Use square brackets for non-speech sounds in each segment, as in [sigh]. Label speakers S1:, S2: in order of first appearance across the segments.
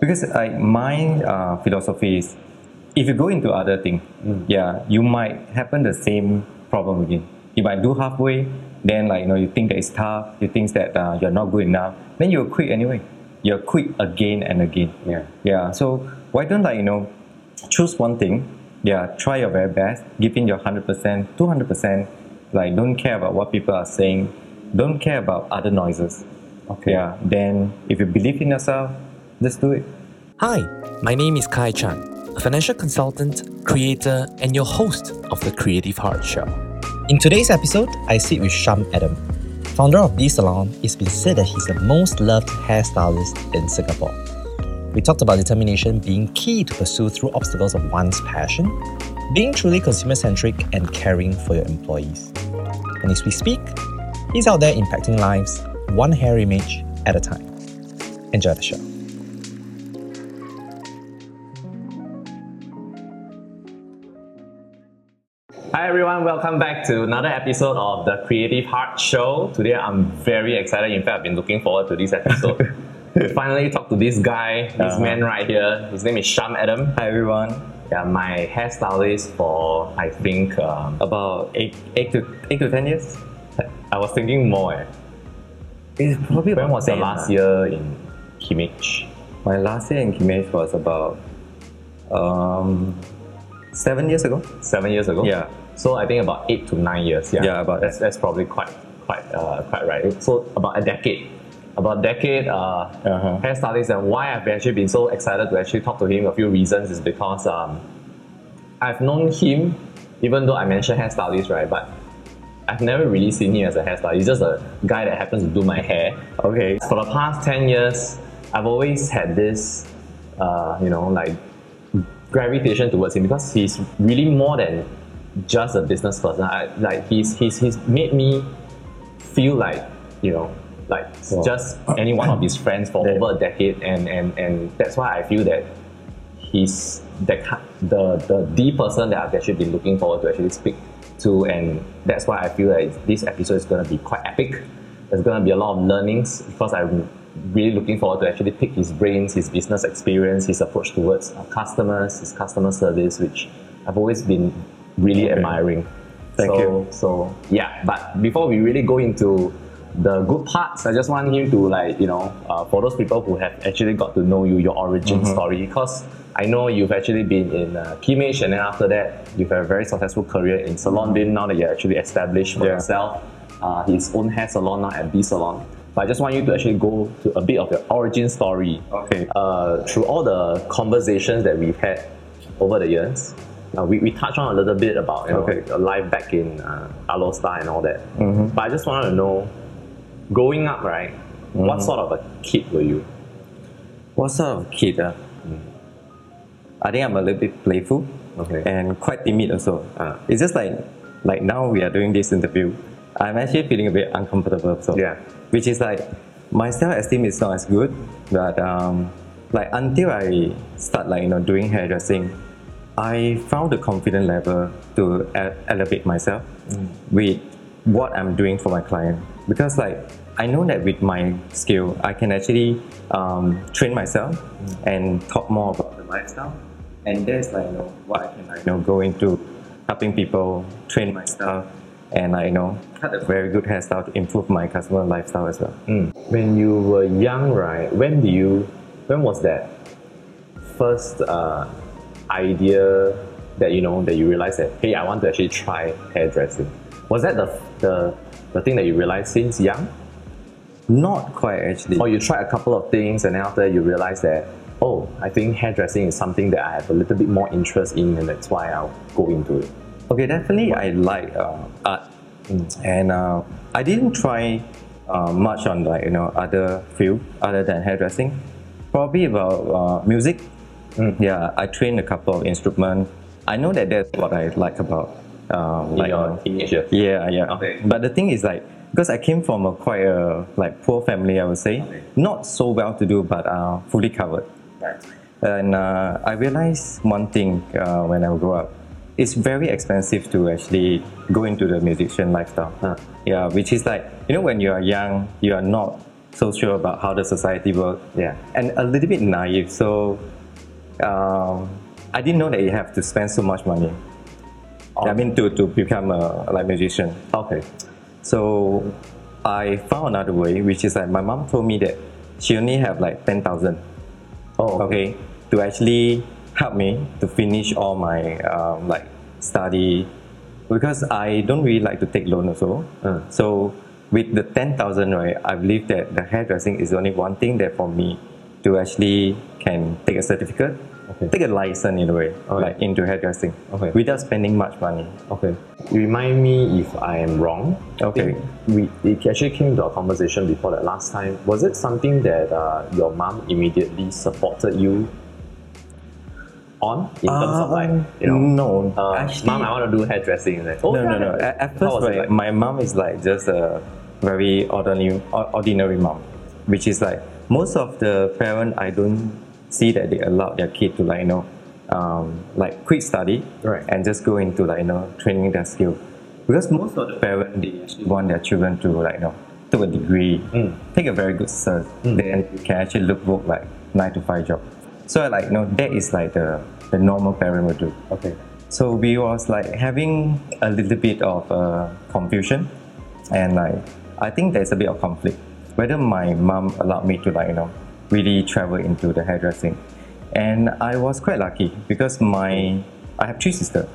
S1: because I my uh, philosophy is if you go into other thing, yeah, you might happen the same problem again. You might do halfway, then like you know you think that it's tough, you think that uh, you're not good enough, then you'll quit anyway. You'll quit again and again.
S2: Yeah.
S1: Yeah. So why don't like you know choose one thing? Yeah, try your very best, give in your hundred percent, two hundred percent. Like don't care about what people are saying, don't care about other noises.
S2: Okay.
S1: Yeah. Then if you believe in yourself, just
S3: [laughs]
S1: do it.
S4: Hi, my name is Kai Chan, a financial consultant, creator, and your host of the Creative Heart Show. In today's episode, I sit with Sham Adam, founder of D Salon. It's been said that he's the most loved hairstylist in Singapore. We talked about determination being key to pursue through obstacles of one's passion, being truly consumer centric, and caring for your employees. And as we speak, he's out there impacting lives, one hair image at a time. Enjoy the show.
S3: Hi everyone, welcome back to another episode of the Creative Heart Show. Today I'm very excited. In fact, I've been looking forward to this episode. To Finally, talk to this guy, this
S1: Uh-huh.
S3: man right here. His name is Sham Adam.
S1: Hi everyone.
S3: Yeah, my hairstylist for I think um,
S1: about eight, eight to eight to ten years.
S3: I was thinking more. Eh.
S1: It's probably
S3: When
S1: about
S3: was your
S1: 10,
S3: last
S1: ah.
S3: year in Kimich?
S1: My last year in Kimesh was about um, seven years ago.
S3: Seven years ago.
S1: Yeah.
S3: So I think about eight to nine years. Yeah.
S1: Yeah, about
S3: that's, that's probably quite quite uh, quite right. So about a decade. About a decade, uh,
S1: Uh-huh.
S3: hairstylist, and why I've actually been so excited to actually talk to him. A few reasons is because um, I've known him, even though I mentioned hairstylist, right? But I've never really seen him as a hairstylist. He's just a guy that happens to do my hair.
S1: Okay.
S3: For the past 10 years, I've always had this, uh, you know, like gravitation towards him because he's really more than just a business person. I, like he's, he's, he's made me feel like, you know, like
S1: Wow.
S3: just any one of his friends for
S1: [coughs] Yeah.
S3: over a decade. And, and, and that's why I feel that he's the, ki- the, the, the person that I've actually been looking forward to actually speak to. And that's why I feel that it's- this episode is going to be quite epic. There's going to be a lot of learnings because I'm really looking forward to actually pick his brains, his business experience, his approach towards our customers, his customer service, which I've always been really admiring.
S1: Thank
S3: so,
S1: you.
S3: So, yeah, but before we really go into the good parts, I just want him to, like, you know, uh, for those people who have actually got to know you, your origin story, because I know you've actually been in uh, Kimage and then after that, you've had a very successful career in Salon Bin now that you're actually established for
S1: Yeah.
S3: yourself, uh, his own hair salon now at B Salon. But I just want you to actually go to a bit of your origin story
S1: Okay.
S3: uh, through all the conversations that we've had over the years, uh, we, we touched on a little bit about you know,
S1: Okay.
S3: your life back in uh, Alostar and all that. But I just wanted to know, growing up, right, what sort of a kid were you?
S1: What sort of kid? ah? I think I'm a little bit playful
S3: Okay.
S1: and quite timid also.
S3: Ah.
S1: It's just like like now we are doing this interview. I'm actually feeling a bit uncomfortable. So
S3: Yeah.
S1: which is like my self-esteem is not as good, but um, like until I start like you know doing hairdressing, I found the confident level to e- elevate myself with what I'm doing for my client because like I know that with my skill I can actually um, train myself and talk more about the lifestyle and that's like you know what I can like you know go into helping people train my staff and I you know cut a very good hairstyle to improve my customer lifestyle as well.
S3: When you were young, right, when do you, when was that first uh, idea that you know, that you realized that, hey, I want to actually try hairdressing? Was that the, the, the thing that you realized since young?
S1: Not quite actually.
S3: or you try a couple of things and then after that you realize that oh i think hairdressing is something that i have a little bit more interest in and that's why i'll go into it
S1: Okay, definitely I like uh, art, and uh, I didn't try uh, much on like you know other field other than hairdressing. Probably about uh, music. Yeah, I trained a couple of instruments. I know that that's what I like about um,
S3: in
S1: like you
S3: your
S1: know,
S3: teenage years
S1: yeah, yeah.
S3: Okay.
S1: But the thing is like because I came from a quite a like poor family, I would say,
S3: Okay.
S1: not so well to do, but uh, fully covered. And uh, I realized one thing uh, when I grew up, it's very expensive to actually go into the musician lifestyle.
S3: Huh.
S1: Yeah, which is like you know when you are young, you are not so sure about how the society works.
S5: Yeah.
S1: And a little bit naive. So um, I didn't know that you have to spend so much money. I mean, to, to become a like musician.
S5: Okay.
S1: So I found another way, which is like my mom told me that she only have like ten thousand.
S5: Oh.
S1: Okay, to actually help me to finish all my um, like study, because I don't really like to take loan also.
S5: Uh.
S1: So with the ten thousand, right, I believe that the hairdressing is only one thing that for me to actually can take a certificate,
S5: Okay.
S1: take a license in a way,
S5: Okay.
S1: like into hairdressing,
S5: Okay.
S1: without spending much money.
S5: Okay. Remind me if I am wrong.
S1: Okay.
S5: I think We it actually came to a conversation before that last time. Was it something that uh, your mom immediately supported you on in terms of like you know?
S1: Um, no,
S5: Uh,
S1: actually,
S5: mom, I want to do hairdressing. And then, oh,
S1: no,
S5: yeah,
S1: no, no.
S5: yeah.
S1: At, at
S5: How
S1: first,
S5: was it
S1: right,
S5: like?
S1: my mom is like just a very ordinary, or- ordinary mom, which is like most of the parent I don't see that they allow their kid to like you know, um, like quit study
S5: Right.
S1: and just go into like you know training their skill, because most of the parents they actually want their children to like you know take a degree,
S5: Mm.
S1: take a very good cert, then you can actually look for like nine to five job. So like you know that is like the the normal parent would do.
S5: Okay.
S1: So we was like having a little bit of uh, confusion, and like I think there's a bit of conflict whether my mom allowed me to like you know really travel into the hairdressing, and I was quite lucky because my I have three sisters,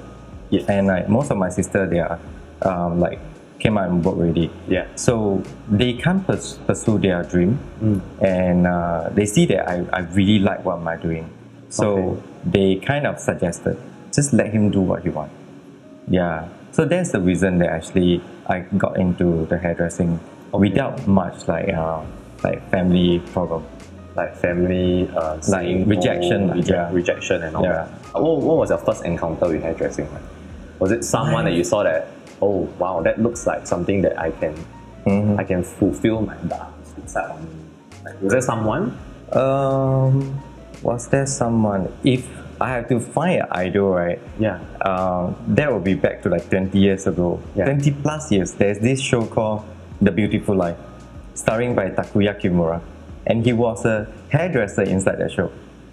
S5: Yes.
S1: and like most of my sister they are um, like came out and work already.
S5: Yeah.
S1: So they can't pers- pursue their dream, and uh, they see that I, I really like what I'm doing. So
S5: Okay.
S1: they kind of suggested just let him do what he wants. Yeah. So that's the reason that actually I got into the hairdressing without much like uh, like family problem.
S5: Like family, uh, saying
S1: rejection,
S5: no,
S1: like,
S5: reje-
S1: yeah.
S5: rejection, and all
S1: Yeah.
S5: that. What, what was your first encounter with hairdressing like? Was it someone that you saw that, oh wow, that looks like something that I can,
S1: Mm-hmm.
S5: I can fulfill my dark inside of me? Like, was there someone?
S1: Um, was there someone? If I have to find an idol, right?
S5: Yeah.
S1: um, that would be back to like 20 years ago,
S5: Yeah.
S1: 20 plus years. There's this show called The Beautiful Life, starring by Takuya Kimura, and he was a hairdresser inside that show.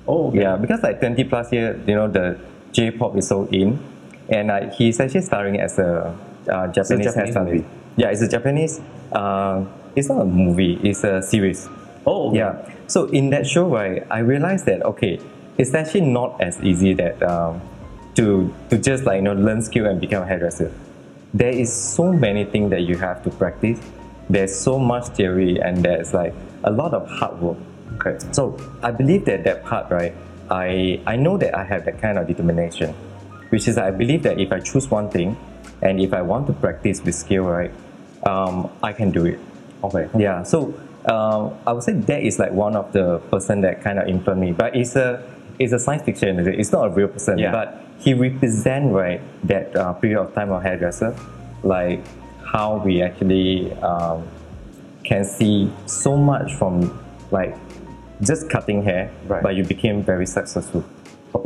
S5: Oh okay.
S1: Yeah, because like 20 plus years, you know, the J-pop is so in, and uh, he's actually starring as a uh, Japanese,
S5: Japanese
S1: hairstylist.
S5: movie.
S1: Yeah, it's a Japanese. Uh, it's not a movie. It's a series.
S5: Oh okay.
S1: Yeah. So in that show, right, I realized that okay, it's actually not as easy that um, to to just like you know learn skill and become a hairdresser. There is so many things that you have to practice. There's so much theory and there's like a lot of hard work.
S5: Okay.
S1: So I believe that that part, right? I I know that I have that kind of determination, which is I believe that if I choose one thing, and if I want to practice with skill, right, um, I can do it.
S5: Okay.
S1: Yeah, so um, I would say that is like one of the person that kind of influenced me. But it's a it's a science fiction. is it? It's not a real person.
S5: Yeah.
S1: But he represent right that uh, period of time of hairdresser, like how we actually um, can see so much from like just cutting hair,
S5: Right.
S1: but you became very successful.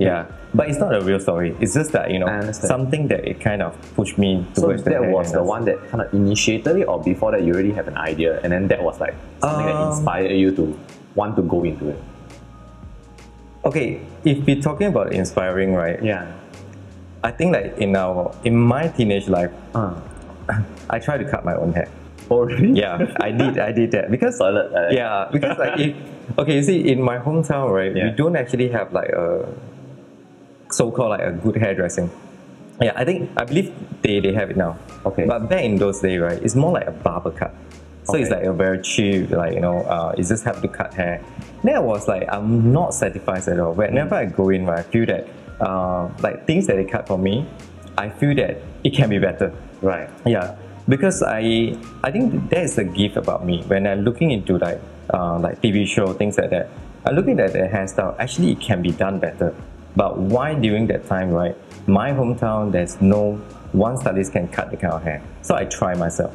S1: Yeah, but it's not a real story. It's just that you know
S5: I understand.
S1: something that it kind of pushed me
S5: So
S1: towards
S5: that
S1: hair
S5: was the
S1: industry.
S5: one that kind of initiated it, or before that you already have an idea, and then that was like something that
S1: Um,
S5: inspired you to want to go into it.
S1: Okay, if we're talking about inspiring, right?
S5: Yeah.
S1: I think like in our in my teenage life,
S5: Uh.
S1: I tried to cut my own hair.
S5: Oh really?
S1: Yeah, I did. I did that because
S5: Toilet, uh,
S1: yeah, because like if
S5: [laughs]
S1: okay, you see, in my hometown, right, we
S5: Yeah.
S1: don't actually have like a so-called like a good hairdressing. Yeah, I think I believe they, they have it now.
S5: Okay.
S1: But back in those days, right, it's more like a barber cut. So it's
S5: Okay.
S1: like a very cheap, like you know, uh, it's just have to cut hair. Then I was like, I'm not satisfied at all. Whenever I go in, right, I feel that uh, like things that they cut for me, I feel that it can be better.
S5: Right.
S1: Yeah, because I I think that is a gift about me. When I'm looking into like uh, like TV show things like that, I'm looking at the hairstyle. Actually, it can be done better. But why during that time, right? My hometown, there's no one stylist can cut the kind of hair. So I try myself.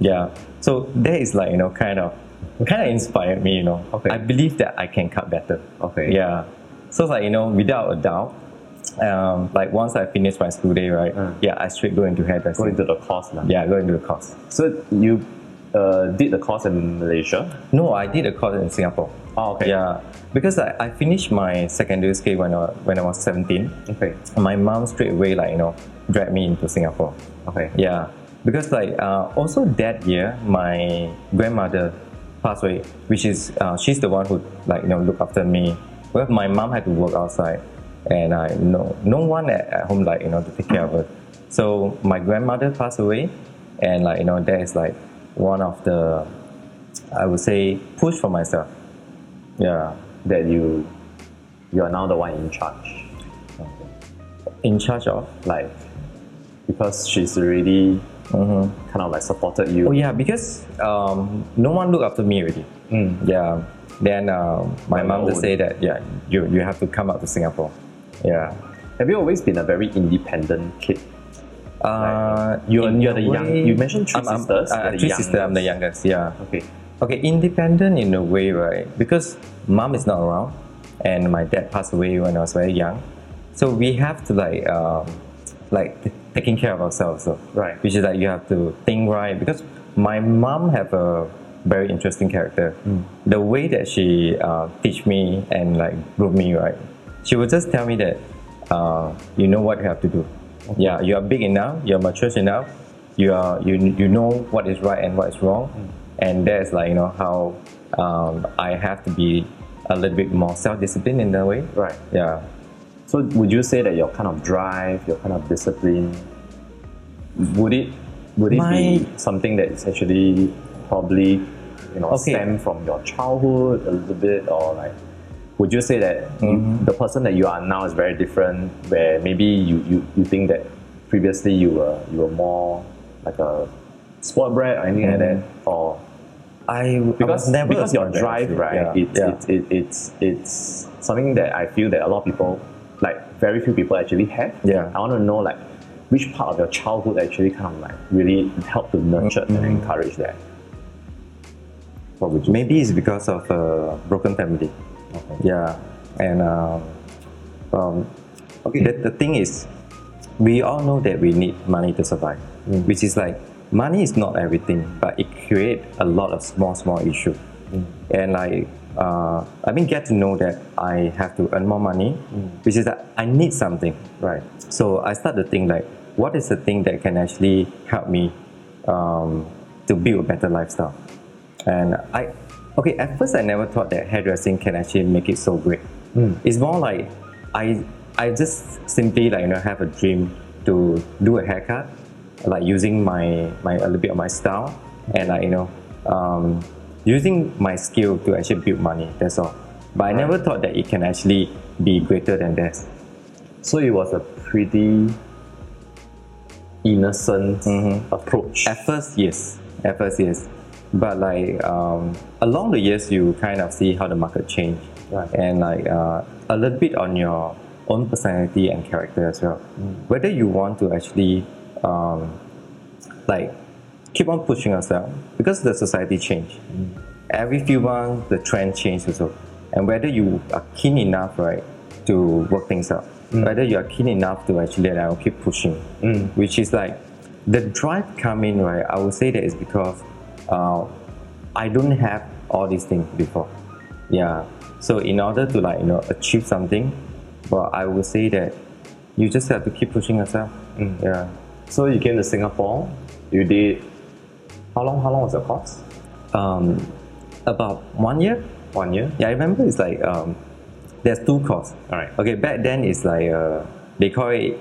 S1: Yeah. So that is like you know kind of kind of inspired me. You know,
S5: Okay.
S1: I believe that I can cut better.
S5: Okay.
S1: Yeah. So it's like you know without a doubt. Um, like once I finish my school day, right?
S5: Mm.
S1: Yeah, I straight go into hairdressing.
S5: Go into the course now.
S1: Yeah, go into the course.
S5: So you
S3: uh, did the course in Malaysia?
S1: No, I did a course in Singapore.
S3: Oh, okay.
S1: Yeah, because I, I finished my secondary school when I, when I was 17.
S3: Okay.
S1: My mom straight away, like, you know, dragged me into Singapore.
S3: Okay.
S1: Yeah, because like uh, also that year, my grandmother passed away, which is uh, she's the one who like you know looked after me. Well, my mom had to work outside, and I no no one at, at home like you know to take care of her. So my grandmother passed away, and like you know that is like one of the I would say push for myself. Yeah,
S3: That you you are now the one in charge.
S1: in charge of
S3: Like because she's already kind of like supported you.
S1: Mm-hmm. oh yeah because um, no one looked after me already.
S3: Mm.
S1: Yeah. Then uh, my
S3: On
S1: mom
S3: your
S1: would
S3: own.
S1: say that yeah, you you have to come out to Singapore. Yeah.
S3: Have you always been a very independent kid?
S1: Uh,
S3: You're-
S1: in
S3: you're
S1: a
S3: the young-
S1: way-
S3: you mentioned three
S1: I'm- I'm-
S3: sisters,
S1: uh,
S3: you're the
S1: three sisters. I'm the youngest. Yeah.
S3: Okay.
S1: Okay, independent in a way, right? Because mom is not around, and my dad passed away when I was very young, so we have to like um, like t- taking care of ourselves. So,
S3: Right.
S1: Which is like you have to think right because my mom have a very interesting character.
S3: Hmm.
S1: The way that she uh, teach me and like groom me, right? She would just tell me that uh, you know what you have to do. Yeah, you are big enough, you are mature enough, you are you you know what is right and what is wrong,
S3: Hmm.
S1: and that's like you know how um, I have to be a little bit more self-disciplined in that way.
S3: Right.
S1: Yeah.
S3: So would you say that your kind of drive, your kind of discipline, would it would it be
S1: My-
S3: something that is actually probably you know
S1: Okay.
S3: stem from your childhood a little bit or like would you say that
S1: Mm-hmm.
S3: you, the person that you are now is very different where maybe you, you, you think that previously you were you were more like a sport brat or anything like
S1: Mm-hmm.
S3: that or
S1: I
S3: because
S1: I was never
S3: because
S1: a
S3: your
S1: sport brat,
S3: drive
S1: actually.
S3: right
S1: Yeah.
S3: it's,
S1: yeah.
S3: It's, it, it's it's something that I feel that a lot of people like very few people actually have
S1: Yeah.
S3: I want to know like which part of your childhood actually kind of like really helped to nurture
S1: Mm-hmm.
S3: and encourage that
S1: What would you- Maybe it's because of a broken family. Yeah, and um, um, okay. The, the thing is, we all know that we need money to survive, which is like money is not everything, but it creates a lot of small small issue, and like. Uh, I mean, get to know that I have to earn more money, which is that I need something.
S3: right
S1: So I start to think like, what is the thing that can actually help me um, to build a better lifestyle? And I, okay, at first I never thought that hairdressing can actually make it so great. It's more like I, I just simply like you know have a dream to do a haircut, like using my my a little bit of my style and like you know um, using my skill to actually build money. That's all. But I never thought that it can actually be greater than that.
S3: so it was a pretty innocent
S1: Mm-hmm.
S3: approach
S1: At first, yes. At first, yes. But like um, along the years, you kind of see how the market change,
S3: Right.
S1: and like uh, a little bit on your own personality and character as well. Whether you want to actually um, like keep on pushing yourself because the society change. Every few months, the trend change also, and whether you are keen enough, right, to work things out. Whether you are keen enough to actually, like, I'll keep pushing, which is like the drive come in, right? I would say that is because uh, I don't have all these things before. Yeah. So in order to like you know achieve something, well, I would say that you just have to keep pushing yourself. Yeah.
S3: so you came to Singapore you did how long how long was your course
S1: um, about one year.
S3: one year
S1: Yeah, I remember it's like um, there's two course.
S3: Alright.
S1: Okay, back then it's like uh, they call it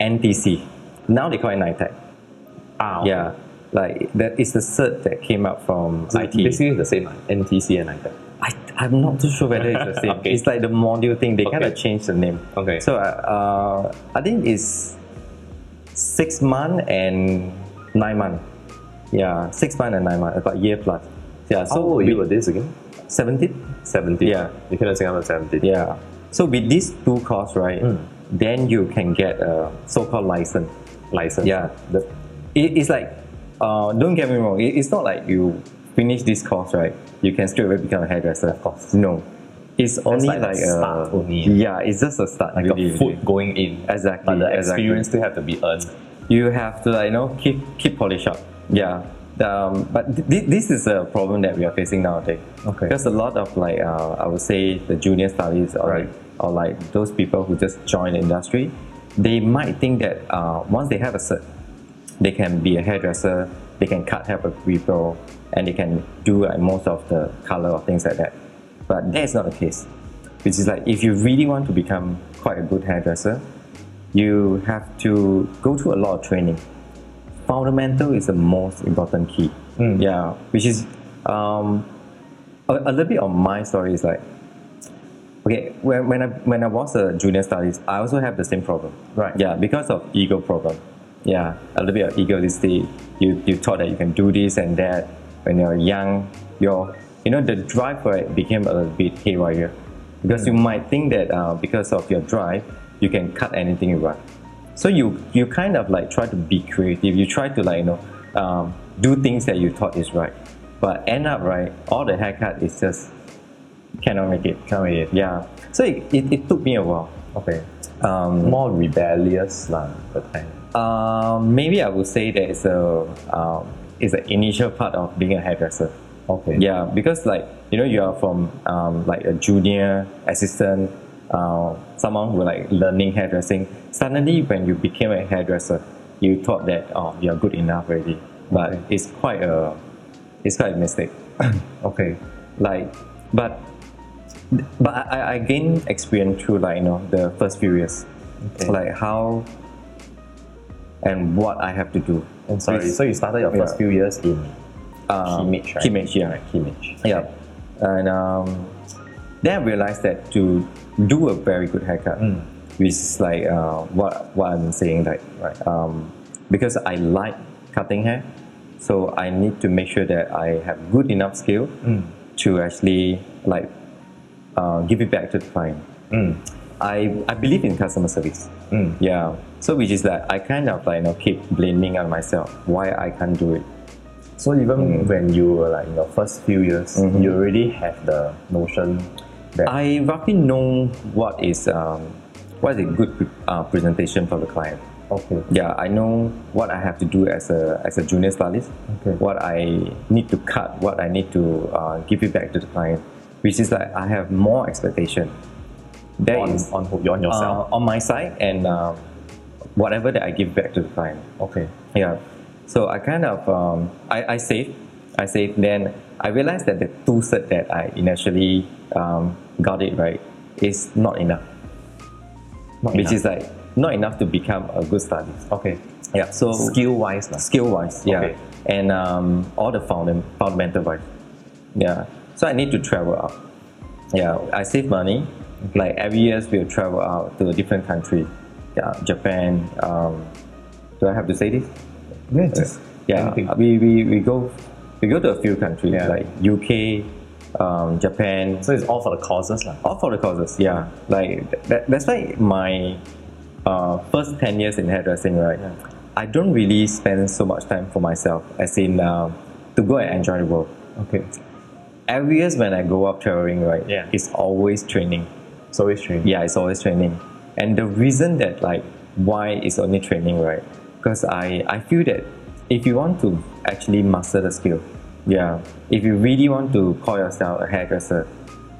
S1: NTC. Now they call it NITEC.
S3: ah okay.
S1: Yeah, like that is the cert that came up from
S3: so
S1: IT.
S3: basically the same like NTC and like that
S1: I, I'm not too sure whether
S3: [laughs]
S1: it's the same.
S3: Okay.
S1: It's like the module thing. They kind of
S3: Okay.
S1: changed the name.
S3: Okay.
S1: So uh, uh, I think it's six month and nine month. Yeah, six month and nine month, about year plus. Yeah.
S3: how
S1: So
S3: old were
S1: we-
S3: Oh, you at this again
S1: 17?
S3: 17
S1: Yeah.
S3: you came to Singapore at 17
S1: Yeah. So with these two cars, right,
S3: Hmm.
S1: then you can get a so-called license.
S3: license
S1: Yeah. The, it, it's like, uh, don't get me wrong. It, it's not like you finish this course, right? You can straight away become a hairdresser. Of course. No. It's only
S3: like
S1: like,
S3: a
S1: a
S3: start only.
S1: Yeah, it's just a start.
S3: like
S1: really, really.
S3: a foot going in.
S1: Exactly,
S3: But the
S1: exactly.
S3: experience still have to be earned.
S1: You have to, like, you know, keep keep polish up. Yeah. Um, but th- th- this is a problem that we are facing nowadays.
S4: Okay.
S1: Because a lot of like uh, I would say the junior studies or
S5: Right.
S1: or like those people who just join the industry, they might think that uh, once they have a cert, they can be a hairdresser, they can cut hair for people, and they can do like most of the color or things like that. But that is not the case. Which is like if you really want to become quite a good hairdresser, you have to go through a lot of training fundamental is the most important key. Yeah, which is um, a, a little bit of my story is like okay when, when I when I was a junior studies, I also have the same problem.
S5: Right.
S1: Yeah, because of ego problem. Yeah, a little bit of egoistic. You you thought that you can do this and that when you're young. Your you know the drive for it became a little bit haywire because you might think that uh, because of your drive you can cut anything you want. So you you kind of like try to be creative. You try to like you know um, do things that you thought is right, but end up right. All the haircut is just cannot make it.
S5: Can't make it.
S1: Yeah. So it, it, it took me a while.
S5: Okay.
S1: Um,
S5: More rebellious lah the time.
S1: uh, maybe I would say that it's a um, it's an initial part of being a hairdresser.
S5: Okay.
S1: Yeah, because like you know you are from um, like a junior assistant, uh, someone who like learning hairdressing. Suddenly, when you became a hairdresser, you thought that oh you're good enough already. But
S5: Okay.
S1: it's quite a it's quite a mistake.
S5: [coughs] Okay.
S1: like, but but I- I, I gained experience through like you know the first few years,
S5: Okay.
S1: like how and what I have to do.
S5: And so,
S1: Which-
S5: so you started your first
S1: Yeah.
S5: few years in
S1: Um,
S5: Kimage, right?
S1: Kimage, yeah.
S5: Right, Kimage.
S1: Yeah. And um, then I realized that to do a very good haircut, which is like uh, what, what I'm saying, like,
S5: Right.
S1: um, because I like cutting hair, so I need to make sure that I have good enough skill to actually like uh, give it back to the client. I, I believe in customer service. Yeah. So which is that I kind of like you know keep blaming on myself why I can't do it.
S5: So even
S1: Mm-hmm.
S5: when you were like in your first few years, you already have the notion that
S1: I roughly know what is um, what is a good uh, presentation for the client.
S5: okay,
S1: Yeah, I know what I have to do as a as a junior stylist.
S5: Okay.
S1: What I need to cut, what I need to uh, give it back to the client, which is like I have more expectation. There
S5: on,
S1: is
S5: on who- on yourself.
S1: uh, on my side and um, whatever that I give back to the client.
S5: okay.
S1: Yeah. So I kind of um, I, I saved, I saved. Then I realized that the two cert that I initially um, got it right is not enough,
S5: Not enough.
S1: which is like not enough to become a good stylist.
S5: okay.
S1: Ah. Yeah. So
S5: Skill wise lah.
S1: skill wise, yeah,
S5: Okay.
S1: and um, all the fundam- fundamental wise, yeah. So I need to travel out. Yeah, I save money. Like every year, we'll travel out to a different country. Yeah, Japan. Um, do I have to say this?
S5: Yeah, just
S1: yeah
S5: anything.
S1: we, we, we go we go to a few countries
S5: Yeah.
S1: like uk um, japan
S5: So it's all for the causes lah.
S1: all for the causes yeah like that, that's why my uh, first 10 years in hairdressing right
S5: Yeah.
S1: i don't really spend so much time for myself as in um, to go and enjoy the world
S5: Okay.
S1: every year when i go out traveling right
S5: Yeah.
S1: it's always training
S5: So it's true.
S1: yeah, it's always training. And the reason that like why it's only training, right? Because I, I feel that if you want to actually master the skill, yeah, if you really want to call yourself a hairdresser,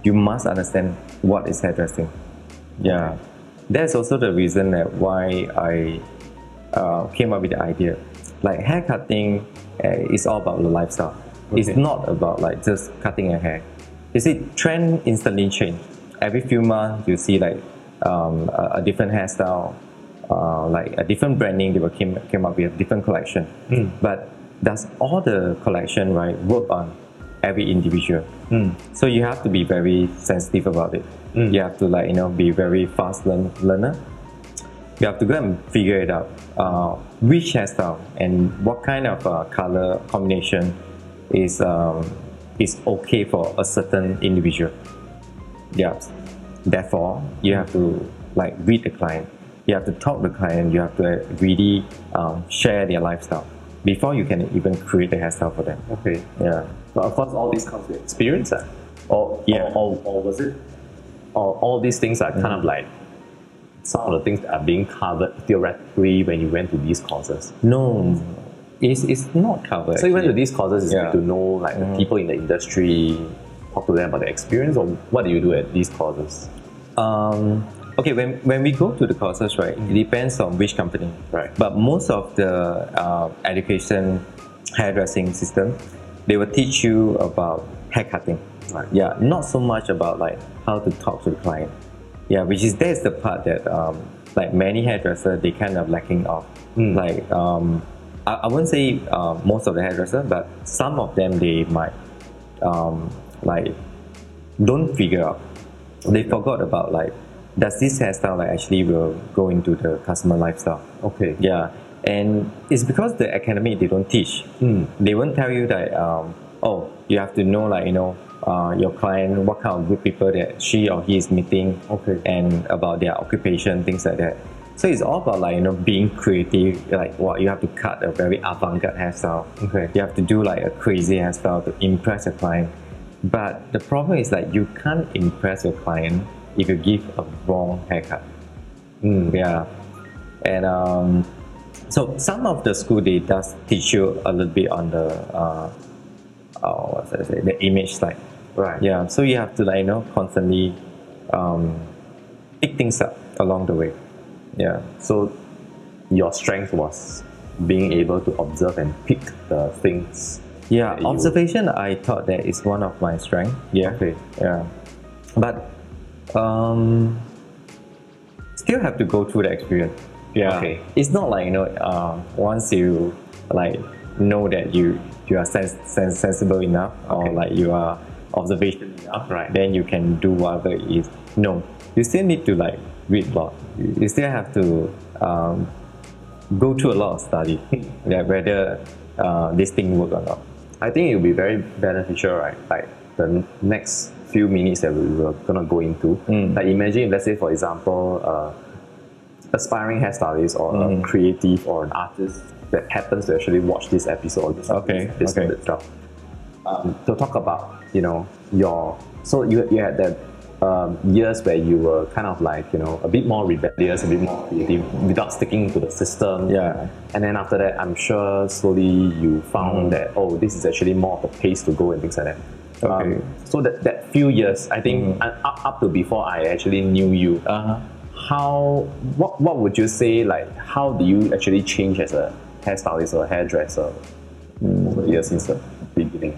S1: you must understand what is hairdressing. Yeah. That's also the reason that why I uh, came up with the idea. Like hair cutting uh, is all about the lifestyle. It's
S5: Okay.
S1: not about like just cutting a hair. You see, trend instantly change. Every few months, you see like um, a, a different hairstyle, uh, like a different branding. They were came came up with a different collection. But does all the collection right work on every individual? So you have to be very sensitive about it. You have to like you know be very fast learn, learner you have to go and figure it out uh, which hairstyle and what kind of uh, color combination is um, is okay for a certain individual. Yeah. Therefore, you have to like read the client. You have to talk to the client. You have to really um, share their lifestyle before you can even create the hairstyle for them.
S5: Okay.
S1: Yeah.
S5: But of course, all these comes with experience, ah. or,
S1: Yeah.
S5: or, or or was it? Or all these things are kind of
S1: Mm-hmm.
S5: like some of the things that are being covered theoretically when you went to these courses.
S1: No, It's, it's not covered.
S3: So you went to
S1: actually.
S3: these courses is
S5: Yeah.
S3: to know like the people in the industry, talk to them about their experience, or what do you do at these courses?
S1: Um, okay, when, when we go to the courses, right, it depends on which company.
S3: Right.
S1: But most of the uh, education hairdressing system, they will teach you about hair cutting.
S3: Right.
S1: Yeah, not so much about like how to talk to the client. Yeah, which is that's the part that um, like many hairdresser they kind of lacking of.
S3: Hmm.
S1: Like um, I, I won't say uh, most of the hairdresser, but some of them they might um, like don't figure out. They forgot about like does this hairstyle like actually will go into the customer lifestyle?
S3: Okay.
S1: Yeah, and it's because the academy they don't teach.
S3: Hmm.
S1: They won't tell you that um, oh you have to know like you know uh, your client what kind of group people that she or he is meeting.
S3: Okay.
S1: And about their occupation things like that. So it's all about like you know being creative. Like what you have to cut a very avant-garde hairstyle.
S3: Okay.
S1: You have to do like a crazy hairstyle to impress your client. But the problem is like you can't impress your client if you give a wrong haircut. Hmm, Yeah. And um, so some of the school they does teach you a little bit on the uh, uh, what's that say, the image side.
S3: Right.
S1: Yeah. So you have to like you know constantly um, pick things up along the way. Yeah.
S3: So your strength was being able to observe and pick the things.
S1: Yeah.
S3: that you-
S1: Observation I thought that is one of my strength. Yeah.
S3: Okay.
S1: Yeah. But um, still have to go through the experience. Yeah.
S3: Okay.
S1: It's not like you know, uh, once you like know that you you are sens- sens- sensible enough or
S3: Okay.
S1: like you are observation enough,
S3: Right.
S1: Then you can do whatever it is. No, you still need to like read a lot. You you still have to um, go through a lot of study, [laughs] like whether uh, this thing work or not.
S3: I think it will be very beneficial, right? Like the n- next few minutes that we were gonna go into.
S1: Mm.
S3: Like imagine, if, let's say for example, uh, aspiring hairstylist or
S1: Mm.
S3: a creative or an artist that happens to actually watch this episode or this
S1: Okay,
S3: this
S1: okay.
S3: itself. Um, to talk about, you know, your so you, you had that um, years where you were kind of like you know a bit more rebellious, a bit more creative, without sticking to the system.
S1: Yeah.
S3: And then after that, I'm sure slowly you found that oh, this is actually more of a pace to go and things like that. Um,
S1: Okay. Mm-hmm.
S3: so that, that few years, I think uh, up, up to before I actually knew you,
S1: Uh-huh.
S3: how what what would you say like how do you actually change as a hairstylist or hairdresser over the years since the beginning?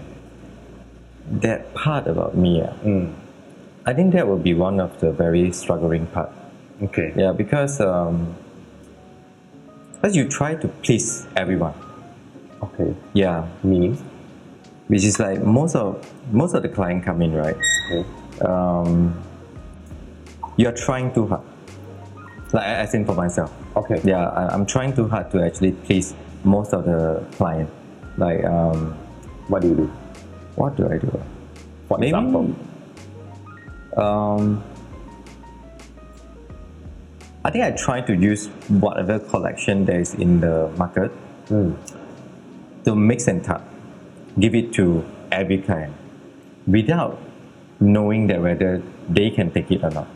S1: that part about me, ah, I think that would be one of the very struggling part.
S3: Okay.
S1: Yeah, because um, as you try to please everyone.
S3: Okay.
S1: Yeah,
S3: Meaning?
S1: which is like most of most of the client come in right.
S3: Okay.
S1: Um, you're trying too hard. Like I I think for myself.
S3: Okay.
S1: Yeah, I, I'm trying too hard to actually please most of the client. Like um,
S3: What do you do?
S1: what do I do?
S3: For
S1: Maybe-
S3: example.
S1: Um, I think I try to use whatever collection there is in the market
S3: Hmm.
S1: to mix and tap, give it to every client without knowing that whether they can take it or not.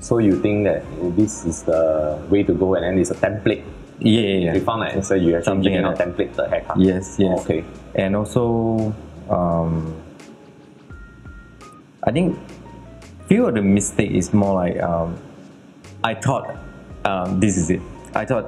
S3: So you think that this is the way to go and then it's a template.
S1: Yeah, yeah,
S3: You
S1: yeah.
S3: found that so you actually
S1: Something
S3: giving
S1: like
S3: out
S1: that.
S3: template the haircut.
S1: Yes, yes.
S3: Okay.
S1: And also, um, I think few of the mistake is more like um, I thought um, this is it. I thought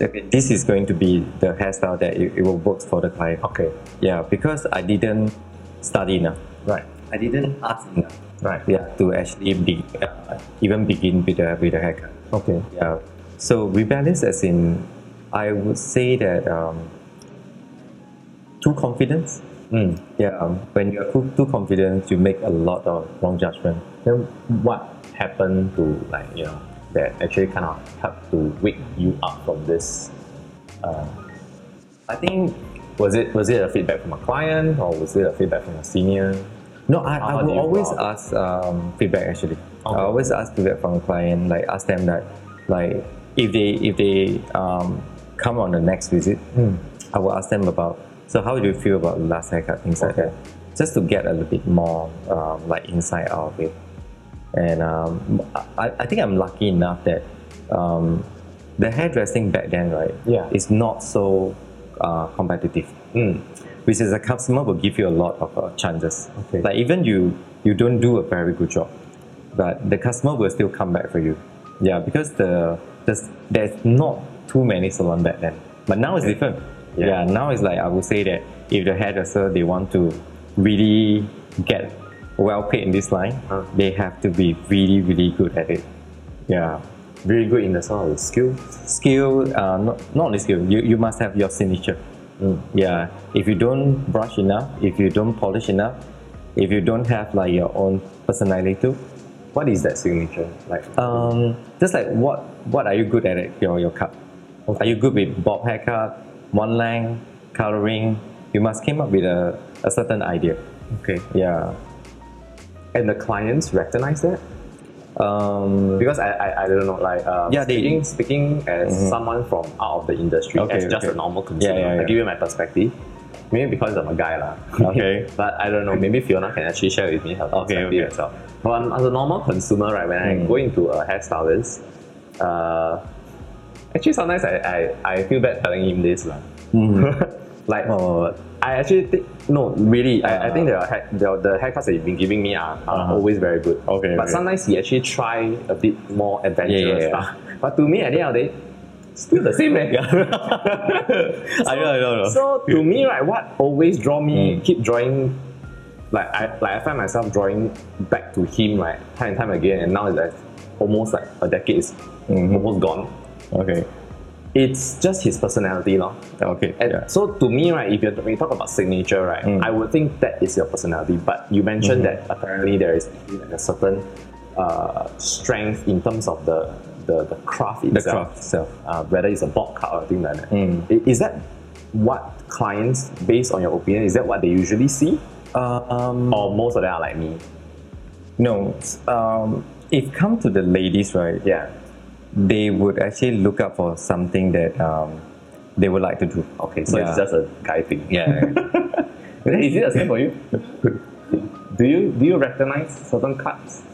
S1: okay, this is going to be the hairstyle that it, it will work for the client.
S3: Okay.
S1: Yeah, because I didn't study enough.
S3: Right.
S1: I didn't ask enough.
S3: Right.
S1: Yeah, to actually be, uh, even begin with the with the haircut.
S3: Okay.
S1: Yeah. So rebellious, as in, I would say that um, too confidence.
S3: Hmm.
S1: Yeah. um, When you're too, too confident, you make a lot of wrong judgment.
S3: Then what happened to like you know that actually kind of helped to wake you up from this?
S1: I think
S3: Was it was it a feedback from a client or was it a feedback from a senior?
S1: no. I,
S3: How
S1: I
S3: do
S1: will
S3: you
S1: always
S3: go
S1: ask um, feedback. Actually, I always ask feedback from a client. Like ask them that, like if they if they um, come on the next visit,
S3: Hmm.
S1: I will ask them about. So how do you feel about the last haircut? Things like
S3: Okay.
S1: that. Just to get a little bit more um, like insight out of it. and um, I, I think I'm lucky enough that um, the hairdressing back then, right,
S3: Yeah.
S1: is not so uh, competitive, which is a customer will give you a lot of uh, chances. Okay. Like even you you don't do a very good job, but the customer will still come back for you. Yeah, because the there's, there's not too many salon back then, but now it's different. Yeah. now it's like I would say that if the hairdresser they want to really get well paid in this line, they have to be really really good at it. Yeah
S3: Very good in the sort of skill.
S1: skill, uh, not, not only skill, you, you must have your signature.
S3: Mm.
S1: Yeah, if you don't brush enough, if you don't polish enough, if you don't have like your own personality too,
S3: What is that signature? Like
S1: um, just like what what are you good at it, your, your cut? Are you good with bob haircut, one length, coloring? You must came up with a, a certain idea.
S3: okay.
S1: Yeah.
S3: And the clients recognize that? [laughs]
S1: Um, [laughs]
S3: Because I, I, I don't know, like um,
S1: Yeah, they- Mm-hmm.
S3: speaking, speaking as someone from out of the industry,
S1: Okay,
S3: as just
S1: okay.
S3: a normal consumer,
S1: yeah,
S3: I
S1: yeah.
S3: give you my perspective. Maybe because I'm a guy lah. [laughs]
S1: Okay.
S3: but I don't know, maybe Fiona can actually share with me her perspective
S1: okay. Mm.
S3: as well. But I'm- as a normal consumer, right, when I go into a hairstylist, uh, actually sometimes I, I, I feel bad telling him this lah. [laughs] like
S1: Mm-hmm. oh,
S3: I actually think no, really. I, I
S1: Uh.
S3: think there are hair, there are, the haircuts that you've been giving me are, are
S1: Uh-huh.
S3: always very good.
S1: Okay,
S3: but
S1: okay.
S3: sometimes you actually try a bit more adventurous
S1: Yeah, yeah, yeah.
S3: stuff. But to me, at the end of the day, still the same man.
S1: [laughs] I know, I know, Mm. I know.
S3: So to me, right, what always draw me keep drawing. Like I like I find myself drawing back to him right time and time again, and now it's like almost like a decade is
S1: Mm-hmm.
S3: almost gone.
S1: okay,
S3: It's just his personality, lor.
S1: okay,
S3: And
S1: yeah. Mm.
S3: so to me, right, if you when you talk about signature, right, I would think that is your personality. But you mentioned
S1: Mm-hmm.
S3: that apparently there is a certain uh, strength in terms of the the, the craft
S1: the
S3: itself,
S1: craft itself. Mm.
S3: Uh, whether it's a bob cut or thing like that. I- Is that what clients, based on your opinion, is that what they usually see,
S1: Uh, um,
S3: or most of them are like me?
S1: No, um, if come to the ladies, right,
S3: Yeah.
S1: they would actually look up for something that um, they would like to do.
S3: Okay, so it's
S1: Yeah.
S3: just a guy thing.
S1: Yeah.
S3: Is it the same for you? do you do you recognize certain cuts?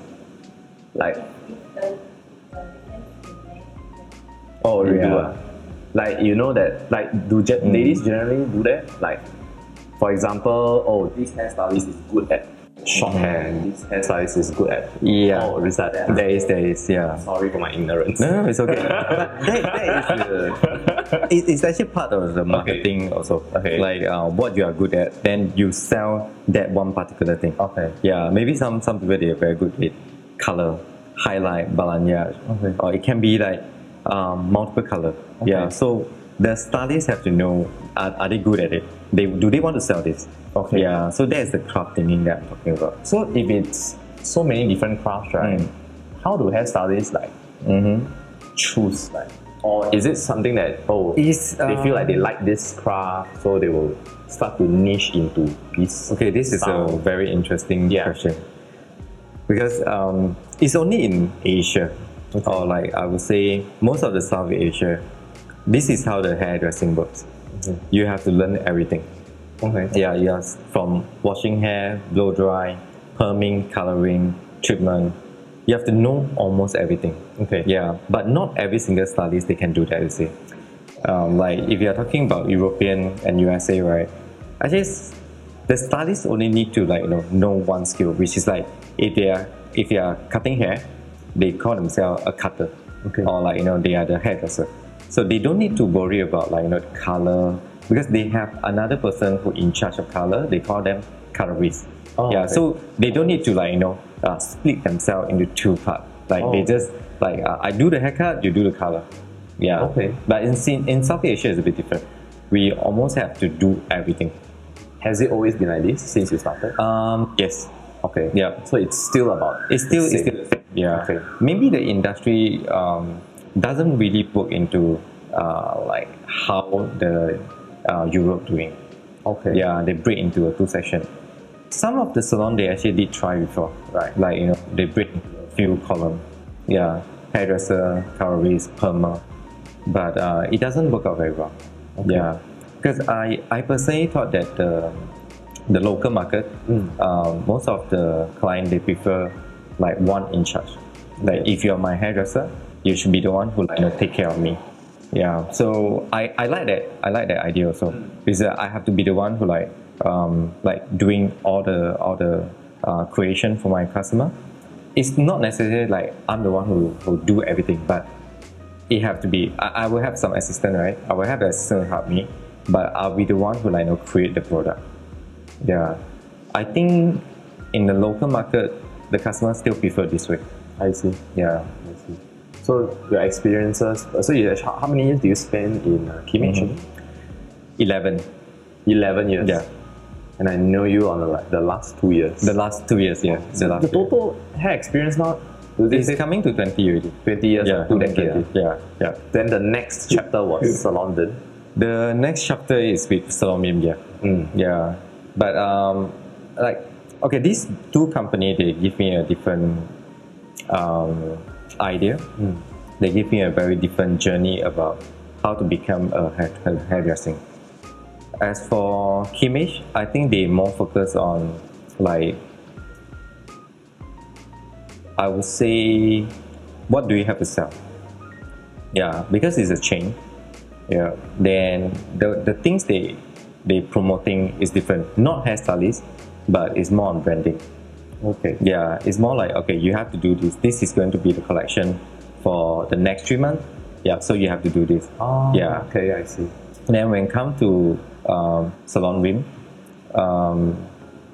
S3: Like Oh,
S1: You
S3: really?
S1: do
S3: ah? Like you know that like do ge-
S1: Mm.
S3: ladies generally do that? Like for example, oh this hairstylist is good at short hair and this hairstylist is good at
S1: [laughs] Mm. Yeah.
S3: oh this that.
S1: there is, there is, yeah.
S3: Sorry for my ignorance.
S1: No, no, it's
S3: [laughs]
S1: okay. But that, that is the, it, it's actually part of the marketing also.
S3: Okay.
S1: Like uh, what you are good at, then you sell that one particular thing.
S3: Okay.
S1: Yeah, maybe some some people they are very good with color, highlight, balayage,
S3: Okay.
S1: or it can be like um, multiple color. Yeah, so the stylist have to know are, are they good at it? They do they want to sell this?
S3: Okay.
S1: Yeah, so that is the craft thinking that I'm talking about.
S3: So if it's so many different crafts, right?
S1: Mm.
S3: How do hairstylists like choose like Mm-hmm. or is it something that oh
S1: Is,
S3: they feel
S1: um,
S3: like they like this craft so they will start to niche into this
S1: Okay, this is a
S3: style?
S1: very interesting
S3: Yeah.
S1: question because um, it's only in Asia, or like I would say most of the South Asia. This is how the hairdressing works. You have to learn everything.
S3: okay.
S1: Yeah, yes. From washing hair, blow dry, perming, coloring, treatment. You have to know almost everything.
S3: Okay.
S1: Yeah, but not every single stylist they can do that. You see, um, like if you are talking about European and USA, right? I just the stylists only need to like you know know one skill, which is like if they are if they are cutting hair, they call themselves a cutter,
S3: Okay.
S1: or like you know they are the hairdresser. So they don't need to worry about like you know color because they have another person who in charge of color. They call them colorist.
S3: Oh,
S1: yeah,
S3: okay.
S1: so they don't need to like you know uh, split themselves into two parts. Like they
S3: Oh.
S1: just like uh, I do the haircut, you do the color. Yeah.
S3: Okay.
S1: But in Sin- in South Asia, it's a bit different. We almost have to do everything.
S3: Has it always been like this since you started?
S1: Um, yes.
S3: Okay.
S1: Yeah.
S3: So it's still about
S1: It's still
S3: the
S1: it's
S3: same.
S1: still yeah.
S3: Okay.
S1: Maybe the industry um, doesn't really look into uh, like how the uh, Europe doing.
S3: okay.
S1: Yeah, they break into a two section. Some of the salon they actually did try before.
S3: Right.
S1: Like you know, they break into a few column. Yeah, hairdresser, colorist, perma, but uh, it doesn't work out very well. Yeah, because I I personally thought that the the local market, um, most of the client they prefer like one in charge. Like if you're my hairdresser, you should be the one who like you know, take care of me. Yeah, so I, I like that I like that idea also because uh, I have to be the one who like um, like doing all the all the uh, creation for my customer. It's not necessarily like I'm the one who, who do everything, but it have to be. I, I will have some assistant, right? I will have the assistant help me, but I'll be the one who like you know, create the product. Yeah, I think in the local market, the customers still prefer this way.
S3: I see.
S1: Yeah.
S3: I see. So your experiences. uh, So you, how how many years do you spend in uh, Kim actually?
S1: 11
S3: Eleven years.
S1: Yeah.
S3: And I know you on the, la- the last two years.
S1: the last two years yeah the last
S3: the
S1: two years.
S3: total hair experience now. do they
S1: it's
S3: say
S1: coming to 20 already
S3: Twenty years.
S1: yeah
S3: Two
S1: coming to
S3: decades.
S1: 20. yeah yeah
S3: Then the next chapter was Salon Din.
S1: the next chapter is with Salon Mim, yeah yeah but um like okay these two company they give me a different um idea they give me a very different journey about how to become a hair, a hairdressing as for Kimage, I think they more focus on like I would say what do you have to sell? Yeah, because it's a chain. Yeah. Then the, the things they they promoting is different. Not hairstylist, but it's more on branding.
S3: Okay.
S1: Yeah, it's more like okay, you have to do this. This is going to be the collection for the next three months. Yeah, so you have to do this.
S3: Oh,
S1: Yeah.
S3: Okay, I see.
S1: Then when it come to um, Salon Rim, um,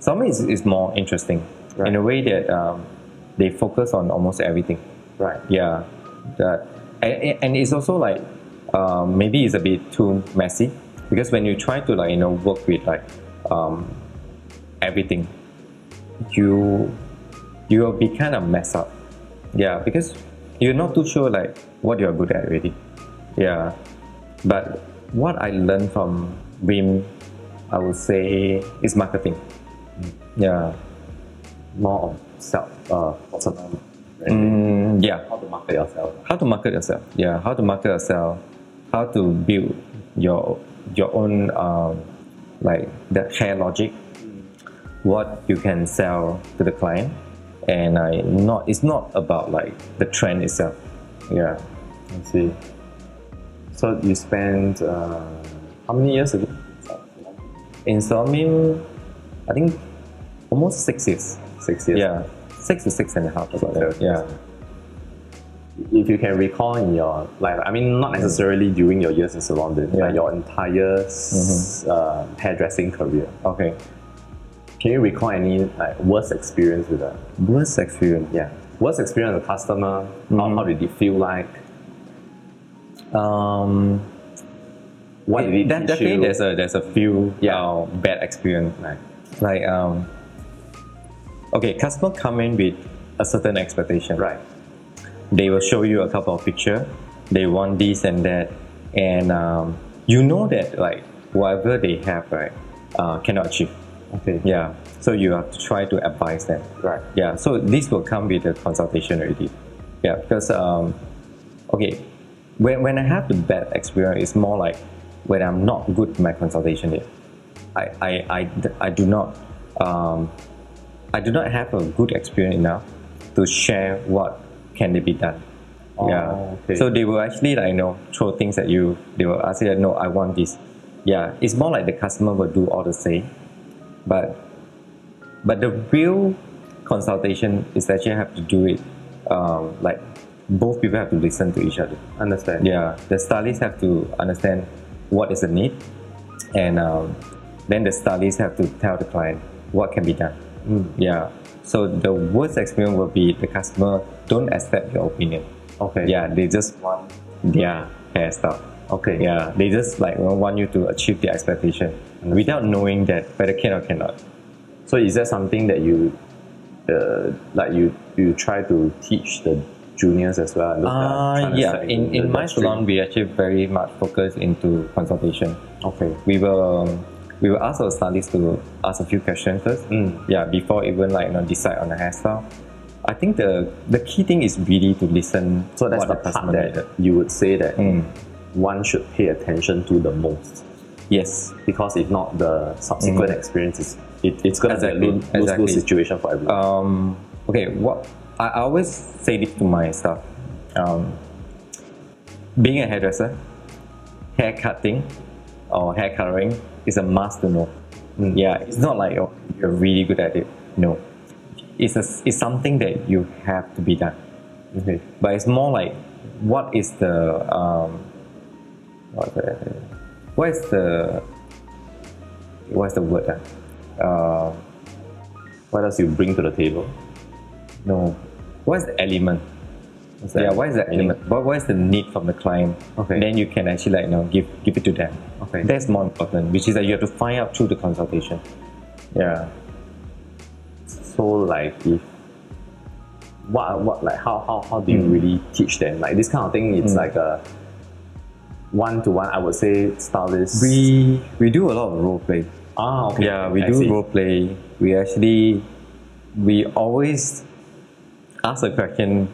S1: Salon is, is more interesting
S3: Right.
S1: in a way that um, they focus on almost everything.
S3: Right.
S1: Yeah, that and, and it's also like um, maybe it's a bit too messy because when you try to like you know work with like um, everything, you you will be kind of messed up. Yeah, because you're not too sure like what you are good at really. Yeah, but what I learned from Wim, I would say is marketing. Yeah,
S3: More of self, uh, personal.
S1: Mm, yeah.
S3: How to market yourself.
S1: how to market yourself. Yeah, how to market yourself, how to build your your own um, like the hair logic, what you can sell to the client, and I not it's not about like the trend itself. Yeah,
S3: I see. So you spent uh, how many years again?
S1: in Salmin, I think almost six years.
S3: Six years.
S1: Yeah, six to six and a half. About that. Yeah.
S3: If you can recall in your life, I mean, not necessarily during your years in Salon, but
S1: Mm. Yeah. Mm-hmm.
S3: your entire s- uh, hairdressing career.
S1: Okay.
S3: Can you recall any like worst experience with that?
S1: Worst experience.
S3: Yeah. Worst experience with a customer? How,
S1: Mm-hmm.
S3: how did it feel like?
S1: Um,
S3: What did it
S1: that-
S3: teach
S1: definitely
S3: you?
S1: there's a there's a few
S3: Yeah.
S1: uh, bad experience.
S3: Right.
S1: like um okay customer come in with a certain expectation
S3: Right.
S1: they will show you a couple of picture they want this and that and um, you know that like whatever they have right uh, cannot achieve
S3: Okay.
S1: yeah so you have to try to advise them
S3: Right.
S1: yeah so this will come with the consultation already yeah because um, okay when, when i have the bad experience it's more like when i'm not good with my consultation yet i i i, I do not um, i do not have a good experience enough to share what can they be done yeah
S3: okay.
S1: so they will actually like you know throw things at you they will ask you no i want this yeah it's more like the customer will do all the same but but the real consultation is actually have to do it um, like both people have to listen to each other
S3: Understand.
S1: yeah the stylist have to understand what is the need and um, then the stylist have to tell the client what can be done
S3: Hmm.
S1: yeah so the worst experience will be the customer don't accept your opinion
S3: Okay.
S1: yeah they just want their hairstyle
S3: Okay.
S1: yeah they just like want you to achieve their expectation without knowing that whether can or cannot
S3: So is that something that you, uh, like you you try to teach the juniors as well? and those that are
S1: Uh,
S3: trying to
S1: yeah,
S3: start
S1: in,
S3: the-
S1: in my
S3: the stream?
S1: salon, we actually very much focus into consultation.
S3: Okay.
S1: We will um, we will ask our stylists to ask a few questions first.
S3: Mm.
S1: Yeah, before even like you know decide on the hairstyle. I think the the key thing is really to listen.
S3: So that's
S1: what
S3: the part
S1: customer
S3: that
S1: needed.
S3: you would say that
S1: mm,
S3: one should pay attention to the most,
S1: yes,
S3: because if not, the subsequent experience is it, it's gonna
S1: Mm. Exactly,
S3: be a lose lose
S1: exactly.
S3: situation for everyone.
S1: um, okay, what I I always say this to my staff. Um, being a hairdresser, hair cutting or hair coloring is a must to know. Yeah, it's not like oh, you're really good at it. No, it's a, it's something that you have to be done.
S3: Okay.
S1: But it's more like what is the um, what the what is the what's the word? ah? Uh,
S3: What else you bring to the table?
S1: no, what is the element?
S3: the
S1: yeah, what is the
S3: meaning?
S1: element? What, what is the need from the client?
S3: Okay.
S1: Then you can actually like you know give give it to them.
S3: Okay.
S1: That's more important, which is that you have to find out through the consultation. Yeah.
S3: So like if what what like how how how do you
S1: Mm.
S3: really teach them? Like this kind of thing, it's like a one to one. I would say stylist.
S1: We we do a lot of role play.
S3: ah okay.
S1: Yeah, we
S3: I
S1: do
S3: see.
S1: role play. We actually we always ask a question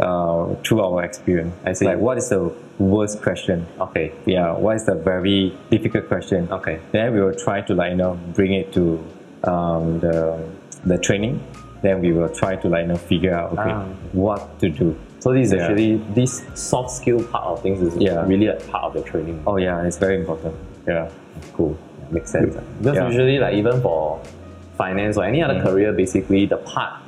S1: uh, through our experience.
S3: I see.
S1: Like what is the worst question?
S3: Okay.
S1: Yeah, what is the very difficult question?
S3: Okay.
S1: Then we will try to like you know bring it to um, the the training. Then we will try to like you know figure out okay
S3: Ah.
S1: what to do.
S3: So this is
S1: Yeah.
S3: actually this soft skill part of things is
S1: Yeah.
S3: really like part of the training.
S1: Oh yeah, it's very important. Yeah.
S3: cool. Yeah, makes sense. Because
S1: Yeah. Mm.
S3: usually, like even for finance or any other career, basically the part.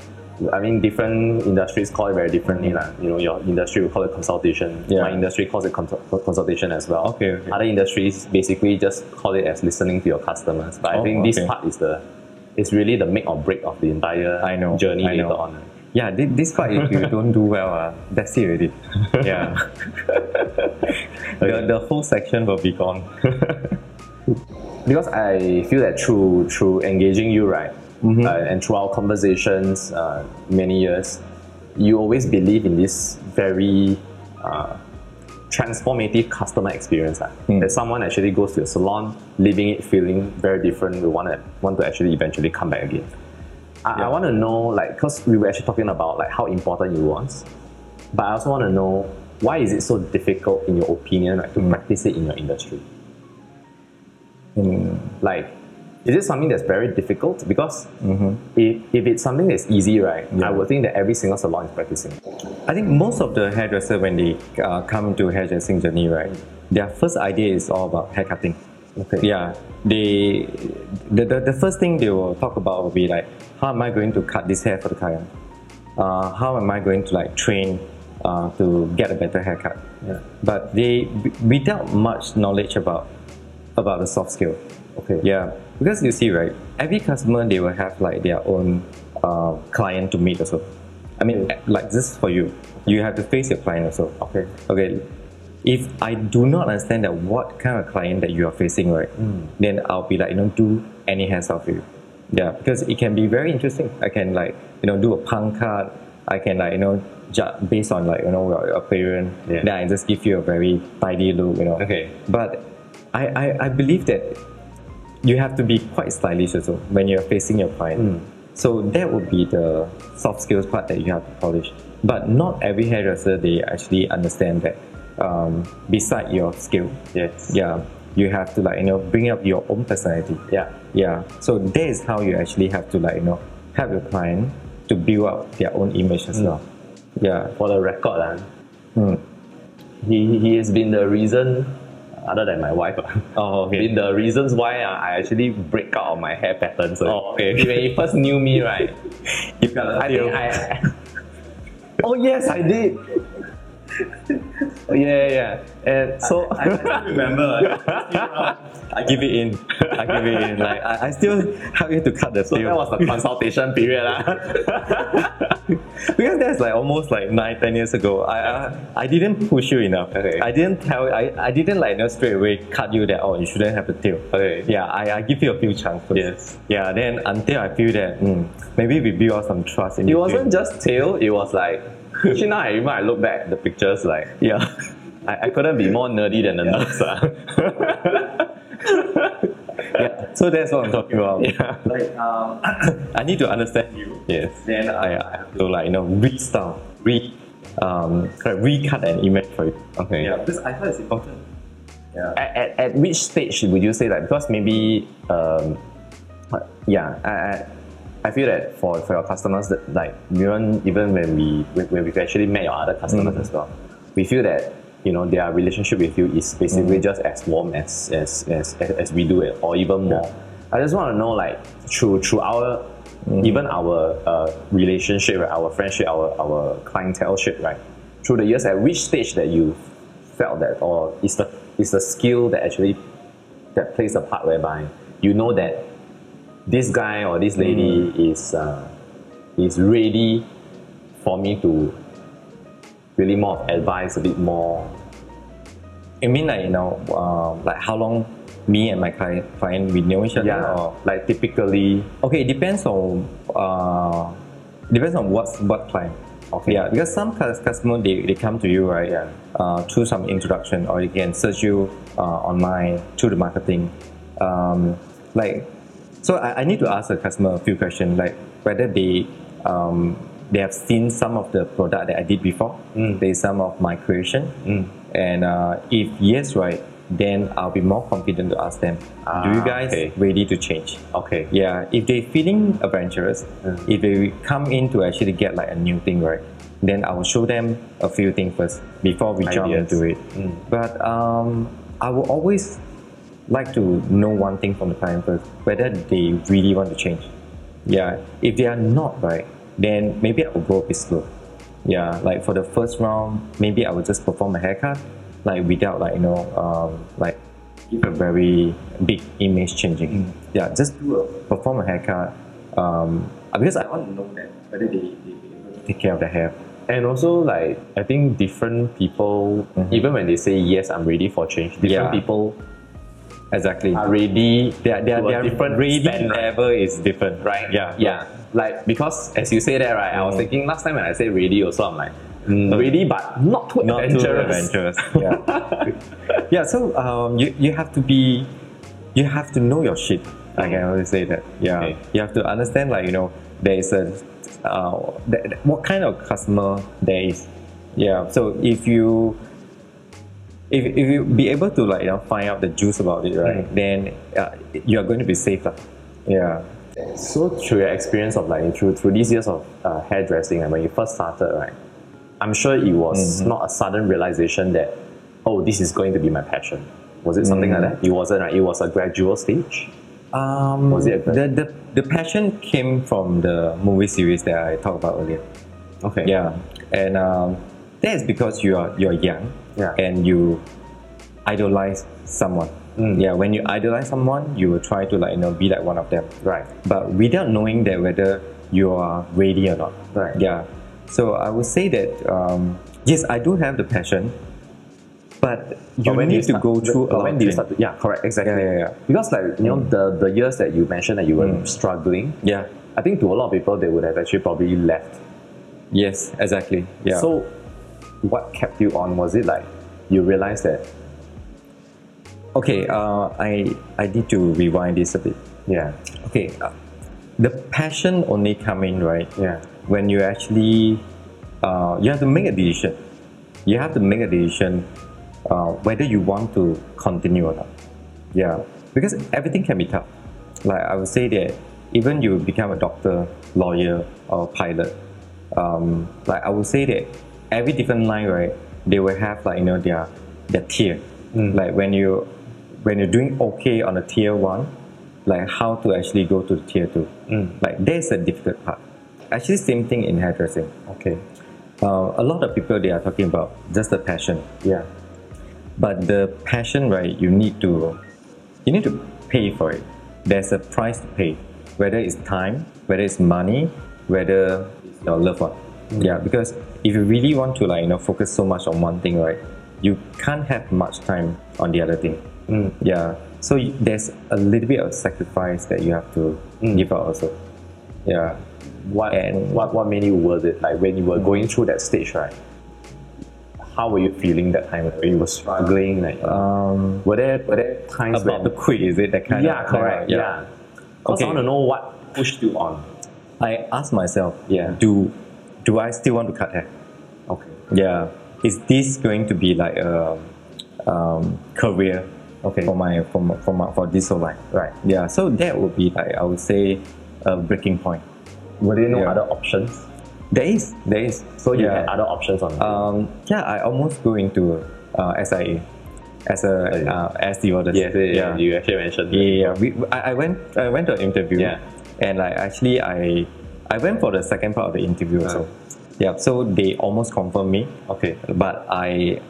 S3: I mean, different industries call it very differently. lah. You know, your industry will call it consultation.
S1: Yeah.
S3: My industry calls it consul- consultation as well.
S1: Okay, okay.
S3: Other industries basically just call it as listening to your customers. But I
S1: Oh,
S3: think this
S1: okay.
S3: part is the, it's really the make or break of the entire
S1: I know,
S3: journey
S1: I know.
S3: later on.
S1: Yeah, thi- this part if you don't do well, uh, that's it already. Yeah. [laughs] the, the whole section will be gone.
S3: because I feel that through through engaging you, right, uh, and through our conversations, uh, many years, you always believe in this very uh, transformative customer experience. ah. That someone actually goes to a salon, leaving it feeling very different. We want to want to actually eventually come back again. I, I want to know, like, because we were actually talking about like how important it was, but I also want to know why is it so difficult, in your opinion, right, to practice it in your industry? like is it something that's very difficult because
S1: Mm-hmm.
S3: if, if it's something that's easy right i would think that every single salon is practicing
S1: I think most of the hairdresser when they uh, come to hairdressing journey, right, their first idea is all about haircutting.
S3: okay
S1: Yeah, they the, the, the first thing they will talk about will be like, how am I going to cut this hair for the client? Uh, how am I going to like train uh, to get a better haircut?
S3: Yeah.
S1: But they w- without much knowledge about about the soft skill.
S3: okay
S1: Yeah, because you see, right, every customer they will have like their own uh, client to meet also. I mean, eh, like this for you, you have to face your client also.
S3: okay
S1: Okay, if I do not understand that what kind of client that you are facing, right,
S3: Hmm.
S1: then I'll be like, you know, do any hairstyle for you. Yeah, because it can be very interesting. I can like, you know, do a punk card. I can like, you know, ju- based on like, you know, your appearance.
S3: Yeah.
S1: Then I just give you a very tidy look, you know.
S3: Okay.
S1: But I, I, I believe that you have to be quite stylish also when you're facing your client.
S3: Hmm.
S1: So that would be the soft skills part that you have to polish. But not every hairdresser they actually understand that. Um, beside your skill,
S3: yes
S1: yeah, you have to like you know bring up your own personality.
S3: yeah
S1: Yeah, so that is how you actually have to like you know help your client to build up their own image
S3: Hmm.
S1: as well. [laughs] Yeah,
S3: for the record ah, he, he has been the reason other than my wife ah,
S1: Oh, okay.
S3: been the reasons why ah, i actually break out of my hair patterns ah.
S1: Oh, okay, okay.
S3: when he first knew me right
S1: you got
S3: I think I. oh yes, I did. Oh, yeah, yeah, yeah. And so
S1: remember. [laughs] I give it in. I give it in. Like I, I still help you to cut the
S3: so
S1: tail.
S3: that was the consultation period, ah. lah.
S1: because that's like almost like nine, ten years ago. I I, I didn't push you enough.
S3: Okay.
S1: I didn't tell. I, I didn't like you know, straight away cut you that. Oh, you shouldn't have the tail.
S3: Okay.
S1: Yeah, I, I give you a few chances.
S3: Yes.
S1: Yeah. Then until I feel that mm, maybe we build up some trust in
S3: It
S1: between.
S3: wasn't just tail. It was like actually now I remember I look back at the pictures like
S1: Yeah.
S3: I, I couldn't be more nerdy than the nerds, ah.
S1: [laughs] yeah. So that's what I'm talking about. Yeah. Like um, [coughs] I need to understand you.
S3: Yes.
S1: Then I, I have to like you know restyle, re um like recut an image for you.
S3: Okay.
S1: Yeah, because I thought it's important.
S3: At, at, at which stage would you say that? Because maybe, um, what- yeah, I, I, I feel that for, for your customers, that like even even when we when, when we've actually met your other customers as well, we feel that you know their relationship with you is basically just as warm as as, as as as we do it, or even more. I just want to know like through through our even our uh, relationship, right, our friendship, our our clienteleship, right? Through the years, at which stage that you felt that, or is the is the skill that actually that plays a part whereby you know that this guy or this lady is uh, is ready for me to really more of advice, a bit more.
S1: You mean like you know, um, like how long me and my client client we know each other? Or,
S3: like typically.
S1: okay, it depends on uh, depends on what's what client.
S3: Okay.
S1: Yeah, because some cus- customer they, they come to you right
S3: Yeah.
S1: uh, through some introduction or they can search you uh, online through the marketing. Um, like, so I, I need to ask the customer a few questions like whether they um, they have seen some of the product that I did before,
S3: Mm.
S1: they some of my creation, and uh, if yes, right, then I'll be more confident to ask them. Do you
S3: Ah,
S1: guys
S3: okay.
S1: ready to change?
S3: Okay.
S1: Yeah, if they're feeling adventurous, uh, if they come in to actually get like a new thing, right? Then I will show them a few things first before we jump
S3: Ideas.
S1: into it. But um, I will always like to know one thing from the client first, whether they really want to change. Yeah, if they are not right, then maybe I will go a bit slow. Yeah, like for the first round, maybe I will just perform a haircut, like without like you know, um, like give a very big image changing.
S3: Mm.
S1: Yeah, just do a, perform a haircut. Um, because I want to know that whether they, they, they take care of the hair.
S3: And also, like, I think different people, even when they say, yes, I'm ready for change, different
S1: Mm-hmm. Yeah.
S3: people
S1: Exactly.
S3: are ready.
S1: Their their,
S3: to a
S1: their
S3: different
S1: reading
S3: stand, right?
S1: level is different,
S3: right?
S1: Yeah. Mm.
S3: Yeah. Like, because as you say that, right, I was thinking last time when I say ready, also, I'm like, mm, ready, but not too
S1: Not too
S3: adventurous.
S1: adventurous. Yeah. [laughs] yeah. So um, you you have to be, you have to know your shit. I can always say that. Yeah.
S3: Okay.
S1: You have to understand like you know there is a, uh, th- th- what kind of customer there is. Yeah. So if you if, if you be able to like you know find out the juice about it, right? Then uh, you are going to be safer. Yeah.
S3: [laughs] So through your experience of like through through these years of uh, hairdressing and when you first started, right? I'm sure it was
S1: Mm-hmm.
S3: not a sudden realization that oh this is going to be my passion. Was it something
S1: Mm.
S3: like that? It wasn't right. It was a gradual stage.
S1: Um,
S3: Was it a-
S1: the, the the passion came from the movie series that I talked about earlier.
S3: Okay.
S1: Yeah, and um, that is because you are you're young
S3: Yeah.
S1: and you idolize someone.
S3: Mm.
S1: Yeah, when you idolize someone, you will try to like you know be like one of them
S3: Right.
S1: but without knowing that whether you are ready or not.
S3: Right.
S1: Yeah. So I would say that um, yes, I do have the passion, but you
S3: But when
S1: need to
S3: you start-
S1: go through
S3: but
S1: a lot
S3: when
S1: of
S3: do you
S1: things.
S3: start to, yeah, correct, exactly.
S1: Yeah, yeah, Mm. yeah.
S3: Because like you know the the years that you mentioned that you were struggling,
S1: Yeah.
S3: I think to a lot of people they would have actually probably left
S1: Yes. Exactly. Yeah.
S3: So, what kept you on? Was it like you realized that?
S1: okay, uh, I I need to rewind this a bit.
S3: Yeah,
S1: Okay, uh, the passion only come in right
S3: yeah,
S1: when you actually uh, you have to make a decision. You have to make a decision uh, whether you want to continue or not. Yeah, because everything can be tough. Like I would say that even you become a doctor, lawyer, or pilot. Um, like I would say that every different line, right? They will have like you know their their tier. Like when you when you're doing okay on a tier one, like how to actually go to the tier two. Mm, Like there's a difficult part. Actually, same thing in hairdressing.
S3: okay,
S1: Uh, a lot of people they are talking about just the passion,
S3: yeah,
S1: but the passion, right? You need to you need to pay for it. There's a price to pay, whether it's time, whether it's money, whether it's your loved one.
S3: Mm.
S1: Yeah, because if you really want to like you know focus so much on one thing, right? You can't have much time on the other thing.
S3: Mm.
S1: Yeah, so y- there's a little bit of sacrifice that you have to
S3: Mm.
S1: give out also. Yeah,
S3: What
S1: And-
S3: what what made you worth it? Like when you were going through that stage, right? How were you feeling that time when you were struggling? Like,
S1: um,
S3: were there were there times
S1: about to
S3: when?
S1: quit, is it that kind
S3: yeah,
S1: of?
S3: correct. Yeah. Because I
S1: Okay.
S3: want to know what pushed you on.
S1: I ask myself,
S3: Yeah.
S1: do do I still want to cut hair?
S3: Okay.
S1: Yeah, is this going to be like a um, career
S3: Okay.
S1: for my for my, for, my, for this whole life?
S3: Right.
S1: Yeah, so that would be like I would say a breaking point.
S3: Were there no
S1: Yeah.
S3: other options?
S1: There is, there is.
S3: So you
S1: yeah.
S3: had other options on
S1: Um, yeah, I almost go into uh, SIA as a
S3: yeah.
S1: uh, as stewardess.
S3: yes, yeah. You actually mentioned. that.
S1: Yeah, we, I, I went I went to an interview
S3: Yeah.
S1: and like actually I I went for the second part of the interview also. Yeah, so they almost confirmed me,
S3: Uh. Okay.
S1: but I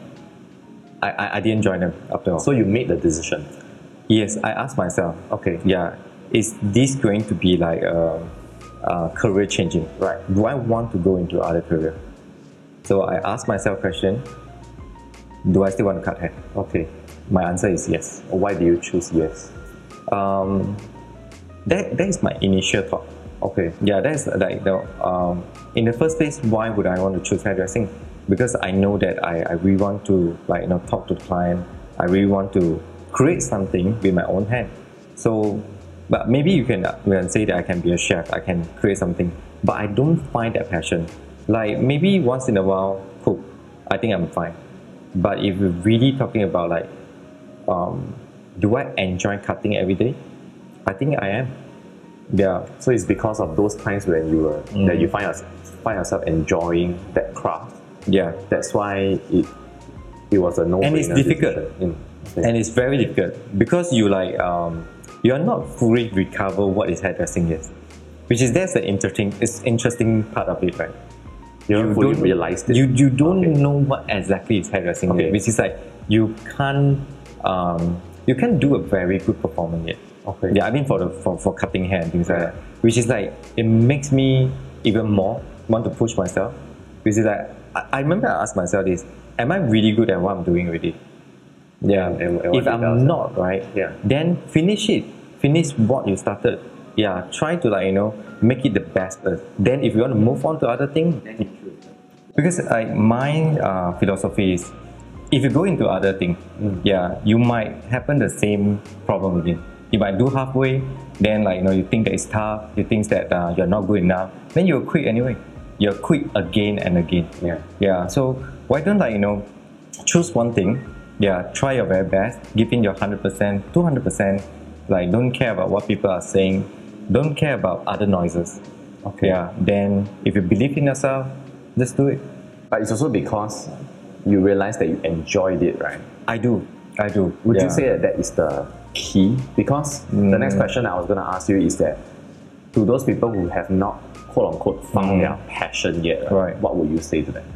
S1: I, I- I didn't join them after all. So
S3: So you made the decision.
S1: yes, I asked myself,
S3: Okay.
S1: yeah, is this going to be like a, uh career changing?
S3: Right.
S1: Do I want to go into other career? So I asked myself question, do I still want to cut hair?
S3: Okay.
S1: My answer is yes.
S3: Why do you choose yes?
S1: Um, that, that is my initial thought.
S3: Okay.
S1: Yeah, that's like the um, in the first place, why would I want to choose hairdressing? Because I know that I, I really want to like you know talk to the client. I really want to create something with my own hand. So, but maybe you can you can say that I can be a chef. I can create something, but I don't find that passion. Like maybe once in a while, cook. I think I'm fine. But if you're really talking about like, um, do I enjoy cutting every day? I think I am. Yeah.
S3: So it's because of those times when you were
S1: Mm.
S3: that you find yourself, find yourself enjoying that craft.
S1: Yeah.
S3: That's why it it was a Mm. no.
S1: And it's difficult.
S3: okay.
S1: and it's very difficult because you like um, you are not fully recover what is hairdressing is, which is that's the interesting it's interesting part of it, right?
S3: you don't fully realize it.
S1: You you don't
S3: Okay.
S1: know what exactly is hairdressing
S3: Okay.
S1: is, which is like you can't um, you can't do a very good performance yet.
S3: okay.
S1: Yeah, I mean for the for, for cutting hair and things like
S3: Yeah.
S1: that, which is like it makes me even more want to push myself. Which is like I, I remember I asked myself this: Am I really good at what I'm doing already? Yeah.
S3: And- and- and what
S1: if
S3: it
S1: I'm
S3: does,
S1: not right,
S3: Yeah.
S1: then finish it. Finish what you started. Yeah, try to like you know make it the best. first. Then if you want to move on to other things, then you choose. Because like my uh, philosophy is, if you go into other thing, yeah, you might happen the same problem again. You might do halfway, then like you know you think that it's tough, you think that uh, you're not good enough, then you'll quit anyway. You'll quit again and again.
S3: Yeah.
S1: Yeah. So why don't like you know choose one thing? Yeah, try your very best, give in your hundred percent, two hundred percent. Like don't care about what people are saying, don't care about other noises.
S3: Okay.
S1: Yeah. Then if you believe in yourself, just do it.
S3: But it's also because you realize that you enjoyed it, right?
S1: I do. I do.
S3: Would
S1: Yeah. Mm.
S3: you say that that is the key? Because the next question I was going to ask you is that to those people who have not quote unquote found their passion yet, right,
S1: Mm. Right. Mm.
S3: What would you say to them?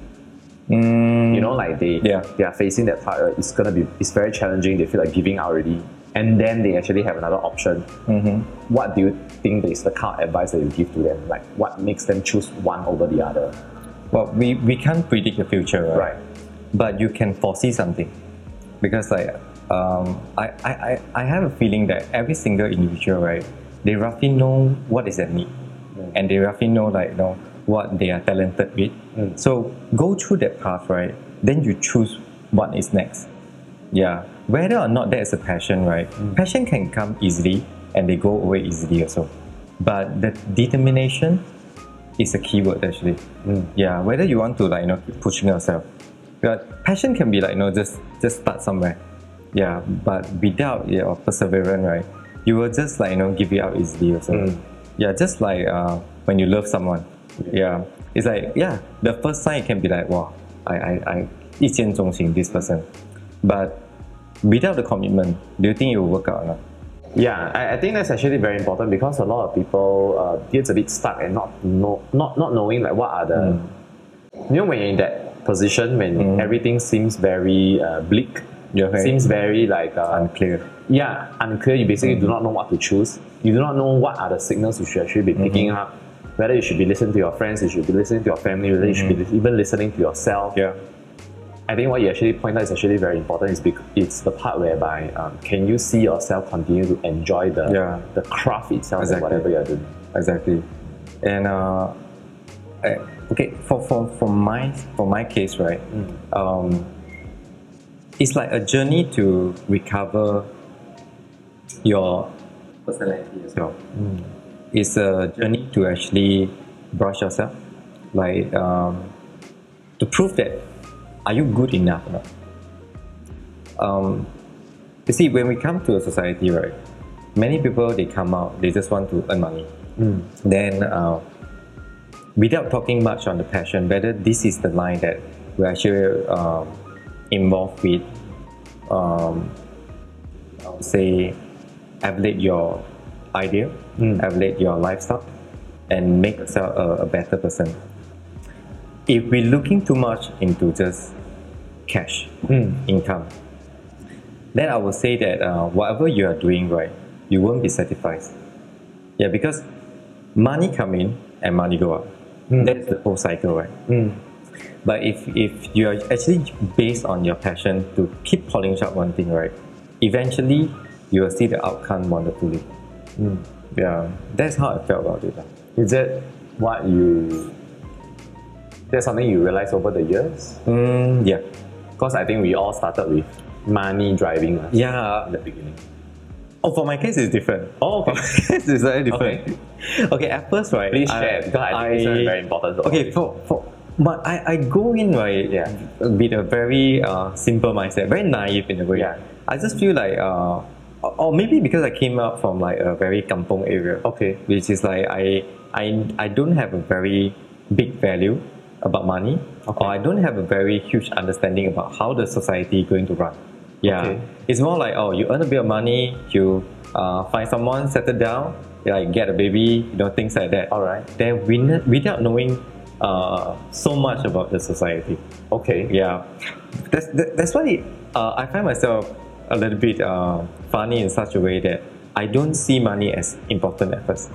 S3: You know, like they
S1: Yeah.
S3: they are facing that part. uh, It's gonna be it's very challenging. They feel like giving out already, and then they actually have another option.
S1: Mm-hmm.
S3: What do you think is the kind of advice that you give to them? Like what makes them choose one over the other?
S1: Well, we, we can't predict the future, right?
S3: Right.
S1: But you can foresee something. Because like um, I, I, I, I have a feeling that every single individual, right, they roughly know what is their need. And they roughly know like you know what they are talented with. So go through that path, right? Then you choose what is next. Yeah. Whether or not that is a passion, right? Passion can come easily and they go away easily also. But the determination is a keyword actually. Yeah, whether you want to like you know keep pushing yourself. But passion can be like you know just just start somewhere. Yeah, but without your perseverance, right, you will just like you know give it up easily also. Yeah, just like uh, when you love someone. Yeah, it's like yeah, the first sign can be like wow, I I I 一见钟情 this person, but without the commitment, do you think it will work out or not?
S3: Yeah, I, I think that's actually very important because a lot of people uh, gets a bit stuck and not know not not knowing like what are the
S1: Mm.
S3: you know when you're in that position when everything seems very uh, bleak,
S1: Yeah, okay.
S3: seems very like uh,
S1: Unclear. Mm.
S3: yeah unclear. You basically do not know what to choose. You do not know what are the signals you should actually be picking
S1: Mm-hmm.
S3: up. Whether you should be listening to your friends, you should be listening to your family, whether you should be
S1: Mm-hmm.
S3: lis- even listening to yourself.
S1: Yeah.
S3: I think what you actually point out is actually very important. Is because it's the part whereby um, can you see yourself continue to enjoy the
S1: Yeah.
S3: the craft itself and
S1: Exactly.
S3: whatever you're doing.
S1: exactly and uh, I- okay for, for, for my for my case right um, it's like a journey to recover your personality as well it's a journey to actually brush yourself like um, to prove that are you good enough or not um, you see when we come to a society right many people they come out they just want to earn money then uh, without talking much on the passion, whether this is the line that we're actually um, involved with, um, I would say, elevate your idea, elevate your lifestyle, and make yourself a, a better person. If we're looking too much into just cash income, then I would say that uh, whatever you are doing right, you won't be satisfied. Yeah, because money come in and money go out.
S3: Hmm.
S1: That's the whole cycle, right? But if if you are actually based on your passion to keep polishing up one thing, right? Eventually, you will see the outcome wonderfully.
S3: Hmm.
S1: Yeah, that's how I felt about it. lah.
S3: Is that what you? That's something you realize over the years.
S1: Mm, yeah,
S3: Because I think we all started with money driving us
S1: yeah.
S3: in the beginning.
S1: Oh, for my case, it's different. Oh, for my [laughs] case, it's very different. Okay, at first, right?
S3: Please
S1: I-
S3: share because I think this one is very important. to all of
S1: Okay,
S3: you.
S1: for, for but I, I go in right
S3: Yeah.
S1: with a very uh, simple mindset, very naive in a way.
S3: Yeah.
S1: I just feel like uh, or- or maybe because I came up from like a very kampong area.
S3: Okay.
S1: Which is like I I I don't have a very big value about money. Or I don't have a very huge understanding about how the society going to run. Yeah.
S3: Okay.
S1: It's more like oh you earn a bit of money, you uh, find someone, settle down, like get a baby, you know, things like that
S3: All right.
S1: then we, kn- without knowing uh, so much about the society.
S3: Okay.
S1: Yeah, that's that, that's why uh, I find myself a little bit uh, funny in such a way that I don't see money as important at first.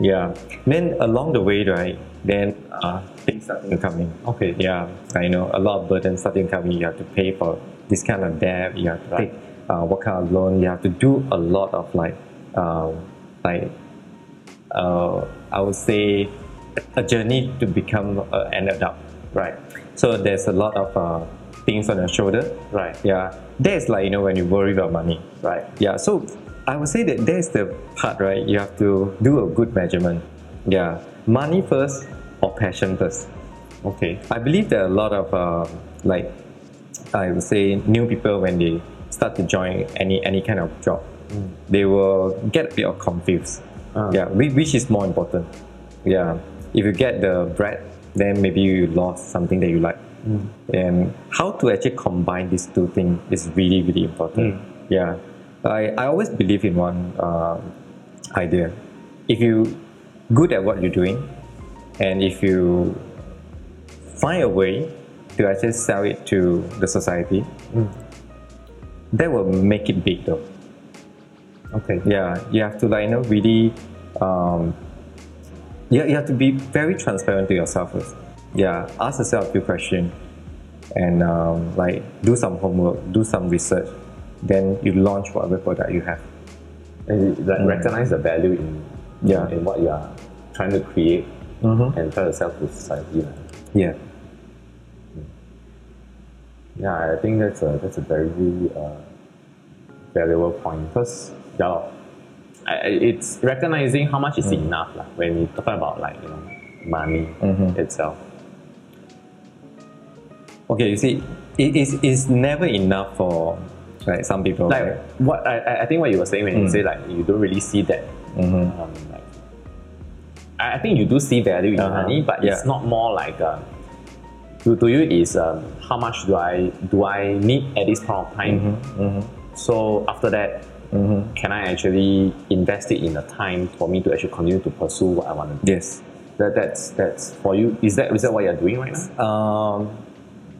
S1: Yeah, then along the way, right, then uh, things starting to come in.
S3: Okay.
S1: Yeah, I know a lot of burdens starting coming. You have to pay for this kind of debt. You have to
S3: Right.
S1: take uh, what kind of loan. You have to do a lot of like, um, like, uh, I would say, a journey to become uh, an adult.
S3: Right.
S1: So there's a lot of uh, things on your shoulder.
S3: Right.
S1: Yeah, that's like you know when you worry about money.
S3: Right.
S1: Yeah, so I would say that that's the part, right? You have to do a good measurement. Yeah, money first or passion first.
S3: Okay.
S1: I believe there are a lot of um, like I would say new people when they start to join any any kind of job, they will get a bit of confused.
S3: Mm. Ah.
S1: Yeah, whi- which is more important? Yeah, if you get the bread, then maybe you lost something that you like. And how to actually combine these two things is really really important. Yeah, I, I always believe in one uh, idea. If you good at what you're doing, and if you find a way to actually sell it to the society, that will make it big though.
S3: Okay.
S1: Yeah, you have to like you know really, um, you, you have to be very transparent to yourself first. Yeah, ask yourself a few questions, and um, like do some homework, do some research, then you launch whatever product you have.
S3: And you, like, recognize the value in
S1: Mm. Yeah. Mm-hmm.
S3: in what you are trying to create and try to sell to society. lah.
S1: Yeah,
S3: Yeah, I think that's a that's a very uh, valuable point because yeah, lor, I- I- it's recognizing how much is enough lah when you talk about like you know money itself.
S1: okay. You see, it is it's never enough for like some people.
S3: Like
S1: right?
S3: what I- I, I think what you were saying when
S1: Mm.
S3: you say like you don't really see that.
S1: Mm-hmm.
S3: Um, like, I I think you do see value in
S1: Uh-huh.
S3: money, but it's
S1: Yeah.
S3: not more like um, to, to you is um, how much do I do I need at this point of time.
S1: Mm-hmm.
S3: So after that, can I actually invest it in the time for me to actually continue to pursue what I want to do?
S1: yes.
S3: That, that's that's for you. Is that is that what you're doing right now?
S1: Um,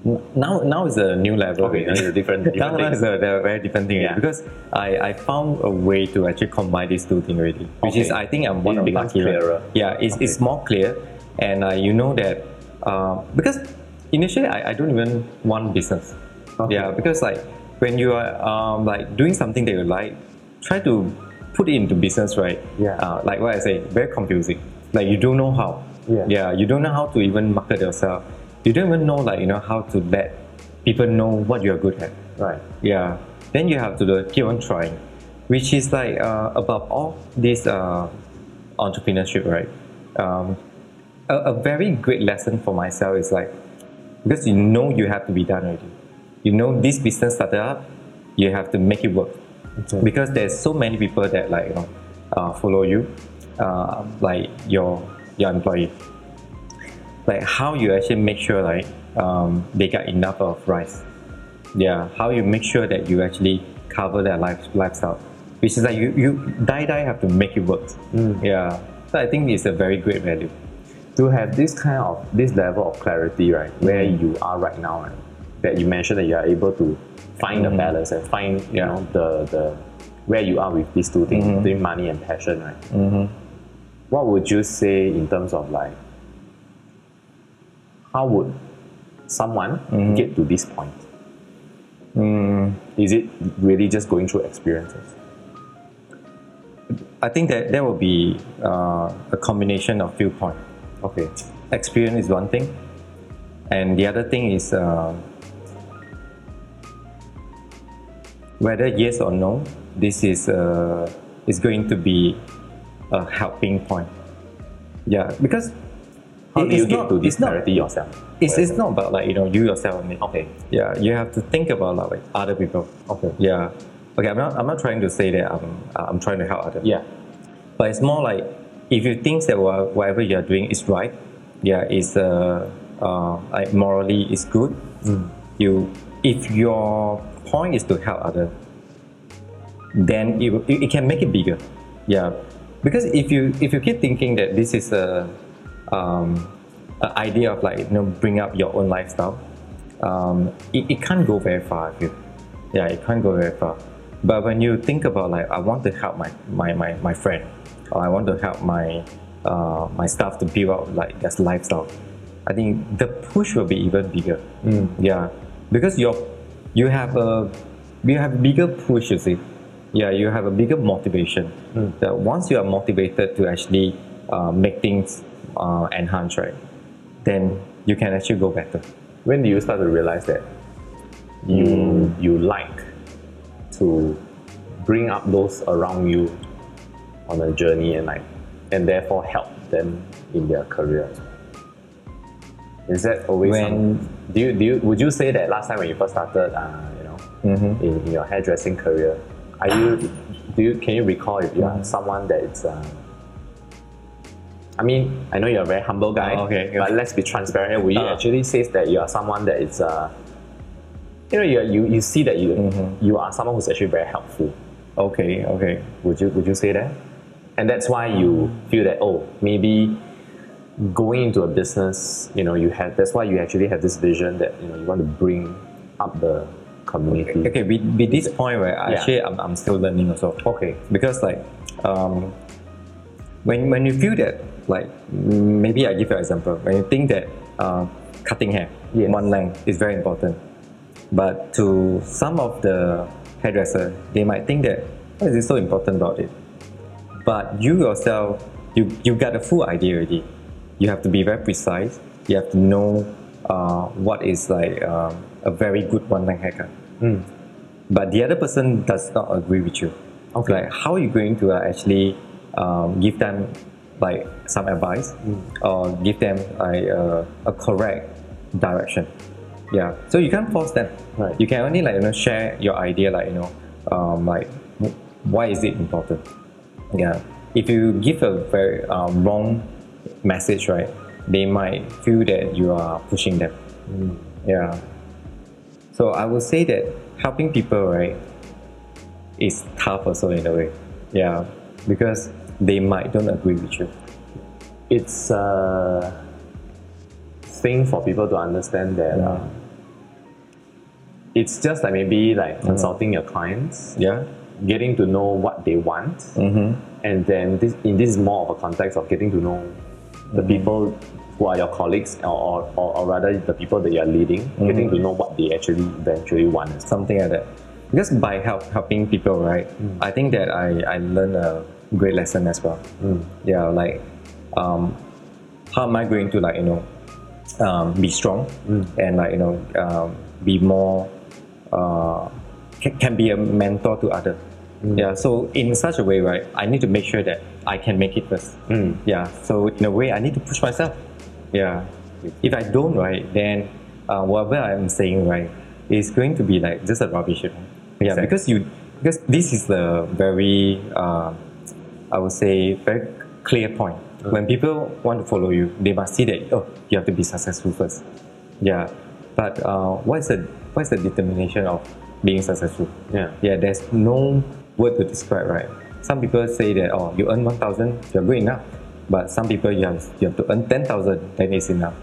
S1: n- now now is a new level.
S3: Okay, now
S1: already.
S3: it's a
S1: [laughs]
S3: different- different
S1: now, now
S3: thing.
S1: is a, a very different thing. already
S3: Yeah.
S1: Because I, I found a way to actually combine these two things already, which
S3: Okay.
S1: is I think I'm one
S3: It
S1: of the
S3: becomes
S1: lucky one.
S3: clearer.
S1: Yeah, it's, it's more clear, and uh, you know that uh, because initially I, I don't even want business.
S3: Okay.
S1: Yeah, because like when you are um, like doing something that you like, try to put it into business, right?
S3: Yeah.
S1: Uh, like what I say, very confusing. Like you don't know how.
S3: Yeah.
S1: Yeah, you don't know how to even market yourself. You don't even know like you know how to let people know what you're good at.
S3: Right.
S1: Yeah. Then you have to do- keep on trying, which is like uh, above all this uh, entrepreneurship, right? Um, a, a very great lesson for myself is like because you know you have to be done already. You know this business started up, you have to make it work because there's so many people that like you um, know uh, follow you, uh, like your your employee. like how you actually make sure like um, they get enough of rice. Yeah, how you make sure that you actually cover their life, lifestyle, which is like you you die die have to make it work. Yeah, so I think it's a very great value.
S3: to have this kind of this level of clarity, right, where
S1: Mm-hmm.
S3: you are right now, right, that you mentioned that you are able to find the balance and find
S1: Mm-hmm.
S3: you
S1: Yeah. Mm-hmm.
S3: know the the where you are with these two things, between money and passion, right? What would you say in terms of like how would someone
S1: Mm-hmm.
S3: get to this point?
S1: Mm.
S3: Is it really just going through experiences?
S1: I think that there will be uh, a combination of viewpoint.
S3: Okay.
S1: Experience is one thing, and the other thing is uh, whether yes or no, this is uh, is going to be a helping point. Yeah, because
S3: How
S1: it-
S3: do
S1: it's
S3: you get
S1: not-
S3: to this
S1: it's not-
S3: clarity yourself?
S1: It's, it's not about like you know you yourself only.
S3: Okay.
S1: Yeah, you have to think about like other people.
S3: Okay.
S1: Yeah. Okay, I'm not I'm not trying to say that I'm I'm trying to help others.
S3: Yeah.
S1: But it's more like if you think that wha- whatever you are doing is right, yeah, is uh, uh, like morally is good. You, if your point is to help others, then it, will- it, it can make it bigger. Yeah, because if you if you keep thinking that this is a um, a idea of like you know bring up your own lifestyle, um, it, it can't go very far. I feel. Yeah, it can't go very far. But when you think about like I want to help my my, my, my friend, or I want to help my uh, my staff to build up like their lifestyle, I think the push will be even bigger. Yeah, because you you have a you have bigger push. You see, yeah, you have a bigger motivation. That once you are motivated to actually uh, make things uh, enhance, right, then you can actually go better.
S3: when do you start to realize that you
S1: Mm.
S3: you like to bring up those around you on a journey and like and therefore help them in their career is that always
S1: When-
S3: some- do you do you would you say that last time when you first started uh, you know
S1: Mm-hmm.
S3: in, in your hairdressing career are you do you can you recall if you
S1: Mm-hmm.
S3: are someone that is uh, I mean, I know you're a very humble guy,
S1: Oh, okay, okay.
S3: but let's be transparent. here. Will you
S1: Ah.
S3: actually says that you are someone that is, uh, you know, you, you, you see that you you are someone who's actually very helpful.
S1: Okay, okay.
S3: Would you would you say that? And that's why you feel that oh maybe going into a business, you know, you have that's why you actually have this vision that you know you want to bring up the community.
S1: Okay, with, with this point, right,
S3: Mm. Yeah.
S1: actually, I'm, I'm still learning also.
S3: Okay.
S1: Because, like, um, when, when you feel that, like, mm, maybe I give you an example. When you think that uh, cutting hair,
S3: Yes.
S1: one length, is very important. But to some of the hairdresser, they might think that, what is it so important about it? But you yourself, you, you got a full idea already. You have to be very precise. You have to know uh, what is like um, a very good one length haircut but the other person does not agree with you. Okay. Like how are you going to uh, actually um, give them like some advice or give them like uh, a correct direction? Yeah. So you can't force them.
S3: Right.
S1: You can only like you know share your idea like you know um, like w- why is it important? Yeah. If you give a very um, wrong message, right, they might feel that you are pushing them. Yeah. So I would say that helping people, right, is tough also in a way. Yeah, because they might don't agree with you.
S3: it's a thing for people to understand that uh, it's just like maybe like consulting your clients,
S1: Yeah.
S3: getting to know what they want,
S1: Mm-hmm.
S3: and then this in this is more of a context of getting to know the
S1: Mm-hmm.
S3: people who are your colleagues, or, or, or, or rather the people that you are leading,
S1: Mm-hmm.
S3: getting to know what they actually eventually want. as well.
S1: something like that. Because by help helping people, right? I think that I I learned a great lesson as well. Yeah, like um, how am I going to like you know um, be strong and like you know um, be more uh, can, can be a mentor to other. Yeah, so in such a way, right? I need to make sure that I can make it first. Yeah, so in a way, I need to push myself. Yeah, if I don't, right, then uh, whatever I'm saying, right, is going to be like just a rubbish. you know? Yeah,
S3: Exactly.
S1: because you because this is the very uh, I would say very clear point. When people want to follow you, they must see that oh, you have to be successful first. Yeah, but uh, what's the what's the determination of being successful?
S3: Yeah.
S1: yeah. There's no word to describe, right? Some people say that oh, you earn one thousand, you're good enough. But some people you have you have to earn ten thousand, then it's enough.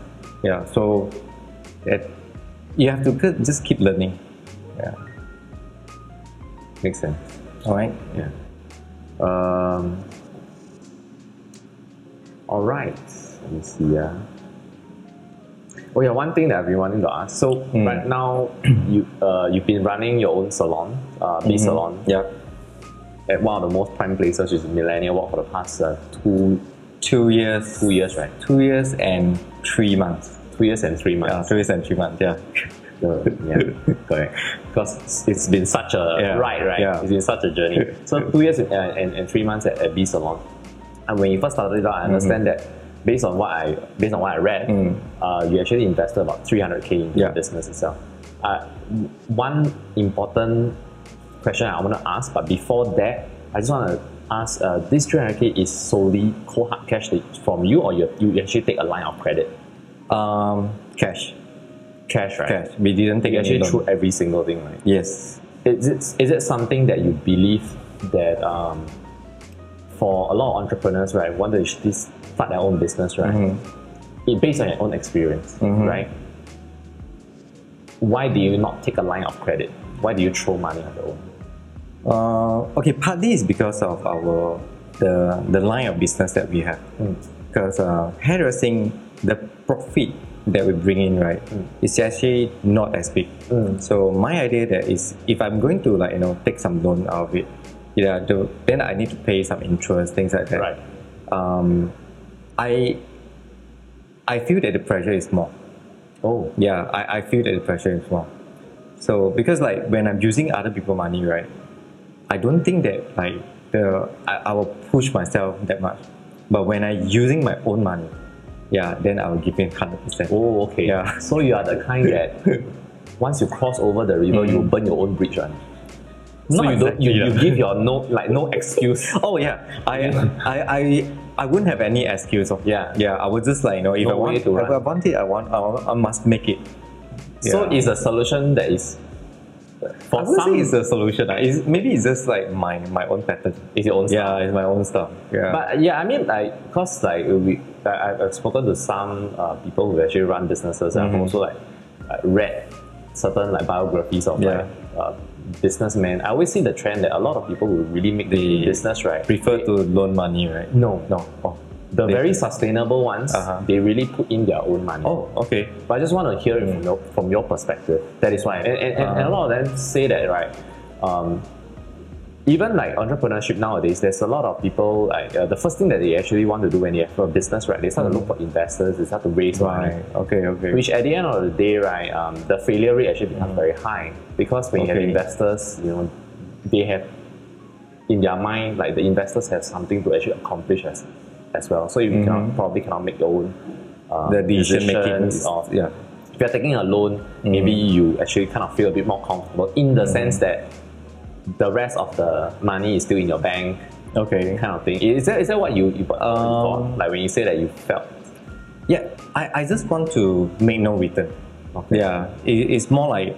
S1: Yeah, so it, you have to ke- just keep learning. Yeah,
S3: Makes sense.
S1: all right.
S3: Yeah. Um, all right. Let me see. Yeah. Oh yeah, one thing that I've been wanting to ask. So
S1: Mm.
S3: right now, you uh, you've been running your own salon, uh, B salon,
S1: Mm-hmm. Yeah,
S3: at one of the most prime places, which is Millennial Walk, for the past uh, two
S1: two years,
S3: two years, right?
S1: two years and three months.
S3: Two years and three
S1: Yeah,
S3: months.
S1: two years and three months. Yeah.
S3: Uh,
S1: [laughs]
S3: yeah, correct. Because it's been such a
S1: Yeah.
S3: ride, right?
S1: Yeah.
S3: It's been such a
S1: [laughs]
S3: journey. So two years and, and, and three months at, at B Salon, and when you first started it out, I understand
S1: Mm-hmm.
S3: that based on what I based on what I read, uh, you actually invested about three hundred k into
S1: Mm. Yeah.
S3: the business itself. Uh, w- one important question I want to ask, but before that, I just want to ask: uh, This three hundred k is solely cold hard cash that- from you, or you you actually take a line of credit?
S1: Um, cash,
S3: Cash, right?
S1: cash. We didn't take any
S3: You actually
S1: loan.
S3: through every single thing, right?
S1: Yes.
S3: is it, is it something that you believe that um, for a lot of entrepreneurs right want to actually start their own business right
S1: Mm-hmm.
S3: it, based on your own experience right why do you not take a line of credit why do you throw money on your own
S1: Uh, okay, partly is because of our the the line of business that we have.
S3: Hmm.
S1: Because uh, hairdressing, the profit that we bring in, right,
S3: Hmm.
S1: is actually not as big. So my idea that is if I'm going to like you know take some loan out of it, yeah, do, then I need to pay some interest, things like that.
S3: right
S1: Um, I I feel that the pressure is more.
S3: oh
S1: yeah I, I feel that the pressure is more so because like when i'm using other people money right i don't think that like the i, I will push myself that much but when i using my own money yeah then i will give in 100%
S3: oh okay
S1: Yeah.
S3: so you are the kind that
S1: [laughs]
S3: once you cross over the river
S1: Mm-hmm.
S3: you burn your own bridge right so
S1: Not
S3: you don't you,
S1: exactly,
S3: you
S1: yeah.
S3: give your no like no [laughs] excuse
S1: oh yeah i i i I wouldn't have any excuse of
S3: Yeah.
S1: yeah. I would just like you know if I
S3: No
S1: want
S3: way to
S1: if
S3: run.
S1: I want it, I want I, want- I must make it.
S3: so
S1: Yeah.
S3: it's a solution that is uh, for
S1: I would
S3: some
S1: say it's a solution. ah. It's, maybe it's just like my my own pattern.
S3: it's your own
S1: Yeah, it's my own stuff. Yeah,
S3: But yeah, I mean, like, cause like we, I, I've- I've spoken to some uh, people who actually run businesses,
S1: Mm-hmm.
S3: and I've also like uh, read certain like biographies of
S1: Yeah.
S3: like uh, businessmen. I always see the trend that a lot of people who really make the
S1: They
S3: business right
S1: prefer to loan money, right?
S3: No,
S1: no. Oh,
S3: The
S1: They-
S3: very sustainable ones,
S1: Uh-huh.
S3: they really put in their own money.
S1: Oh, okay.
S3: But I just want to hear it from your, from your perspective. That is why. And, and, and- and a lot of them say that, right? Um, even like entrepreneurship nowadays, there's a lot of people, like, uh, the first thing that they actually want to do when they have a business, right? They start to look for investors, they start to raise money.
S1: Right. Okay. Okay.
S3: Which at the end of the day, right, um, the failure rate actually becomes very high because when you have
S1: Okay.
S3: investors, you know, they have in their mind like the investors have something to actually accomplish as as well. So you cannot, probably cannot make your own uh,
S1: Mm-hmm. the decision making
S3: decisions
S1: is
S3: of
S1: yeah.
S3: if you're taking a loan, maybe
S1: Mm.
S3: you actually kind of feel a bit more comfortable in the sense that the rest of the money is still in your bank,
S1: Okay.
S3: kind of thing. Is that is that what you you thought?
S1: Um,
S3: like when you say that you felt?
S1: Yeah. I, I just want to make no return.
S3: Okay.
S1: Yeah. It, it's more like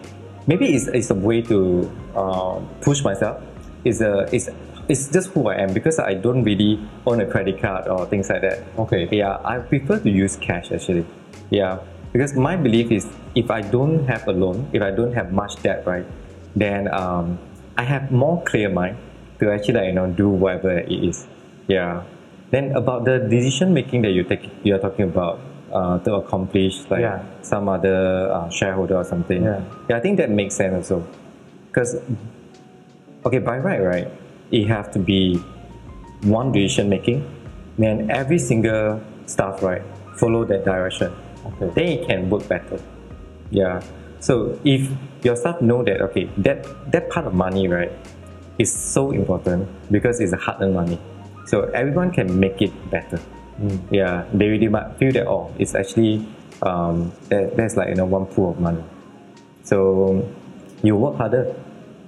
S1: maybe it's, it's a way to uh, push myself. It's a it's it's just who I am because I don't really own a credit card or things like that.
S3: Okay.
S1: Yeah, I prefer to use cash actually. Yeah, because my belief is if I don't have a loan, if I don't have much debt, right, then um, I have more clear mind to actually like, you know do whatever it is. Yeah. Then about the decision making that you take, you are talking about uh, to accomplish like
S3: Yeah.
S1: some other uh, shareholder or something.
S3: Yeah.
S1: yeah, I think that makes sense also, because okay, by right, right, it have to be one decision making, then every single staff right follow that direction.
S3: Okay.
S1: Then it can work better. Yeah. So if your staff know that okay, that that part of money right is so important because it's a hard earned money. So everyone can make it better.
S3: Hmm.
S1: Yeah. They really might feel that oh, it's actually um, there, there's like you know one pool of money. So you work harder.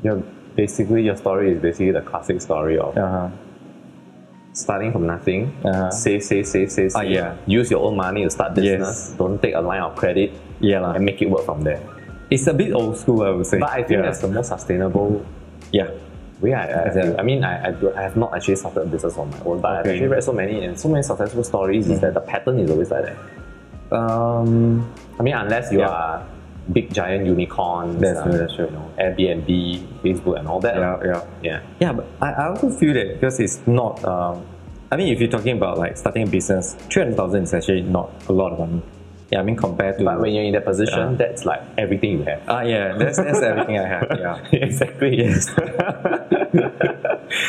S3: Your basically your story is basically the classic story of
S1: Uh-huh.
S3: starting from nothing,
S1: Uh-huh.
S3: save, save, save, save,
S1: Ah,
S3: save.
S1: yeah.
S3: Use your own money to start business.
S1: Yes.
S3: Don't take a line of credit uh,
S1: Yeah lah.
S3: and make it work from there.
S1: It's a bit old school, I would say.
S3: But I think
S1: yeah.
S3: that's the most sustainable
S1: yeah.
S3: way. I, I,
S1: Exactly.
S3: I mean, I, I, do, I have not actually started a business on my own, but I've
S1: Okay. Mm.
S3: actually read so many and so many successful stories is that the pattern is always like that.
S1: Um,
S3: I mean, unless you
S1: Yeah.
S3: are big giant unicorns, um,
S1: That's true, that's
S3: You know, Airbnb, Facebook, and all that.
S1: yeah, yeah.
S3: yeah.
S1: Yeah, but I, I also feel that because it's not. Um, I mean, if you're talking about like starting a business, three hundred thousand is actually not a lot of money. Yeah, I mean compared to.
S3: But when you're in that position,
S1: Yeah.
S3: that's like everything you have.
S1: ah yeah, that's that's everything I have. Yeah,
S3: [laughs] exactly. Yes. [laughs]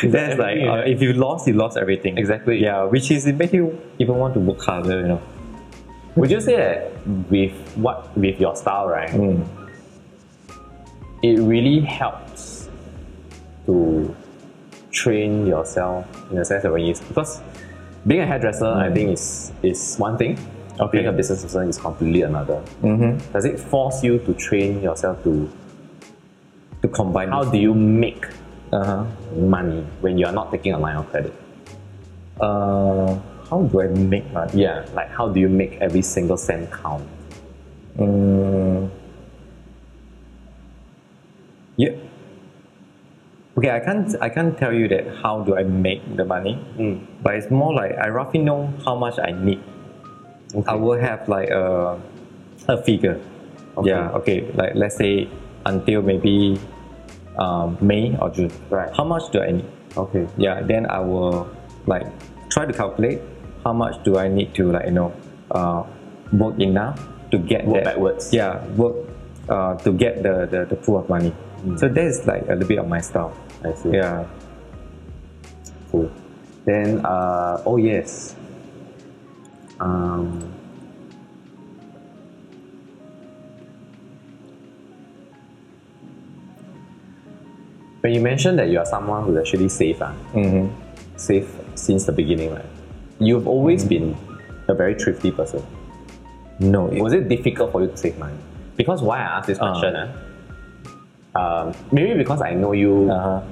S1: that's like
S3: everything you
S1: uh,
S3: have?
S1: if you lost, you lost everything.
S3: Exactly.
S1: Yeah, which is it make you even want to work harder. You know.
S3: Would you say that with what with your style, right?
S1: Hmm.
S3: It really helps to train yourself in the sense that when you because being a hairdresser, I think is is one thing.
S1: Hmm. Okay.
S3: Being a business person is completely another.
S1: Mm-hmm.
S3: Does it force you to train yourself to
S1: To combine.
S3: how do you make
S1: Uh
S3: money when you are not taking a line of credit?
S1: huh. Uh, how do I make money?
S3: Yeah, like how do you make every single cent count?
S1: Mm. Yeah. Okay, I can't I can't tell you that how do I make the money,
S3: Mm.
S1: but it's more like I roughly know how much I need. I will have like a a figure.
S3: Okay.
S1: Yeah. Okay. Like let's say until maybe um, May or June.
S3: Right.
S1: How much do I need?
S3: Okay.
S1: yeah then i will like try to calculate how much do i need to like you know uh, work enough to get
S3: Work
S1: that
S3: backwards.
S1: yeah work uh, to get the, the the pool of money so that is like a little bit of my style
S3: I see.
S1: yeah
S3: Cool. Then, uh, oh yes. Um, when you mentioned that you are someone who actually save, ah,
S1: mm-hmm.
S3: save since the beginning, right? You've always been a very thrifty person.
S1: no it,
S3: Was it difficult for you to save money? Because why I asked this question, ah, um, maybe because I know you
S1: uh,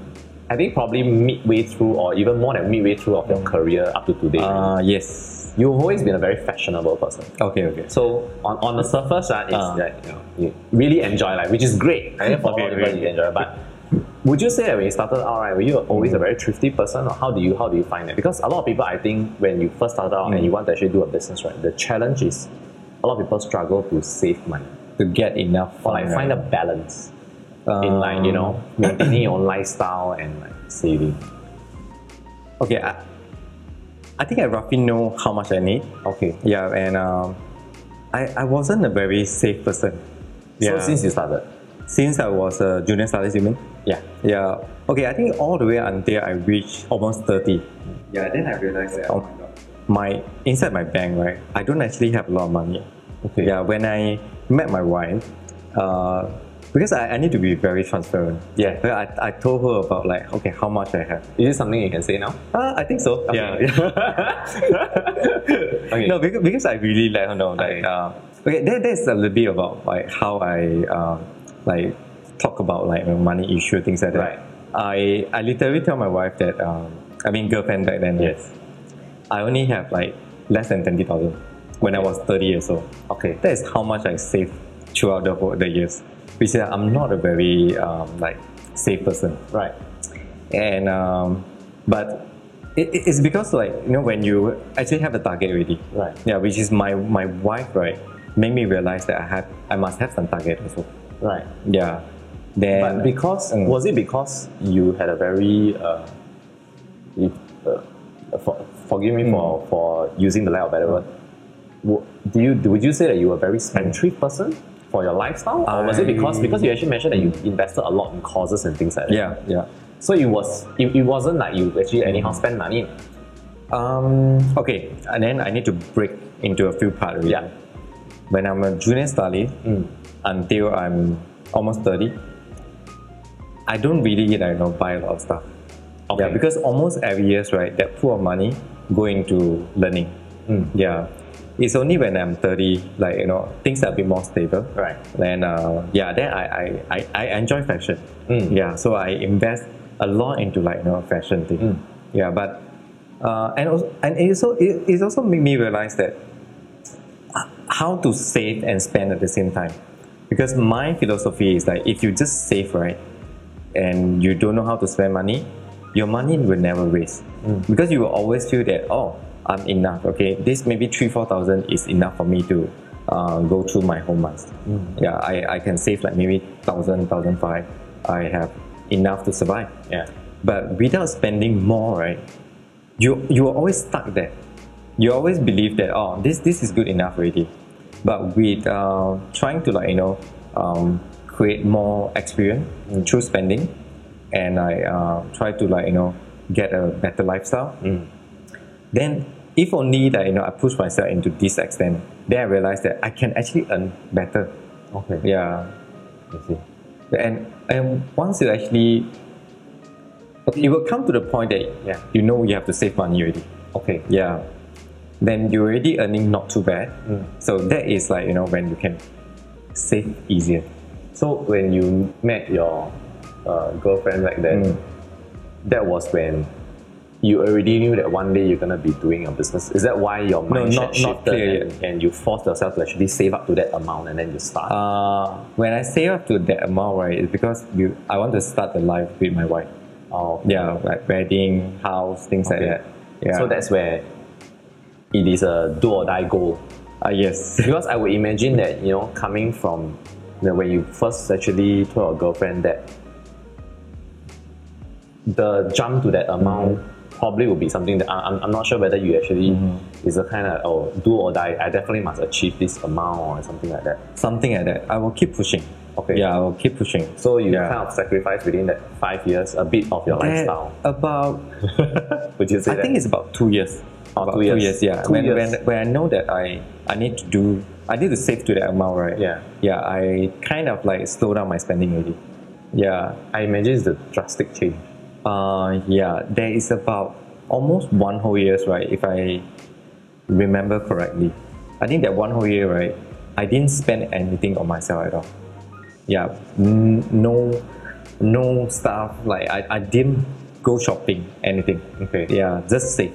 S3: I think probably midway through, or even more than midway through of your career up to today,
S1: uh yes
S3: you've always been a very fashionable person.
S1: okay okay
S3: So on, on the surface, uh, it's
S1: Ah.
S3: like you, know, you really enjoy life, which is great. I think for
S1: Okay,
S3: all people
S1: great.
S3: you enjoy, but Mm. would you say that when you started out, right, were you always a very thrifty person, or how do you how do you find that? Because a lot of people, I think, when you first started out and you want to actually do a business, right, the challenge is a lot of people struggle to save money
S1: to get enough
S3: or like
S1: fund,
S3: find a
S1: right?
S3: balance in like you
S1: Um,
S3: know maintaining your own lifestyle and like saving.
S1: okay I, I think i roughly know how much i need
S3: Okay.
S1: yeah and um i i wasn't a very safe person
S3: So since you started,
S1: since I was a junior studies, you mean?
S3: yeah,
S1: Yeah. Okay, I think all the way until I reached almost 30.
S5: Yeah, then I realized that.
S1: oh my My inside my bank, right? I don't actually have a lot of money.
S3: Okay.
S1: Yeah. When I met my wife, uh, because I, I need to be very transparent.
S3: Yeah.
S1: Well, I, I told her about like okay how much I have.
S3: is it something you can say now?
S1: Uh, I think so. Yeah.
S3: [laughs]
S1: [laughs]
S3: Okay.
S1: No, because, because I really let her know. Like,
S3: Okay.
S1: uh, okay, that, that's a little bit about like how I um, like talk about like my money issue things like that.
S3: Right.
S1: I I literally tell my wife that um, I mean girlfriend back then.
S3: Yes.
S1: I only have like less than twenty thousand when I was thirty years old.
S3: Okay.
S1: That is how much I saved throughout the whole, the years. Which is I'm not a very um, like safe person
S3: Right.
S1: and um, but it, it- it's because like you know when you actually have a target already
S3: Right.
S1: yeah which is my my wife right made me realize that i have i must have some target also
S3: Right.
S1: yeah then
S3: But because
S1: Mm.
S3: was it because you had a very uh, you, uh, for, forgive
S1: Hmm.
S3: me for, for using the lack of better word. Wo- Do you do- would you say that you were a very spendthrift person for your lifestyle, or was it because
S1: I-
S3: because you actually mentioned that you invested a lot in causes and things like that?
S1: yeah yeah
S3: So it was it, it wasn't like you actually anyhow spend money.
S1: um okay and then i need to break into a few parts really.
S3: Yeah. Mm.
S1: when i'm a junior study until i'm almost 30 i don't really like, you know buy a lot of stuff Yeah, because almost every year's right, that pool of money go into learning. Yeah, it's only when I'm thirty, like you know, things are a bit more stable.
S3: Right.
S1: Then uh, yeah, then I I, I, I enjoy fashion. Yeah, so I invest a lot into like you know fashion thing. Yeah, but Uh, and also, and it also it, it also made me realize that how to save and spend at the same time. Because my philosophy is like if you just save right and you don't know how to spend money, your money will never waste. Because you will always feel that oh I'm enough. Okay, this maybe three four thousand is enough for me to uh, go through my whole month. Yeah, I, I can save like maybe thousand thousand five. I have enough to survive.
S5: Yeah.
S1: But without spending more, right? You you are always stuck there. You always believe that oh this this is good enough already. But with uh, trying to like you know um, create more experience through spending, and I uh, try to like you know get a better lifestyle. Then if only that you know I push myself into this extent, then I realize that I can actually earn better.
S3: Okay.
S1: Yeah.
S3: I see.
S1: And and once you actually it will come to the point that
S3: Yeah.
S1: you know you have to save money already.
S3: Okay.
S1: Yeah. Then you're already earning not too bad.
S3: Mm.
S1: So that is like, you know, when you can save easier.
S3: So when you met your uh, girlfriend back then,
S1: Mm.
S3: that was when you already knew that one day you're gonna be doing a business. Is that why your mindset
S1: not- not
S3: shifted
S1: clear
S3: and, and you forced yourself to actually save up to that amount and then you start?
S1: Uh, when I save up to that amount, right, it's because we, I want to start the life with my wife.
S3: oh,
S1: Yeah, like wedding, house, things
S3: Okay.
S1: like that. Yeah.
S3: So that's where it is a do or die goal.
S1: uh, yes. [laughs]
S3: Because I would imagine that you know, coming from you know, when you first actually told your girlfriend that the jump to that amount probably would be something that I, am I'm not sure whether you actually
S1: Mm-hmm.
S3: is a kind of oh do or die. I definitely must achieve this amount or something like that.
S1: Something like that. I will keep pushing.
S3: Okay.
S1: Yeah, I will keep pushing.
S3: So you
S1: Yeah.
S3: kind of sacrifice within that five years a bit of your lifestyle.
S1: That about
S3: Would you say
S1: I
S3: that?
S1: think it's about two years.
S3: Oh,
S1: about
S3: two years.
S1: yeah.
S3: Two
S1: when,
S3: years.
S1: when when I know that I I need to do I need to save to that amount, right?
S3: Yeah.
S1: Yeah, I kind of like slow down my spending already. Yeah.
S3: I imagine it's a drastic change.
S1: Uh yeah. There is about almost one whole years, right? If I remember correctly. I think that one whole year, right, I didn't spend anything on myself at all. Yeah. N- no no stuff like I, I didn't go shopping, anything.
S3: Okay.
S1: Yeah, just save.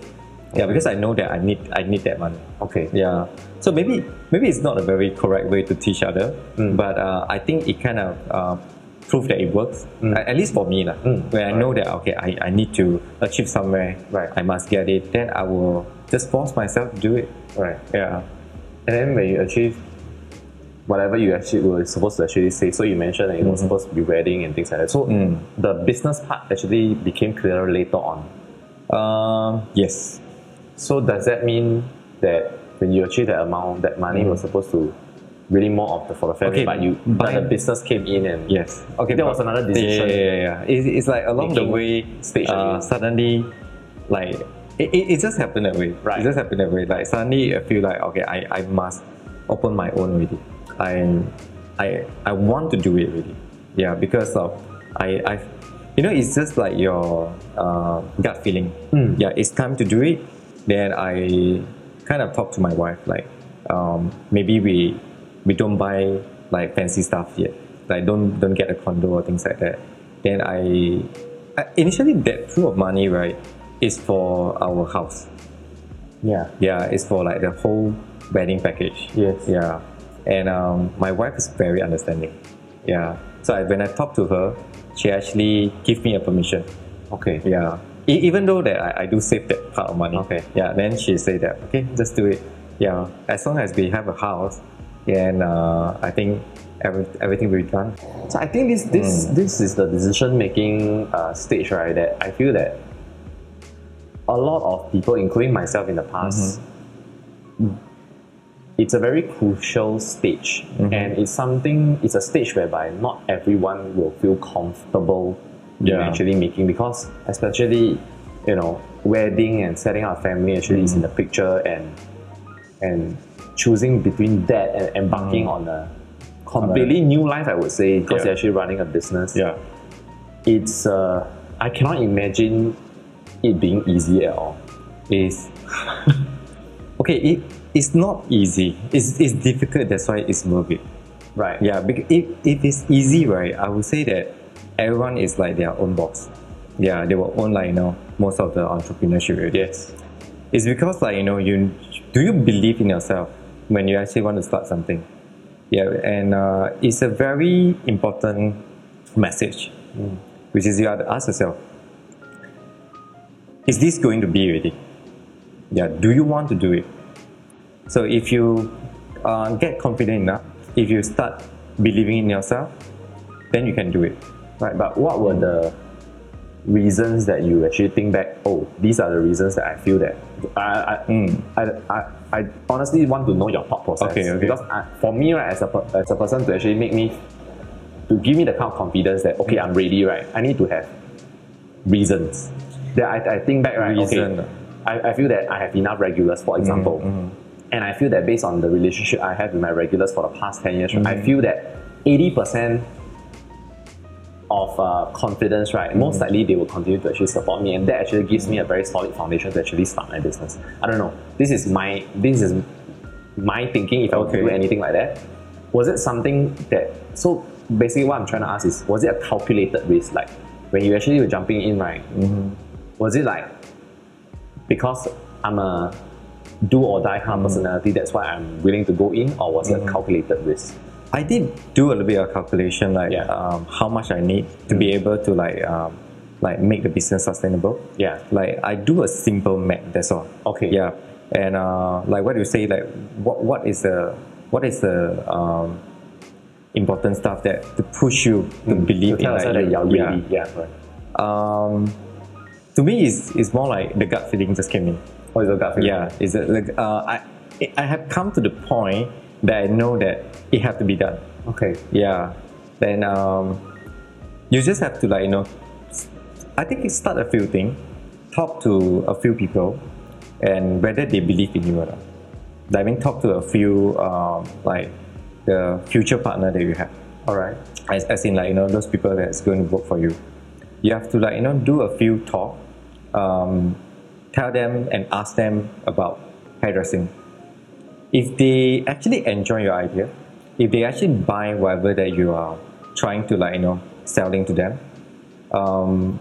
S1: Yeah, because I know that I need I need that money.
S3: Okay.
S1: Yeah. So maybe maybe it's not a very correct way to teach other,
S3: Mm.
S1: but uh, I think it kind of uh, proved that it works.
S3: Mm.
S1: At, at least for me, lah. When I know that okay, I, I need to achieve somewhere.
S3: Right.
S1: I must get it. Then I will just force myself to do it.
S3: Right.
S1: Yeah.
S3: And then when you achieve whatever you actually were supposed to actually say, so you mentioned that you
S1: Mm-hmm.
S3: were supposed to be wedding and things like that. So
S1: Mm.
S3: the business part actually became clearer later on.
S1: Um. Yes.
S3: So does that mean that when you achieve that amount, that money was supposed to really more of the for the family,
S1: Mm. Okay,
S3: but you
S1: but-
S3: but the business came in and
S1: Yes. Okay.
S3: That
S1: but-
S3: was another decision.
S1: Yeah, yeah, yeah. yeah. It's, it's like along the
S3: Making
S1: way,
S3: stage
S1: uh,
S3: again.
S1: suddenly, like it, it, it just happened that way.
S3: Right.
S1: It just happened that way. Like suddenly, I feel like okay, I, I must open my own already. I I I want to do it really. Yeah, because of I I, you know, it's just like your uh, gut feeling. Yeah, it's time to do it. Then I kind of talk to my wife like, um, maybe we we don't buy like fancy stuff yet. Like don't don't get a condo or things like that. Then I, I initially that pool of money right is for our house.
S3: yeah.
S1: Yeah, it's for like the whole wedding package.
S3: Yes.
S1: Yeah, and um, my wife is very understanding. Yeah, so I, when I talk to her, she actually give me a permission.
S3: Okay.
S1: Yeah. E- even though that I, I do save that part of money.
S3: Okay.
S1: Yeah. Then she said that okay, just do it. Yeah. As long as we have a house, and uh, I think every, everything will be done.
S3: So I think this this this is the decision making uh, stage, right? That I feel that a lot of people, including myself in the past, Mm. it's a very crucial stage, and it's something. It's a stage whereby not everyone will feel comfortable in
S1: Yeah.
S3: actually making because, especially, you know, wedding and setting up a family actually is in the picture, and and choosing between that and embarking on a completely new life, I would say, because
S1: Yeah.
S3: you're actually running a business.
S1: Yeah.
S3: It's uh, I cannot imagine it being easy at all.
S1: Is okay. It it's not easy. It's it's difficult. That's why it's worth it.
S3: Right.
S1: Yeah. Because if if it's easy, right? I would say that everyone is like their own boss. yeah, they will own like you know most of the entrepreneurship. already.
S3: Yes.
S1: It's because like you know you do you believe in yourself when you actually want to start something. Yeah, and uh, it's a very important message, which is you have to ask yourself: Is this going to be ready? Yeah, do you want to do it? So if you uh, get confident enough, if you start believing in yourself, then you can do it.
S3: Right, but what were the reasons that you actually think back? Oh, these are the reasons that I feel that I I, I, I, I honestly want to know your thought process.
S1: Okay, okay.
S3: Because I, for me, right, as a per- as a person to actually make me to give me the kind of confidence that okay, I'm ready. Right, I need to have reasons. That I, I think back right.
S1: Reason. Mm-hmm,
S3: Okay, I, I feel that I have enough regulars, for example, and I feel that based on the relationship I have with my regulars for the past ten years, right,
S1: Mm-hmm.
S3: I feel that eighty percent of uh, confidence, right,
S1: Mm.
S3: most likely they will continue to actually support me, and that actually gives me a very solid foundation to actually start my business. I don't know. This is my this is my thinking. If I were to
S1: Okay.
S3: do anything like that, was it something that? So basically, what I'm trying to ask is, was it a calculated risk? Like when you actually were jumping in, right?
S1: Mm-hmm.
S3: Was it like because I'm a do or die
S1: Mm.
S3: kind of personality, that's why I'm willing to go in, or was
S1: Mm-hmm.
S3: it a calculated risk?
S1: I did do a little bit of calculation, like
S3: Yeah.
S1: um, how much I need to be able to like um, like make the business sustainable.
S3: Yeah.
S1: Like I do a simple math. That's all.
S3: Okay.
S1: Yeah. And uh, like what you say, like what what is the what is the um, important stuff that to push you to believe
S3: Mm. Tell
S1: in
S3: us
S1: like,
S3: that
S1: you-
S3: you're
S1: yeah.
S3: ready. Yeah. right.
S1: Um, to me, it's, it's more like the gut feeling just came in.
S3: Oh, it's a gut feeling.
S1: Yeah, is it like uh, I I have come to the point that I know that it have to be done.
S3: Okay.
S1: Yeah, then um, you just have to like you know, s- I think you start a few things, talk to a few people, and whether they believe in you or not. I mean, talk to a few um, like the future partner that you have,
S3: All right.
S1: as, as in like you know those people that's going to work for you. You have to like you know do a few talk, um, tell them and ask them about hairdressing. If they actually enjoy your idea, if they actually buy whatever that you are trying to like you know selling to them, um,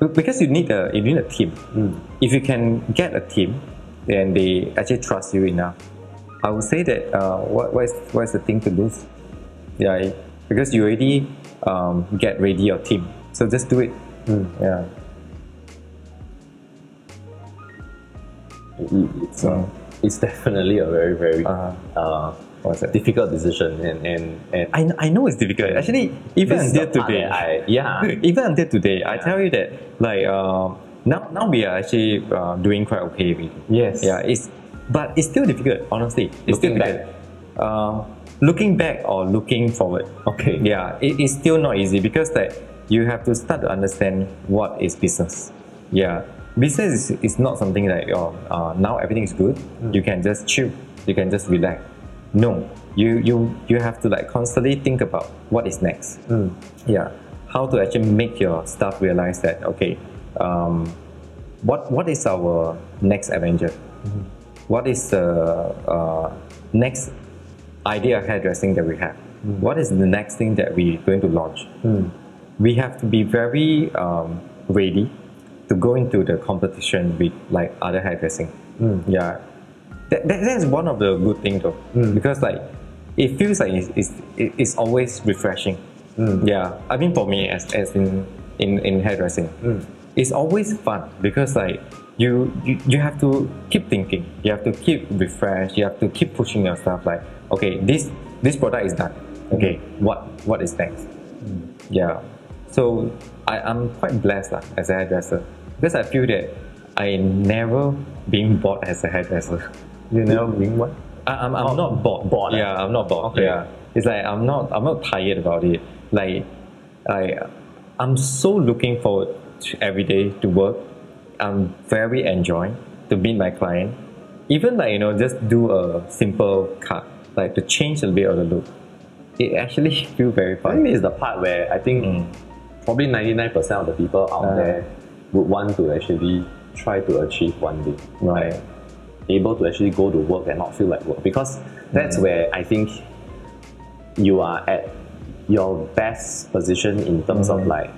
S1: be- because you need a you need a team.
S3: Hmm.
S1: If you can get a team, then they actually trust you enough. I would say that uh, what what is, what is the thing to lose? Yeah, it- because you already um, get ready your team, so just do it.
S3: Hmm.
S1: Yeah.
S3: It- It's, uh, it's definitely a very, very uh
S1: Uh-huh. What's that?
S3: difficult decision. And, and, and
S1: I, I know it's difficult. Actually, even
S3: this is
S1: until
S3: the part
S1: today,
S3: that I,
S1: [laughs]
S3: yeah.
S1: even until today, I tell you that like um, now now we are actually uh, doing quite okay. With
S3: Yes.
S1: Yeah. It's but it's still difficult. Honestly, it's
S3: Looking
S1: still difficult. Uh, looking back or looking forward.
S3: Okay.
S1: Yeah, it is still not easy because that you have to start to understand what is business. Yeah, business is, is not something like oh, uh, now everything is good. You can just chill. You can just relax. No, you you you have to like constantly think about what is next. Yeah, how to actually make your staff realize that okay, um, what what is our next adventure? What is the uh, next idea of hairdressing that we have? What is the next thing that we're going to launch? We have to be very um, ready to go into the competition with like other hairdressing. Yeah, that, that, that's one of the good thing though, because like it feels like it's, it's, it- it's always refreshing. Yeah, I mean for me as, as in, in in hairdressing, it's always fun because like you, you you have to keep thinking, you have to keep refresh, you have to keep pushing yourself. Like okay, this this product is done. Okay, what what is next? Yeah. So I, I'm quite blessed lah as a hairdresser because I feel that I never being bored as a hairdresser.
S3: You know, being what?
S1: I, I'm, I'm not bored.
S3: bored, eh?
S1: Yeah, I'm not bored.
S3: Okay.
S1: Yeah, it's like I'm not I'm not tired about it. Like, I I'm so looking forward to every day to work. I'm very enjoying to meet my client. Even like you know, just do a simple cut, like to change a bit of the look. It actually [laughs] feel very
S3: I
S1: fun.
S3: think it's the part where I think
S1: Mm.
S3: probably 99% of the people out
S1: Ah.
S3: there would want to actually try to achieve one day.
S1: Right.
S3: Like, able to actually go to work and not feel like work. Because that's
S1: Mm.
S3: where I think you
S1: Mm-hmm.
S3: are at your best position in terms of like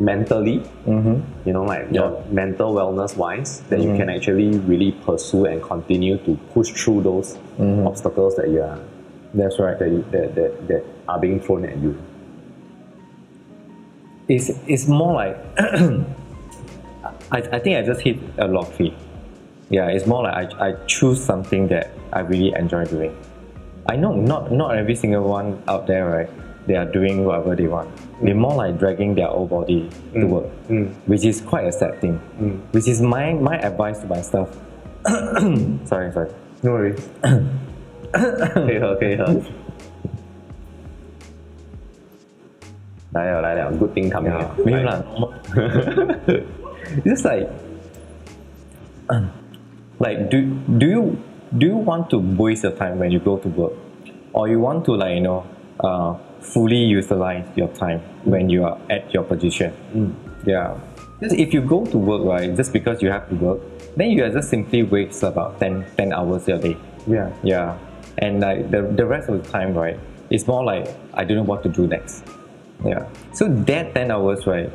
S3: mentally,
S1: Mm-hmm.
S3: you know, like your mental wellness wise, then you can actually really pursue and continue to push through those
S1: Mm-hmm.
S3: obstacles that you are
S5: That's right.
S3: that, you, that, that that are being thrown at you.
S1: it's it's more like I, I think I just hit a lottery. Yeah, it's more like I, I choose something that I really enjoy doing. I know not not every single one out there, right? They are doing whatever they want. They're more like dragging their own body to work, which is quite a sad thing. Which is my my advice to myself. [coughs] sorry, sorry.
S3: No worries. okay, okay, good thing coming
S1: Yeah,
S3: up.
S1: 没有啦 [laughs] Just like, [clears throat] like do do you do you want to waste your time when you go to work, or you want to like you know, uh, fully utilize your time when you are at your position? Yeah. Just if you go to work right, just because you have to work, then you are just simply waste about 10, 10 hours a day.
S3: Yeah.
S1: Yeah. And like the, the rest of the time, right, it's more like I don't know what to do next. Yeah. So that 10 hours, right,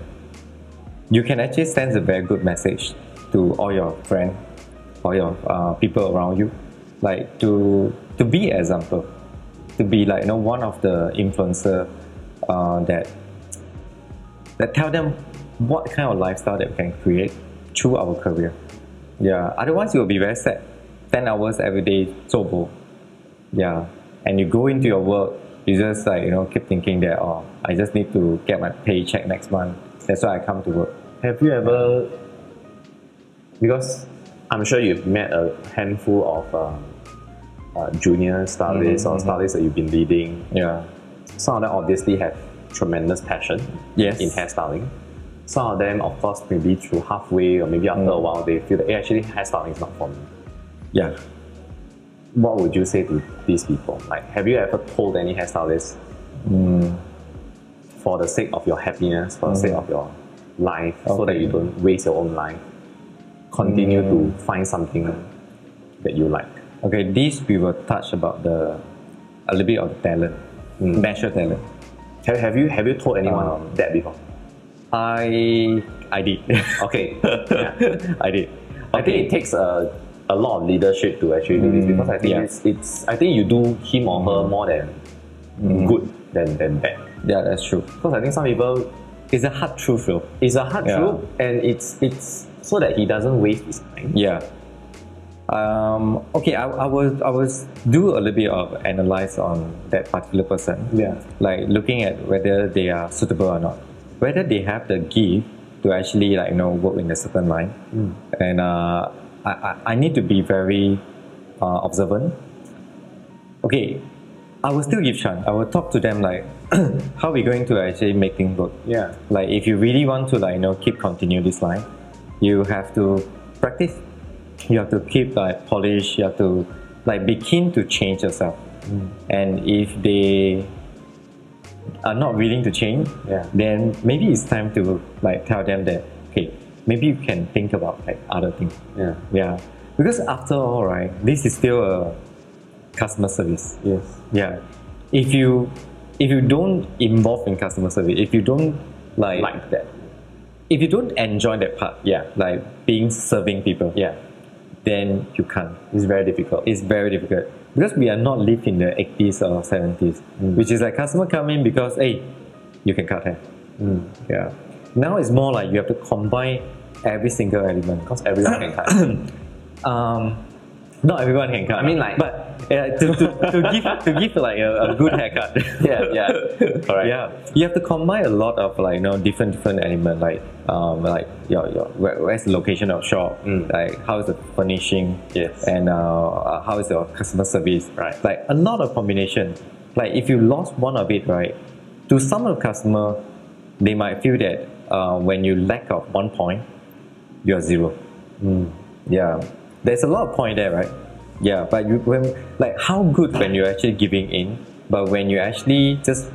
S1: you can actually send a very good message to all your friends or your uh, people around you. Like to to be an example. To be like you know one of the influencer uh, that that tell them what kind of lifestyle that we can create through our career. Yeah, otherwise you'll be very sad. 10 hours every day, zobo. Yeah, and you go into your work, you just like, you know, keep thinking that, oh, I just need to get my paycheck next month. That's why I come to work.
S3: Have you ever? Because I'm sure you've met a handful of um, uh, junior starlets or starlets that you've been leading.
S1: Yeah.
S3: Some of them obviously have tremendous passion
S1: Yes.
S3: in hairstyling. Some of them, of course, maybe through halfway or maybe after a while, they feel that hey, actually hairstyling is not for me.
S1: Yeah.
S3: What would you say to these people? Like, have you ever told any hairstylist
S1: Mm.
S3: for the sake of your happiness, for the sake of your life, so that
S1: Okay. Mm.
S3: you don't waste your own life. Continue to find something that you like.
S1: Okay, this we will touch about the, a little bit of the talent, natural talent.
S3: Have, have you have you told anyone
S1: Um,
S3: that before?
S1: I, I did. [laughs]
S3: Okay, yeah.
S1: I did.
S3: I think it takes a, a lot of leadership to actually do this because I think
S1: Mm. yeah. Mm.
S3: it's, it's I think you do him or her more than good than than bad.
S1: Yeah, that's true.
S3: Because I think some people
S1: It's a hard truth though.
S3: it's a hard
S1: Yeah.
S3: truth and it's it's so that he doesn't waste his time.
S1: Yeah. Um, okay, I, I was I was do a little bit of analyze on that particular person.
S3: Yeah.
S1: Like looking at whether they are suitable or not, whether they have the gift to actually like you know work in a certain line, and uh, I, I I need to be very uh, observant. Okay, I will still give chance. I will talk to them like [coughs] how we going to actually make things work
S3: Yeah.
S1: like if you really want to like you know keep continue this line you have to practice you have to keep like polish you have to like be keen to change yourself and if they are not willing to change
S3: Yeah.
S1: then maybe it's time to like tell them that okay maybe you can think about like other things
S3: Yeah.
S1: yeah because after all right this is still a customer service
S3: Yes.
S1: yeah if you if you don't involve in customer service if you don't like,
S3: Like that.
S1: if you don't enjoy that part
S3: Yeah.
S1: like being serving people
S3: Yeah.
S1: then you can't
S3: It's very difficult.
S1: it's very difficult because we are not lived in the 80s or 70s
S3: Mm.
S1: which is like customer come in because hey you can cut hair
S3: Mm.
S1: yeah now it's more like you have to combine every single element
S3: because everyone can cut.
S1: um, not everyone can cut.
S3: I mean, like-
S1: but uh, to, to, to give to give like a, a good haircut.
S3: [laughs] Yeah, yeah. Correct.
S1: Yeah, you have to combine a lot of like you know different different element like um like your your where, where's the location of shop, like how is the furnishing,
S3: Mm. Yes.
S1: and uh, uh, how is your customer service,
S3: Right.
S1: Like a lot of combination. Like if you lost one of it, right, to some of the customer, they might feel that uh, when you lack of one point, you are zero. Yeah, there's a lot of point there, right? Yeah, but you when like how good when you're actually giving in, but when you actually just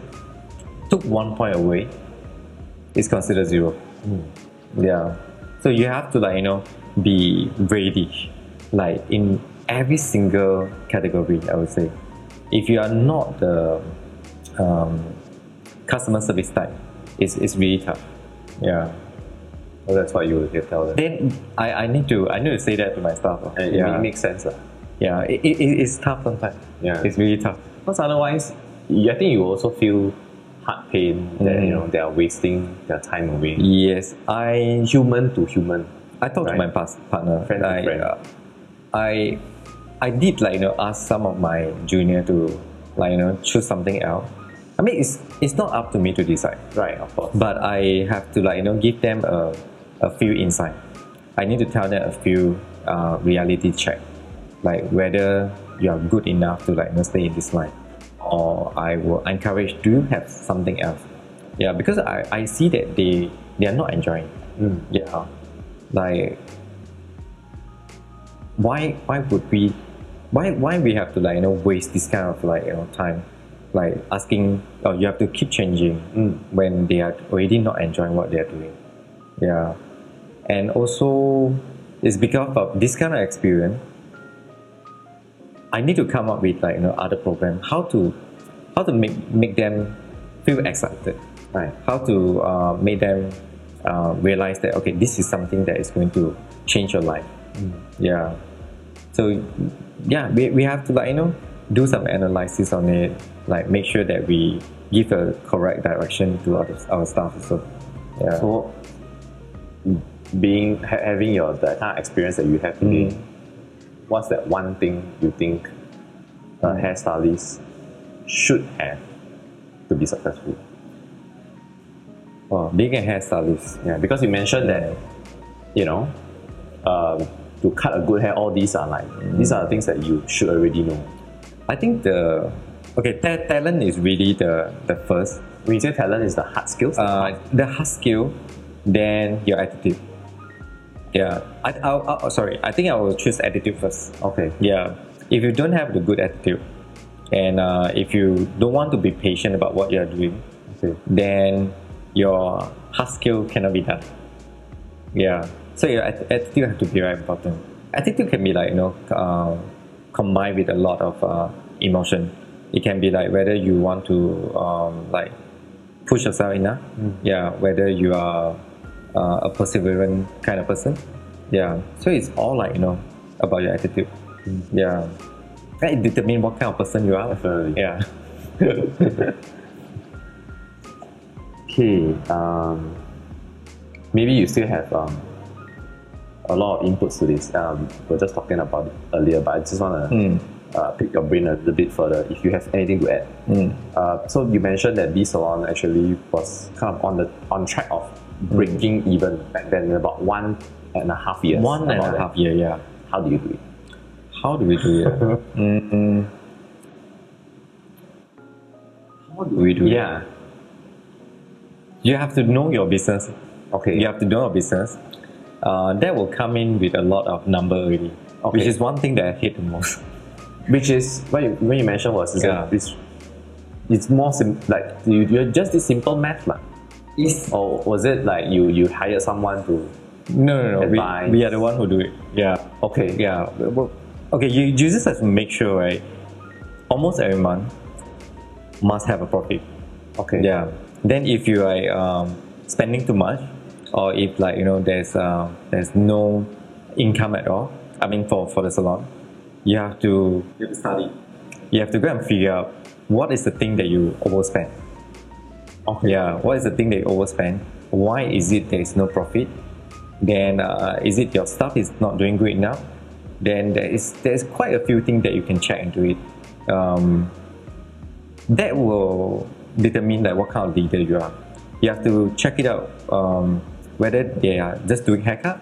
S1: took one point away, it's considered zero. Mm. Yeah, so you have to like you know be ready, like in every single category. I would say, if you are not the um, customer service type, it's it's really tough. Yeah.
S3: So that's what you you tell them.
S1: Then I, I need to I need to say that to my staff. ah.
S3: And it
S1: yeah.
S3: ma- makes sense. lah.
S1: yeah. It, it, it- it's tough sometimes.
S3: Yeah.
S1: It's really tough.
S3: Because otherwise, you- I think you also feel heart pain that you know they are wasting their time away.
S1: Yes. I
S3: Human to human.
S1: I talked
S3: Right.
S1: to my past partner.
S3: Friend to
S1: I,
S3: friend.
S1: uh, I I did like you know ask some of my junior to like you know choose something else. I mean it's it's not up to me to decide,
S3: Right, of course.
S1: but I have to like you know give them a, a few insight. I need to tell them a few uh, reality check, like whether you are good enough to like you know, stay in this line, or I will encourage. Do you have something else? Yeah, because I, I see that they they are not enjoying.
S3: Mm.
S1: Yeah. Like why why would we why why we have to like you know waste this kind of like you know time like asking or you have to keep changing
S3: Mm.
S1: when they are already not enjoying what they are doing. Yeah. And also it's because of this kind of experience I need to come up with like you know other program how to how to make make them feel excited
S3: Right.
S1: how to uh, make them uh, realize that okay this is something that is going to change your life
S3: Mm.
S1: yeah so yeah we, we have to like you know do some analysis on it like make sure that we give a correct direction to our, our staff so yeah
S3: So, being ha- having your the kind of experience that you have today, what's that one thing you think a
S1: Mm.
S3: hairstylist should have to be successful?
S1: wow, Oh, being a hairstylist
S3: Yeah, because you mentioned that you know um, to cut a good hair, all these are like these are the things that you should already know.
S1: i think the okay ta- talent is really the the first
S3: When you say talent is the hard skills, the
S1: uh,
S3: hard-
S1: the hard skill, then your attitude. Yeah, I, I, I sorry. I think I will choose attitude first.
S3: okay,
S1: Yeah, if you don't have the good attitude, and uh, if you don't want to be patient about what you are doing,
S3: okay,
S1: then your hard skill cannot be done. Yeah, so your at- attitude have to be very important. Attitude can be like you know uh, combined with a lot of uh, emotion. It can be like whether you want to um, like push yourself enough. Yeah, whether you are uh, a perseverant kind of person. Yeah, so it's all like you know about your attitude. Yeah, that it determines what kind of person you are. [laughs]
S3: definitely.
S1: Yeah.
S3: Okay, um, maybe you still have um, a lot of inputs to this. Um, we are just talking about it earlier, but I just want to
S1: Hmm.
S3: uh, pick your brain a little bit further if you have anything to add.
S1: Hmm.
S3: Uh, so you mentioned that B Salon actually was kind of on the on track of
S1: Hmm.
S3: breaking even back then in about one and a half years.
S1: One and
S3: About
S1: a
S3: that.
S1: half year. Yeah.
S3: How do you do it?
S1: How do we do [laughs] it? Mm, How do we do it?
S3: Yeah.
S1: You have to know your business.
S3: Okay.
S1: You have to know your business. Uh, that will come in with a lot of number already,
S3: Okay.
S1: which is one thing that I hate the most.
S3: Which is what you, when you mentioned was is
S1: Yeah.
S3: that it's it's more sim- like you you just did simple math lah.
S1: Is
S3: Or was it like you you hired someone to?
S1: [laughs] no, no, no.
S3: Advice.
S1: We, we are the one who do it. Yeah,
S3: Okay.
S1: yeah. Well, Okay, you, you just have to make sure, right? Almost every month must have a profit.
S3: Okay.
S1: Yeah. Then if you are um, spending too much, or if like you know there's uh, there's no income at all. I mean for, for the salon, you have to you have to study. You have to go and figure out what is the thing that you overspend.
S3: Okay.
S1: Yeah. What is the thing that you overspend? Why is it there is no profit? Then uh, is it your staff is not doing good enough? Then there is there's quite a few things that you can check into it. Um, that will determine like what kind of leader you are. You have to check it out um, whether they are just doing haircut,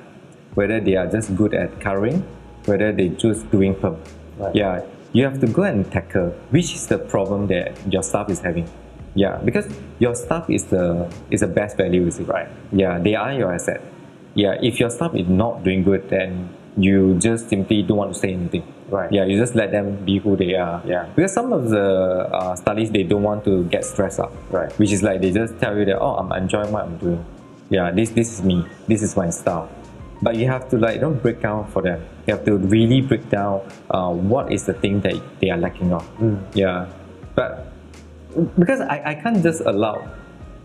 S1: whether they are just good at coloring, whether they just doing perm.
S3: Right.
S1: Yeah, you have to go and tackle which is the problem that your staff is having. Yeah, because your staff is the is the best value, is it?
S3: Right.
S1: Yeah, they are your asset. Yeah, if your staff is not doing good, then you just simply don't want to say anything.
S3: Right.
S1: Yeah, you just let them be who they are.
S3: Yeah.
S1: Because some of the uh, studies they don't want to get stressed out.
S3: Right.
S1: Which is like they just tell you that oh I'm enjoying what I'm doing. Yeah, this this is me. This is my style. But you have to like don't break down for them. You have to really break down uh, what is the thing that they
S3: Mm.
S1: are lacking of. Yeah. But because I, I can't just allow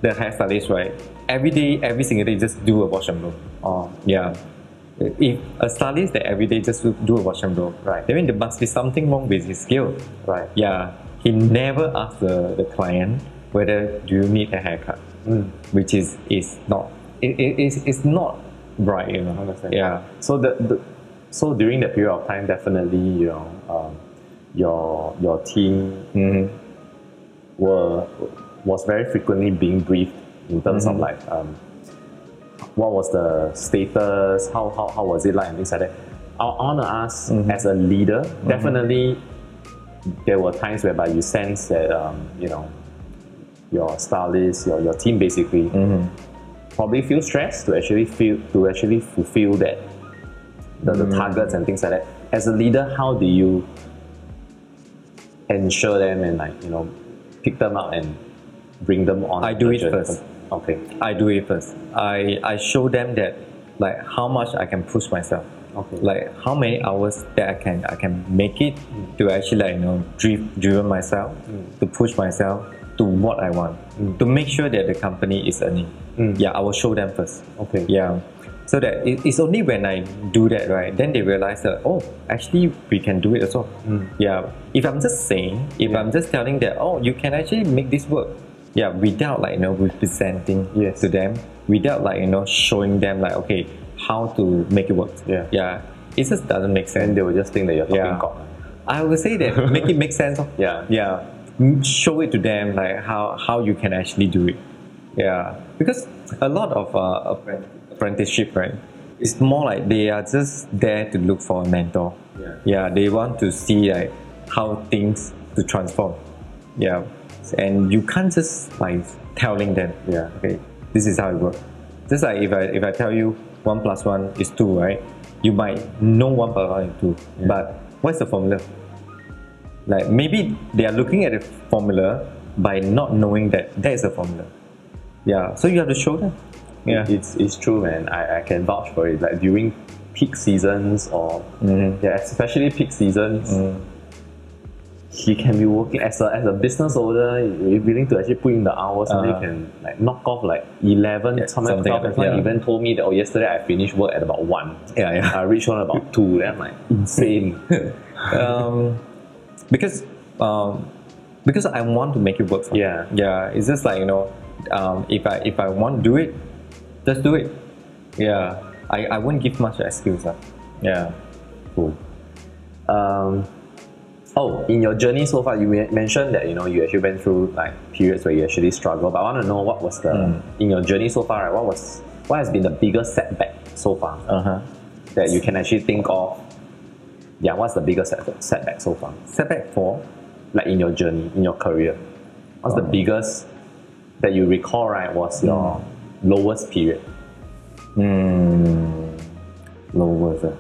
S1: the hairstylist, right? Every day, every single day, just do a wash and blow.
S3: Oh.
S1: Yeah. If a stylist that every day just do- do a wash and blow,
S3: Right.
S1: I mean, there must be something wrong with his skill.
S3: Right.
S1: Yeah. He never asked the, the client whether do you need a haircut,
S3: Hmm.
S1: which is is not it, it, it's, it's not right, you know.
S3: Understand.
S1: Yeah.
S3: So the, the so during that period of time, definitely you know um, your your team
S1: Mm-hmm.
S3: were was very frequently being briefed in terms
S1: Mm-hmm.
S3: of like um, what was the status, how, how how was it like, and things like that. I want to ask
S1: Mm-hmm.
S3: as a leader, definitely there were times whereby you sense that um, you know your stylist, your, your team basically
S1: Mm-hmm.
S3: probably feel stressed to actually feel to actually fulfill that the,
S1: Mm-hmm.
S3: the targets and things like that. As a leader, how do you ensure them and like you know pick them up and bring them on?
S1: I do
S3: the
S1: it
S3: journey?
S1: first.
S3: Okay.
S1: I do it first. I, I show them that like how much I can push myself.
S3: Okay.
S1: Like how many hours that I can I can make it to actually like you know drive driven myself
S3: Mm.
S1: to push myself to what I want to make sure that the company is earning. Yeah, I will show them first.
S3: Mm. Okay.
S1: Yeah. So that it, it's only when I do that, right? Then they realize that oh, actually we can do it as well.
S3: Hmm.
S1: Yeah. If I'm just saying, if I'm just telling that oh, you can actually make this work. Yeah, without like you know representing
S3: Yes.
S1: to them, without like you know showing them like okay how to make it work.
S3: Yeah.
S1: Yeah. It just doesn't make sense.
S3: And they will just think that you're talking
S1: Yeah.
S3: cock.
S1: I would say that make it make
S3: [laughs]
S1: sense. lor.
S3: Yeah.
S1: yeah. Mm, Show it to them like how how you can actually do it. Yeah, because a lot of uh, appren- apprenticeship, right? It's more like they are just there to look for a mentor.
S3: Yeah.
S1: they want to see like how things to transform. Yeah, and you can't just like telling them.
S3: Yeah.
S1: Okay, this is how it works. Just like if I if I tell you one plus one is two, right? You might know one plus one is two, but what's the formula? Like maybe they are looking at a formula by not knowing that that is a formula. Yeah. So you have to show them. Yeah.
S3: It's it's true, man. I, I can vouch for it. Like during peak seasons or
S1: Mm-hmm.
S3: yeah, especially peak seasons.
S1: Mm.
S3: You can be working as a, as a business owner, you're willing to actually put in the hours and you
S1: Uh-huh.
S3: can like knock off like 11,
S1: Yeah,
S3: sometimes
S1: something
S3: 12.
S1: like that,
S3: Someone
S1: yeah.
S3: even told me that, oh, yesterday I finished work at about 1.
S1: Yeah, yeah.
S3: I reached home at about 2. Then
S1: [laughs]
S3: I'm like, insane.
S1: um, because um, because I want to make it work. For me.
S3: Yeah.
S1: yeah. It's just like you know, um, if I if I want to do it, just do it. Yeah, I, I won't give much excuse. ah. lah. Yeah,
S3: Cool. Um, oh, in your journey so far, you men- mentioned that you know you actually went through like periods where you actually struggled. But I want to know what was the in your journey so far, right? What was what has been the biggest setback so far
S1: uh-huh.
S3: that you can actually think of? Yeah, what's the biggest set- setback so far?
S1: Setback for
S3: Like in your journey, in your career, what's the biggest that you recall? Right, was your lowest period?
S1: lowest. ah.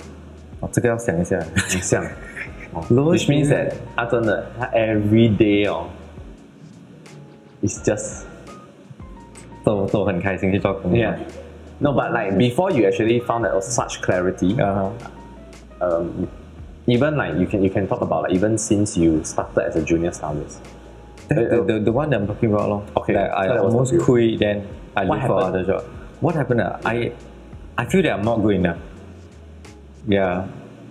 S1: 哦，这个要想一下。
S3: 像
S1: Lowest
S3: which means
S1: period.
S3: that 他真的他 every day 哦，it's just
S1: 都-都很开心去做工作。
S3: Yeah. No, but like before you actually found that such clarity,
S1: Uh-huh.
S3: um, even like you can you can talk about like even since you started as a junior stylist.
S1: The, the,
S3: Uh,
S1: the, the one that I'm talking about, lor.
S3: Okay,
S1: Like, I
S3: so that was
S1: almost
S3: the few.
S1: quit, then I
S3: What
S1: look for
S3: happened?
S1: other job. What happened? ah? I, I feel that I'm not good enough. Yeah.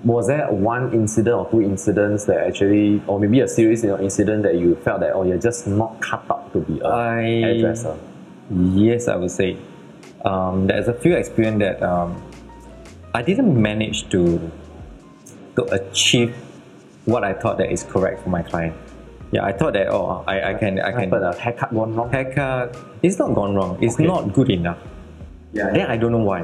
S3: Was there one incident or two incidents that actually, or maybe a series you know, incident that you felt that oh you're just not cut out to be a
S1: I-
S3: hairdresser?
S1: Yes, I would say. Um, there's a few experience that um, I didn't manage to to achieve what I thought that is correct for my client. Yeah, I thought that oh, I, I can I can
S3: But a haircut gone wrong.
S1: haircut. uh, It's not gone wrong. It's
S3: Okay.
S1: not good enough.
S3: Yeah.
S1: Then I don't know why.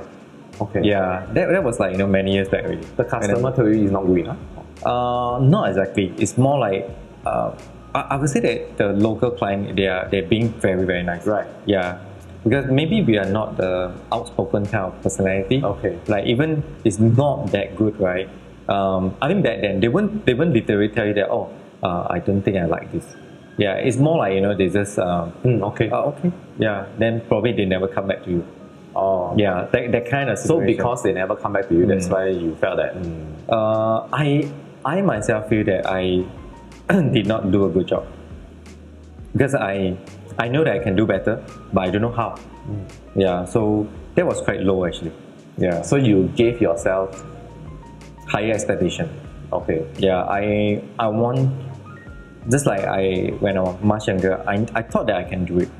S3: Okay.
S1: Yeah, that, that was like you know many years back already.
S3: The customer told you is not good enough.
S1: Uh, not exactly. It's more like uh, I, I would say that the local client they are they're being very very nice.
S3: Right.
S1: Yeah. Because maybe we are not the outspoken kind of personality.
S3: Okay.
S1: Like even it's not that good, right? Um, I mean back then they won't they won't literally tell you that oh uh, I don't think I like this. Yeah, it's more like you know they just um,
S3: Mm, okay.
S1: "Oh, okay yeah then probably they never come back to you.
S3: oh.
S1: Yeah, that, that kind of
S3: So
S1: situation.
S3: because they never come back to you, that's why you felt that. mm,
S1: uh, I I [clears throat] myself feel that I did not do a good job because I I know that I can do better, but I don't know how. Yeah, so that was quite low actually. Mm. Yeah, so
S3: So you gave yourself
S1: higher expectation.
S3: okay.
S1: Yeah, I I want just like I when I was much younger, I, I thought that I can do it,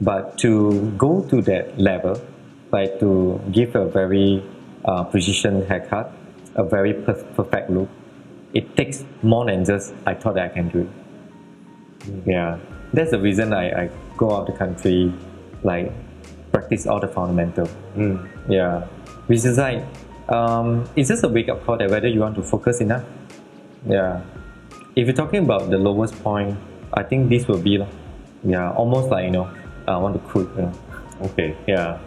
S1: but to go to that level, like to give a very uh, precision haircut, a very per- perfect look, it takes more than just I thought that I can do it. Yeah, that's the reason I, I go out the country, like practice all the fundamental. Yeah, which is like um, it's just a wake up call that whether you want to focus enough. Yeah, if you're talking about the lowest point, I think this will be lah. Yeah, almost like you know, I want to quit. You know.
S3: Okay.
S1: Yeah.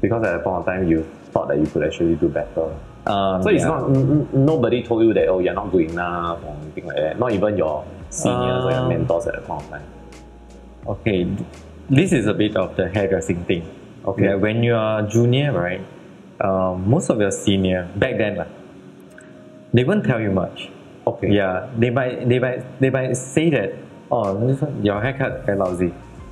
S3: Because at that point of time you thought that you could actually do better.
S1: Um,
S3: So it's
S1: yeah.
S3: not n- n- nobody told you that oh you're not good enough or anything like that. Not even your seniors or your
S1: Um,
S3: mentors at that point of time.
S1: okay. th- This is a bit of the hairdressing thing.
S3: Okay.
S1: That when you are junior, right? Um, most of your senior back then, lah, they won't tell you much.
S3: Okay.
S1: Yeah, they might they might they might say that oh this one, your haircut very lousy,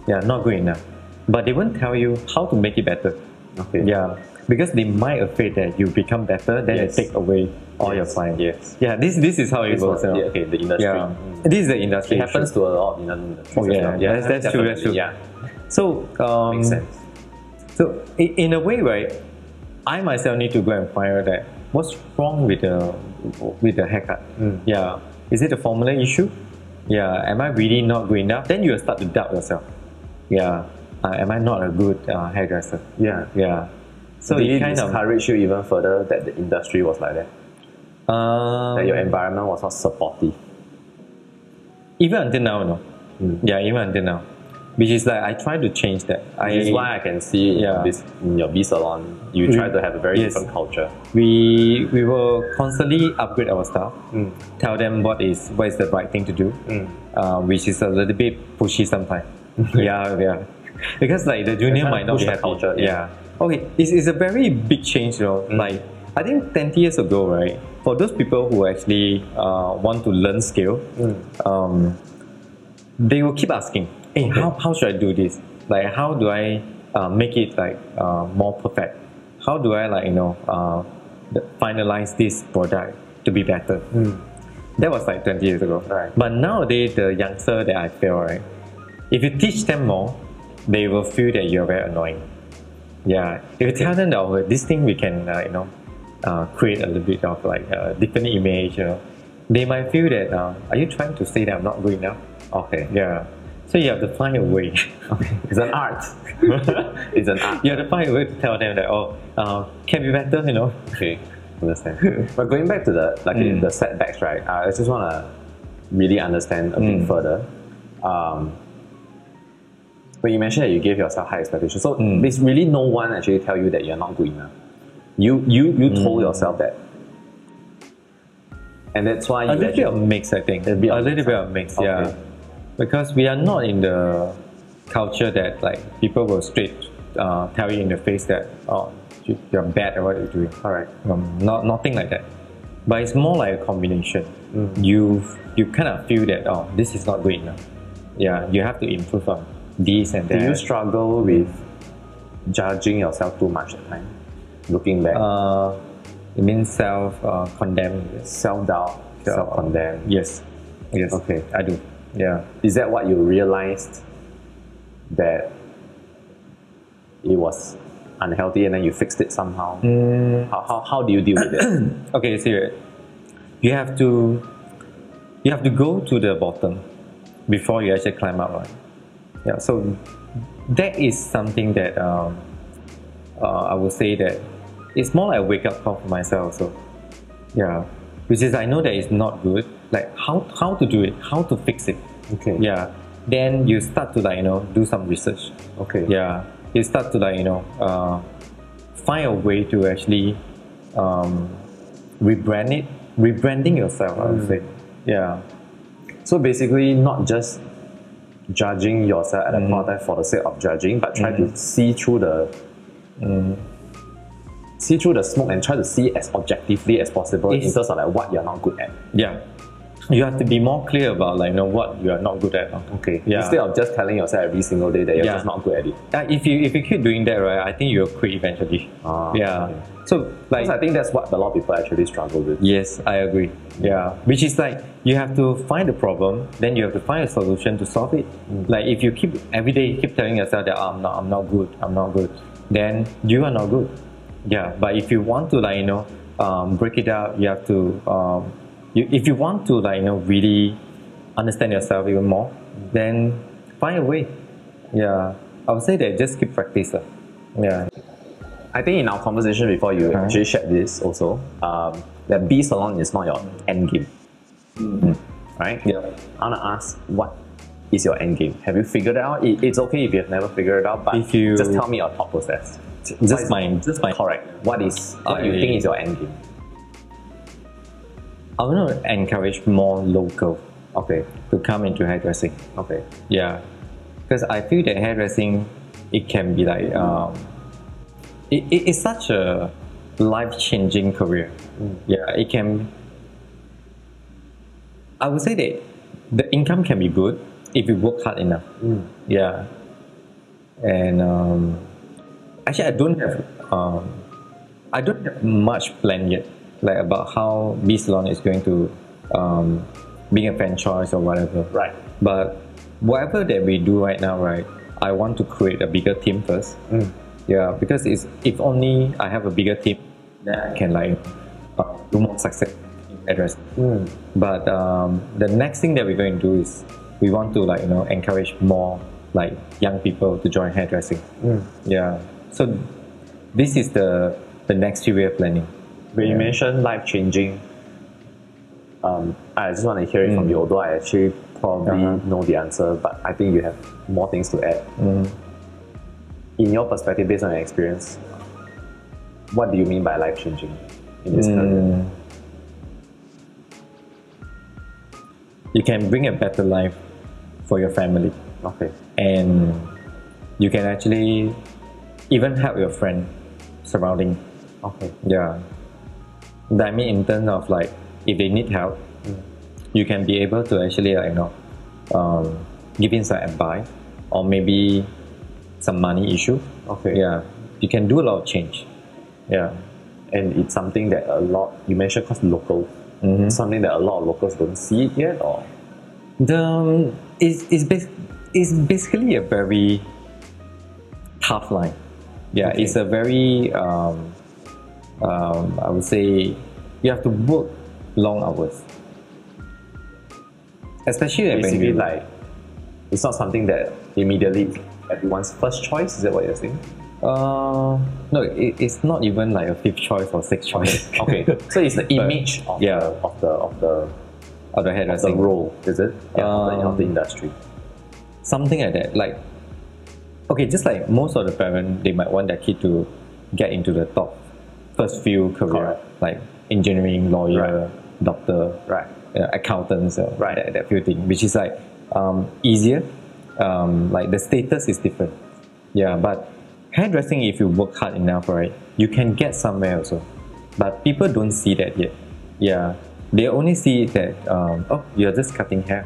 S1: yeah not good enough, but they won't tell you how to make it better.
S3: Okay.
S1: Yeah, because they might afraid that you become better, then
S3: Yes.
S1: they take away all your
S3: Yes,
S1: clients.
S3: yes.
S1: Yeah, this this is how it
S3: This
S1: works.
S3: was,
S1: you know.
S3: yeah, okay, the industry.
S1: Yeah,
S3: Mm.
S1: this is the industry.
S3: It happens to a lot of Indian industries.
S1: Oh,
S3: as
S1: yeah,
S3: well.
S1: yeah, that's- that's true, that's
S3: definitely,
S1: true. So um,
S3: Yeah, makes sense.
S1: So i- in a way, right, I myself need to go and find out that what's wrong with the with the haircut.
S3: Mm.
S1: Yeah, is it a formula issue? Yeah, am I really not good enough? Then you will start to doubt yourself. Yeah, uh, am I not a good uh, hairdresser?
S3: Yeah.
S1: Yeah, so
S3: So
S1: it
S3: Did it
S1: kind of
S3: encourage you even further that the industry was like that?
S1: um,
S3: That your environment was not supportive.
S1: even until now, no.
S3: Hmm.
S1: Yeah, even until now, which is like I try to change that. I,
S3: Which is why I can see in,
S1: Yeah.
S3: this, in your B salon, you
S1: Mm.
S3: try to have a very
S1: Yes.
S3: different culture.
S1: we we will constantly upgrade our staff,
S3: Hmm.
S1: tell them what is what is the right thing to do, uh, which is a little bit pushy
S3: [laughs]
S1: sometimes. yeah, yeah, because like the junior
S3: trying to
S1: might not
S3: push
S1: be
S3: the
S1: happy.
S3: culture, yeah. Hmm.
S1: yeah. Okay, it's, it's a very big change, you know. Like I think 20 years ago, right? For those people who actually uh, want to learn skill,
S3: Hmm.
S1: um, they will keep asking, "Hey, how, how should I do this? Like, how do I uh, make it like uh, more perfect? How do I like you know uh, th- finalize this product to be better?" That was like 20 years ago.
S3: Right.
S1: But nowadays, the youngster that I feel right, if you teach them more, they will feel that you're very annoying. Yeah, if you tell them that oh, this thing we can, uh, you know, uh, create a little bit of like a different image, you know, they might feel that uh, are you trying to say that I'm not good enough?
S3: Okay.
S1: Yeah, so you have to find a way. [laughs]
S3: It's an art. it's an art.
S1: you have to find a way to tell them that oh, uh, can be better, you know.
S3: Okay, understand. [laughs] but going back to the like the setbacks, right? Uh, I just want to really understand a bit further. Um, but you mentioned that you gave yourself high expectations, so there's really no one actually tell you that you're not good enough. You you you told yourself that, and that's why you
S1: a little bit of
S3: actually,
S1: mix, I think. A,
S3: bit of
S1: little
S3: mix, ah.
S1: bit of mix, yeah.
S3: Okay.
S1: Because we are not in the culture that like people will straight uh, tell you in the face that oh you- you're bad at what you're doing.
S3: all right.
S1: Um, not nothing like that. But it's more like a combination.
S3: Mm.
S1: You you kind of feel that oh this is not good enough. Yeah, you have to improve on this and that.
S3: Do you struggle with judging yourself too much at times? Looking back,
S1: uh, it means self uh, condemn.
S3: self doubt,
S1: Sure.
S3: self condemn.
S1: Yes. Yes.
S3: Okay.
S1: I do. Yeah.
S3: is that what you realized that it was unhealthy and then you fixed it somehow? How, how, how do you deal with it?
S1: okay, see, right? you have to you have to go to the bottom before you actually climb up, right? Yeah. So that is something that um, uh, I would say that it's more like a wake up call for myself. So yeah, which is I know that it's not good. Like how how to do it, how to fix it.
S3: Okay.
S1: Yeah. Then you start to like you know do some research
S3: Okay.
S1: yeah you start to like you know uh, find a way to actually um, rebrand it rebranding yourself i would say
S3: Mm.
S1: yeah
S3: So basically, not just judging yourself at a point of time for the sake of judging, but try to see through the see through the smoke and try to see as objectively as possible in
S1: It's-
S3: terms of like what you're not good at.
S1: yeah you have to be more clear about like you know what you are not good at.
S3: Okay.
S1: Yeah.
S3: Instead of just telling yourself every single day that you're
S1: Yeah.
S3: just not good at it.
S1: Uh, if you if you keep doing that, right, I think you'll quit eventually.
S3: Ah,
S1: yeah.
S3: okay.
S1: So like
S3: Because I think that's what a lot of people actually struggle with.
S1: Yes, I agree. Yeah, which is like you have to find the problem, then you have to find a solution to solve it. Like if you keep every day you keep telling yourself that "Oh, I'm not, I'm not good, I'm not good, then you are not good. Yeah, but if you want to like you know um, break it out, you have to. Um, you, if you want to like you know really understand yourself even more, then find a way. Yeah, I would say that just keep practice. lah. Yeah.
S3: I think in our conversation before you actually shared this also, um, that B salon is not your end game. Mm. Right?
S1: Hmm. Yeah.
S3: I wanna ask what is your end game? Have you figured it out? It, it's okay if you have never figured it out, but
S1: If you-
S3: just tell me your thought process.
S1: Just my just my
S3: Correct. What is what you
S1: I-
S3: think is your end game?
S1: I want to encourage more local
S3: Okay.
S1: to come into hairdressing.
S3: Okay.
S1: Yeah, because I feel that hairdressing, it can be like um, it, it is such a life changing career. Yeah, it can. I would say that the income can be good if you work hard enough. Yeah, and um, actually, I don't have um, I don't have much plan yet, like about how B Salon is going to um, being a franchise or whatever.
S3: Right.
S1: But whatever that we do right now, right, I want to create a bigger team first. Yeah, because it's if only I have a bigger team, then I can like uh, do more success in address. But um, the next thing that we're going to do is we want to like you know encourage more like young people to join hairdressing. Yeah. So this is the the next few year planning.
S3: When you
S1: Yeah.
S3: mentioned life changing, um, I just want to hear it from you, although I actually probably
S1: Mm. Uh-huh.
S3: know the answer, but I think you have more things to add.
S1: Mm-hmm.
S3: In your perspective, based on your experience, what do you mean by life changing in this career?
S1: Mm. You can bring a better life for your family,
S3: Okay.
S1: and you can actually even help your friend surrounding.
S3: Okay.
S1: Yeah, But I mean in terms of like if they need help, you can be able to actually like you know um, give in some advice or maybe some money issue.
S3: Okay.
S1: Yeah, you can do a lot of change. Yeah.
S3: And it's something that a lot you mentioned because local.
S1: Mm-hmm.
S3: Something that a lot of locals don't see it yet or
S1: The is is bas- is basically a very tough line. Yeah,
S3: Okay.
S1: it's a very um, um, I would say you have to work long hours, especially when
S3: basically
S1: you-
S3: like it's not something that immediately everyone's first choice, is that what you're saying?
S1: uh, no, it, it's not even like a fifth choice or sixth choice. [laughs]
S3: Okay, so [laughs] it's the image of
S1: yeah.
S3: the of the of the,
S1: of the
S3: of the
S1: hairdressing
S3: role, is it? Yeah, of, the,
S1: Um,
S3: of the industry.
S1: something like that. Like, okay, just like most of the parents, they might want their kid to get into the top first few career,
S3: Correct.
S1: like engineering, lawyer, doctor,
S3: Right.
S1: uh, accountants, uh,
S3: Right.
S1: that, that few things, which is like um, easier. Um, like the status is different. Yeah, but hairdressing, if you work hard enough, right, you can get somewhere also. But people don't see that yet. Yeah, they only see that um, oh, you're just cutting hair.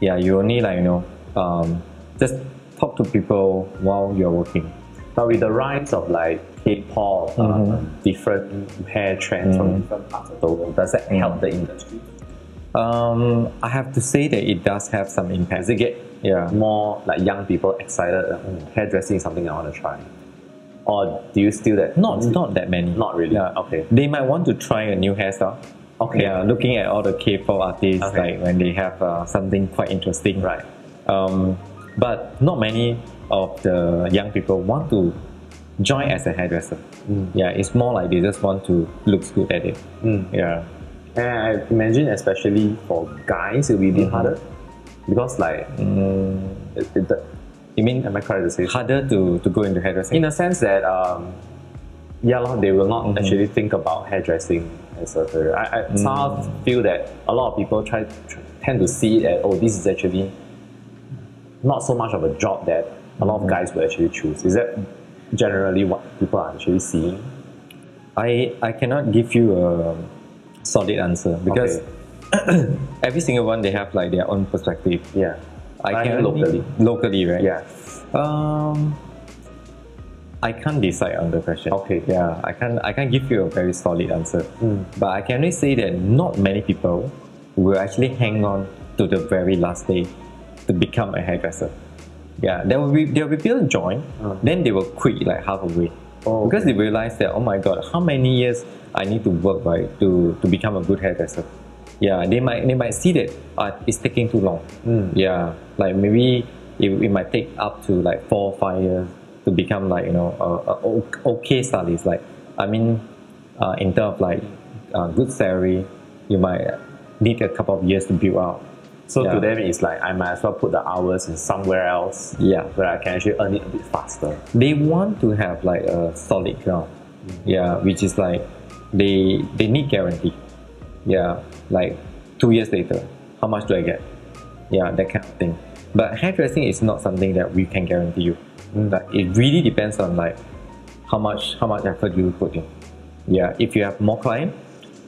S1: Yeah, you only like you know um, just talk to people while you're working.
S3: But with the rise of like K-pop, um, different hair trends from different parts of the world, does that help the industry?
S1: Um, I have to say that it does have some impact.
S3: Does it get
S1: Yeah.
S3: more like young people excited? Like, "Mm, hairdressing is something I want to try, or do you still that?
S1: Not not that many.
S3: not really.
S1: Yeah.
S3: Okay.
S1: They might want to try a new hairstyle.
S3: Okay.
S1: Yeah, looking at all the K-pop artists,
S3: Okay.
S1: like when they have uh, something quite interesting.
S3: Right.
S1: Um, but not many of the young people want to join as a hairdresser.
S3: Mm.
S1: Yeah, it's more like they just want to look good at it.
S3: Mm.
S1: Yeah.
S3: And I imagine, especially for guys, it'll be a bit harder because like it, it, the,
S1: You mean
S3: am I correct to say?
S1: harder to, to go into hairdressing?
S3: in a sense that um, yeah, lor, they will
S1: Mm-hmm.
S3: not actually think about hairdressing as a career. I, I
S1: Mm.
S3: somehow feel that a lot of people try, tr tend to see it as oh, this is actually not so much of a job that a
S1: Mm-hmm.
S3: lot of guys will actually choose. Is that generally what people are actually seeing?
S1: I, I cannot give you a solid answer because
S3: Okay.
S1: [coughs] every single one they have like their own perspective.
S3: Yeah.
S1: I can
S3: locally.
S1: locally, right?
S3: Yeah.
S1: Um, I can't decide on the question.
S3: Okay. Mm.
S1: Yeah, I can't. I can't give you a very solid answer. But I can only say that not many people will actually hang on to the very last day to become a hairdresser. Yeah, there will be there will be people join, then they will quit like halfway
S3: Oh,
S1: because they realize that oh my god, how many years I need to work right to to become a good hairdresser. Yeah, they might they might see that uh, it's taking too long. Yeah, like maybe it, it might take up to like four five years to become like you know a, a o- okay stylist. Like I mean, uh, in terms of like uh, good salary, you might need a couple of years to build up.
S3: So
S1: Yeah.
S3: to them, it's like I might as well put the hours in somewhere else
S1: Yeah,
S3: where I can actually earn it a bit faster.
S1: they want to have like a solid ground. Yeah, which is like they they need guarantee. Yeah, like two years later, how much do I get? Yeah, that kind of thing. But hairdressing is not something that we can guarantee you. Like it really depends on like how much how much effort you put in. Yeah, if you have more client,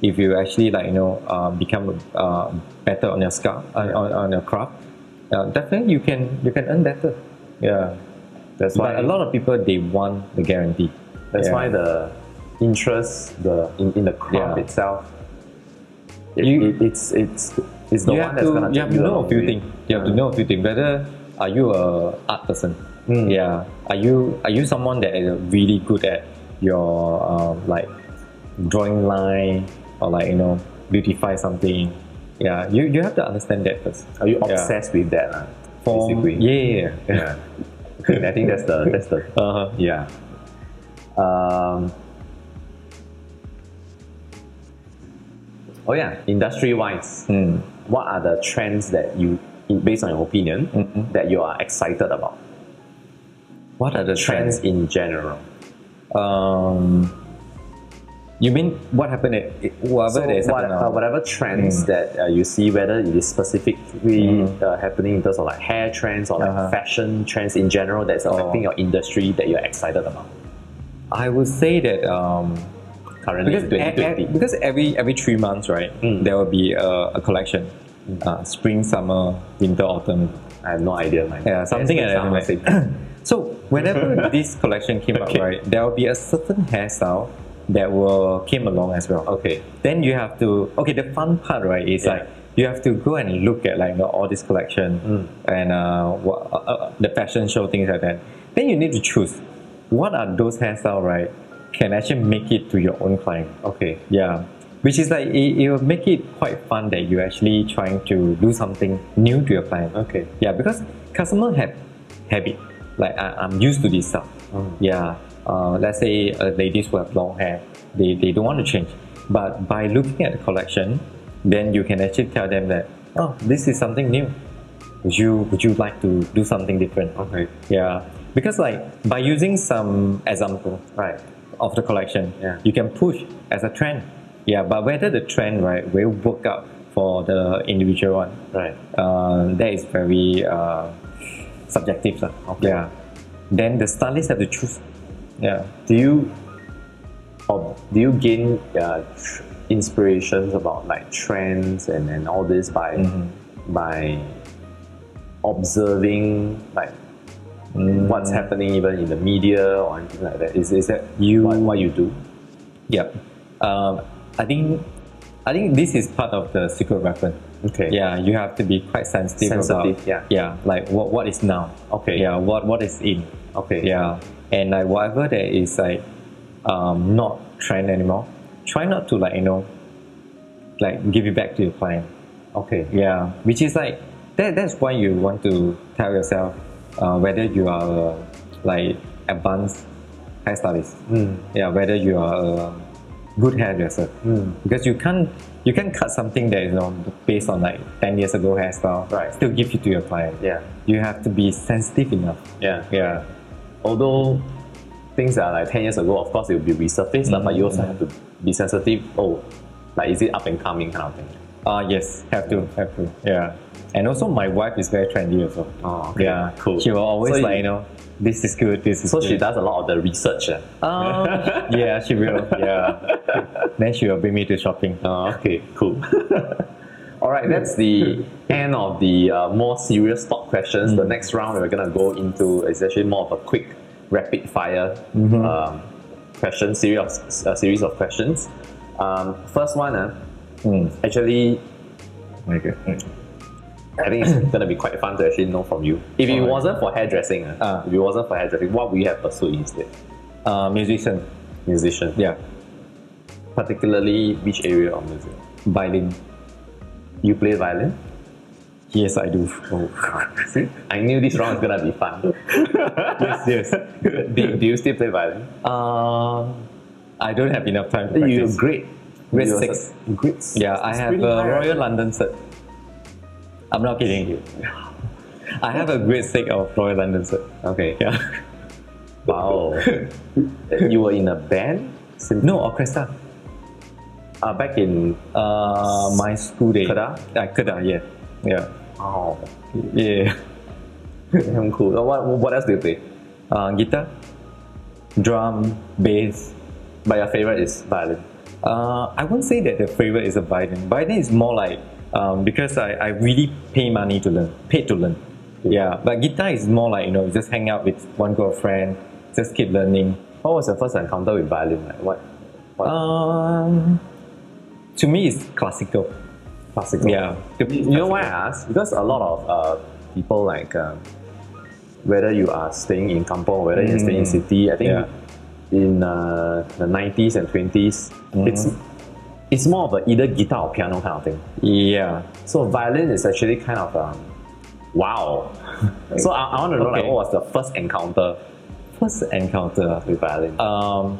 S1: if you actually like you know uh, become uh, better on your scar on, on, on your craft, uh, definitely you can you can earn better. Yeah,
S3: That's why
S1: but a lot of people they want the guarantee.
S3: That's
S1: Yeah.
S3: why the interest the in, in the craft
S1: Yeah.
S3: itself. It,
S1: You-
S3: it, it's it's it's the
S1: you
S3: one
S1: have
S3: that's
S1: to
S3: gonna
S1: you
S3: take
S1: have to
S3: the
S1: know a
S3: long
S1: few
S3: way.
S1: things. You have to know a few things. Whether are you a art person?
S3: Hmm.
S1: Yeah. Are you are you someone that is really good at your um, like drawing line or like you know beautify something? Yeah. You you have to understand that first.
S3: Are you
S1: Yeah.
S3: obsessed with that, lah?
S1: Form-
S3: Basically,
S1: Yeah. yeah, yeah.
S3: yeah. [laughs] Okay, I think that's the that's the
S1: Uh-huh.
S3: yeah. Um, oh yeah, industry wise,
S1: Mm.
S3: what are the trends that you, in- based on your opinion, that you are excited about?
S1: Mm-hmm. What are the trends?
S3: Trends in general.
S1: Um, you mean what happened? At, whatever
S3: So
S1: that is
S3: what,
S1: happening Mm.
S3: uh,
S1: now.
S3: whatever trends that uh, you see, whether it is specifically uh, happening in terms of like hair trends or like
S1: Mm-hmm. Uh-huh. Oh.
S3: fashion trends in general that's affecting your industry that you're excited about
S1: I would say that um,
S3: currently
S1: because,
S3: in
S1: e- e-
S3: 2020.
S1: because every every three months, right,
S3: Mm.
S1: there will be a, a collection, uh, spring, summer, winter, autumn,
S3: I have no idea, man.
S1: yeah, something like
S3: Yes,
S1: that.
S3: it's
S1: right?
S3: [coughs]
S1: so
S3: [laughs]
S1: whenever this collection came
S3: Okay.
S1: up, right, there will be a certain hairstyle that will came along as well.
S3: Okay.
S1: Then you have to okay. The fun part, right, is
S3: Yeah.
S1: like you have to go and look at like you know, all this collection
S3: Mm.
S1: and uh, what, uh, uh, the fashion show things like that. Then you need to choose what are those hairstyle right can actually make it to your own client.
S3: Okay.
S1: Yeah, which is like it, it will make it quite fun that you're actually trying to do something new to your client.
S3: Okay.
S1: Yeah, because customer have habit. Like I, I'm used to this stuff.
S3: Mm.
S1: Yeah. Uh, let's say uh, ladies who have long hair, they, they don't want to change. But by looking at the collection, then you can actually tell them that oh, this is something new. Would you would you like to do something different?
S3: Okay.
S1: Yeah, because like by using some example,
S3: Right.
S1: of the collection.
S3: Yeah.
S1: You can push as a trend. Yeah, but whether the trend right will work out for the individual one,
S3: Right.
S1: uh, that is very uh, subjective. lah.
S3: Okay.
S1: Yeah. Then the stylist have to choose. Yeah.
S3: Do you or Um, do you gain uh, tr- inspirations about like trends and, and all this by Mm-hmm. by observing like what's happening even in the media or anything like that? Is is that you what, what you do?
S1: Yeah. Um, I think I think this is part of the secret weapon.
S3: Okay.
S1: Yeah, you have to be quite sensitive,
S3: Sensitive,
S1: about
S3: yeah.
S1: yeah, like what what is now.
S3: Okay.
S1: Yeah, what what is in.
S3: Okay.
S1: Yeah, and like whatever that is like um, not trend anymore, try not to like you know like give it back to your client.
S3: Okay.
S1: Yeah, which is like that. That's why you want to tell yourself uh, whether you are uh, like advanced hairstylist.
S3: Mm.
S1: Yeah, whether you are a good hairdresser
S3: Mm.
S1: because you can't you can't cut something that is you know, based on like ten years ago hairstyle.
S3: Right.
S1: Still give it to your client.
S3: Yeah.
S1: You have to be sensitive enough.
S3: Yeah.
S1: Yeah.
S3: although things that are like 10 years ago, of course, it will be resurfaced, lah, but you also have to be sensitive. Oh, like is it up and coming kind of thing?
S1: Ah yes, have to, have to. Yeah. And also my wife is very trendy also.
S3: Oh, okay,
S1: Yeah.
S3: cool.
S1: She will always
S3: So
S1: like,
S3: you-
S1: you know, this is good, this is
S3: So
S1: good.
S3: she does a lot of the research. eh?
S1: Um, [laughs] yeah,
S3: [laughs] Ah,
S1: she will. Yeah. then she will bring me to shopping.
S3: Oh, okay, cool. [laughs] All right, that's the end of the uh, more serious talk questions.
S1: Mm.
S3: The next round we're gonna go into is actually more of a quick, rapid fire
S1: Mm-hmm.
S3: um, question series of uh, series of questions. Um, first one, uh,
S1: Mm.
S3: actually,
S1: Okay.
S3: I think
S1: [coughs]
S3: it's gonna be quite fun to actually know from you. If it wasn't for hairdressing, uh,
S1: Ah.
S3: if it wasn't for hairdressing, what would you have pursued instead?
S1: Uh, musician.
S3: Musician,
S1: Yeah.
S3: particularly which area of music?
S1: Violin.
S3: You play violin.
S1: Yes, I do.
S3: Oh, [laughs] See, I knew this round was gonna be
S1: [laughs]
S3: fun. [laughs]
S1: yes.
S3: do, do you still play violin?
S1: Um, I don't have enough time to
S3: You're
S1: practice.
S3: great.
S1: Grade
S3: You're
S1: six.
S3: a- Grade six.
S1: Yeah, I have
S3: pretty
S1: a
S3: high,
S1: Royal London cert. I'm not kidding you. [laughs] I have a great stake of Royal London cert.
S3: Okay.
S1: Yeah. [laughs]
S3: Wow. you were in a band since
S1: No, orchestra.
S3: uh, back in
S1: Uh, my school day.
S3: Kedah?
S1: Uh, Kedah, yeah. Yeah.
S3: oh,
S1: Yeah.
S3: damn cool. Uh, What, what else do you play?
S1: Uh, guitar, drum, bass.
S3: But your favorite is violin.
S1: Uh, I won't say that the favorite is a Biden. Biden is more like um, because I, I really pay money to learn, paid to learn. Yeah, but guitar is more like you know just hang out with one girlfriend, just keep learning.
S3: What was your first encounter with violin? Like what? What
S1: Um, to me, it's classical.
S3: classical?
S1: Yeah, to me, it's
S3: You know why
S1: classical.
S3: I ask? Because a lot of uh, people like um, whether you are staying in kampong, whether you're staying in city, I think
S1: Mm. Yeah.
S3: in uh, the nineties and 20s
S1: Mm-hmm.
S3: it's it's more of a either guitar or piano kind of thing.
S1: Yeah,
S3: So violin is actually kind of um, wow. [laughs] so I, I want to know like
S1: Okay.
S3: what was the first encounter
S1: first encounter.
S3: with violin?
S1: Um,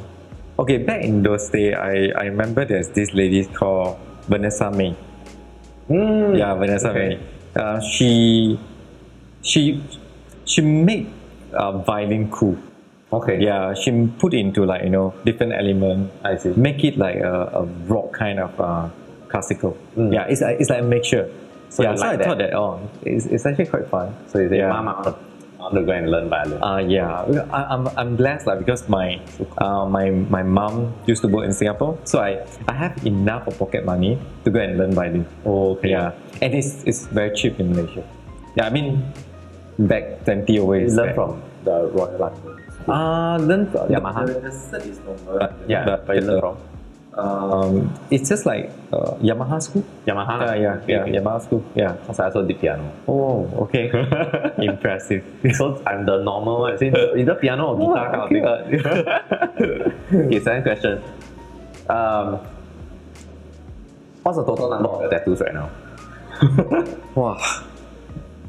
S1: okay, back in those days, I, I remember there's this lady called Vanessa May.
S3: Mm,
S1: Yeah, Vanessa Mae.
S3: okay.
S1: Uh, she she she made uh, violin cool.
S3: Okay.
S1: Yeah, she put into like you know different element,
S3: I see.
S1: make it like a, a rock kind of uh, classical. Yeah, it's like it's like a mixture.
S3: Hmm. So
S1: yeah,
S3: you
S1: so
S3: like
S1: I thought that oh, it's, it's actually quite fun.
S3: So you say,
S1: Yeah.
S3: Mom, I want to, I want to go and learn violin.
S1: Uh, yeah, I, I'm, I'm blessed like, because my uh, my my mom used to work in Singapore, so I, I have enough of pocket money to go and learn violin.
S3: Oh, okay.
S1: Yeah, and it's, it's very cheap in Malaysia. Yeah, I mean, back 20 away.
S3: You
S1: is
S3: learn
S1: back.
S3: from the Royal London.
S1: Uh, learn from
S3: Yamaha.
S6: The, the cert is from uh,
S3: Yeah,
S1: but-
S3: but you learn from
S1: Um, it's just like uh, Yamaha school.
S3: Yamaha.
S1: Uh, yeah,
S3: Okay,
S1: yeah,
S3: okay.
S1: Yamaha school. Yeah.
S3: Cause I also did piano.
S1: Oh,
S3: [laughs]
S1: okay. Impressive.
S3: So I'm the normal one.
S1: [laughs]
S3: See, either piano or guitar kind of thing.
S1: Oh,
S3: [laughs] okay, second question. Um, what's the total number of your tattoos right
S1: [laughs]
S3: now?
S1: Wow.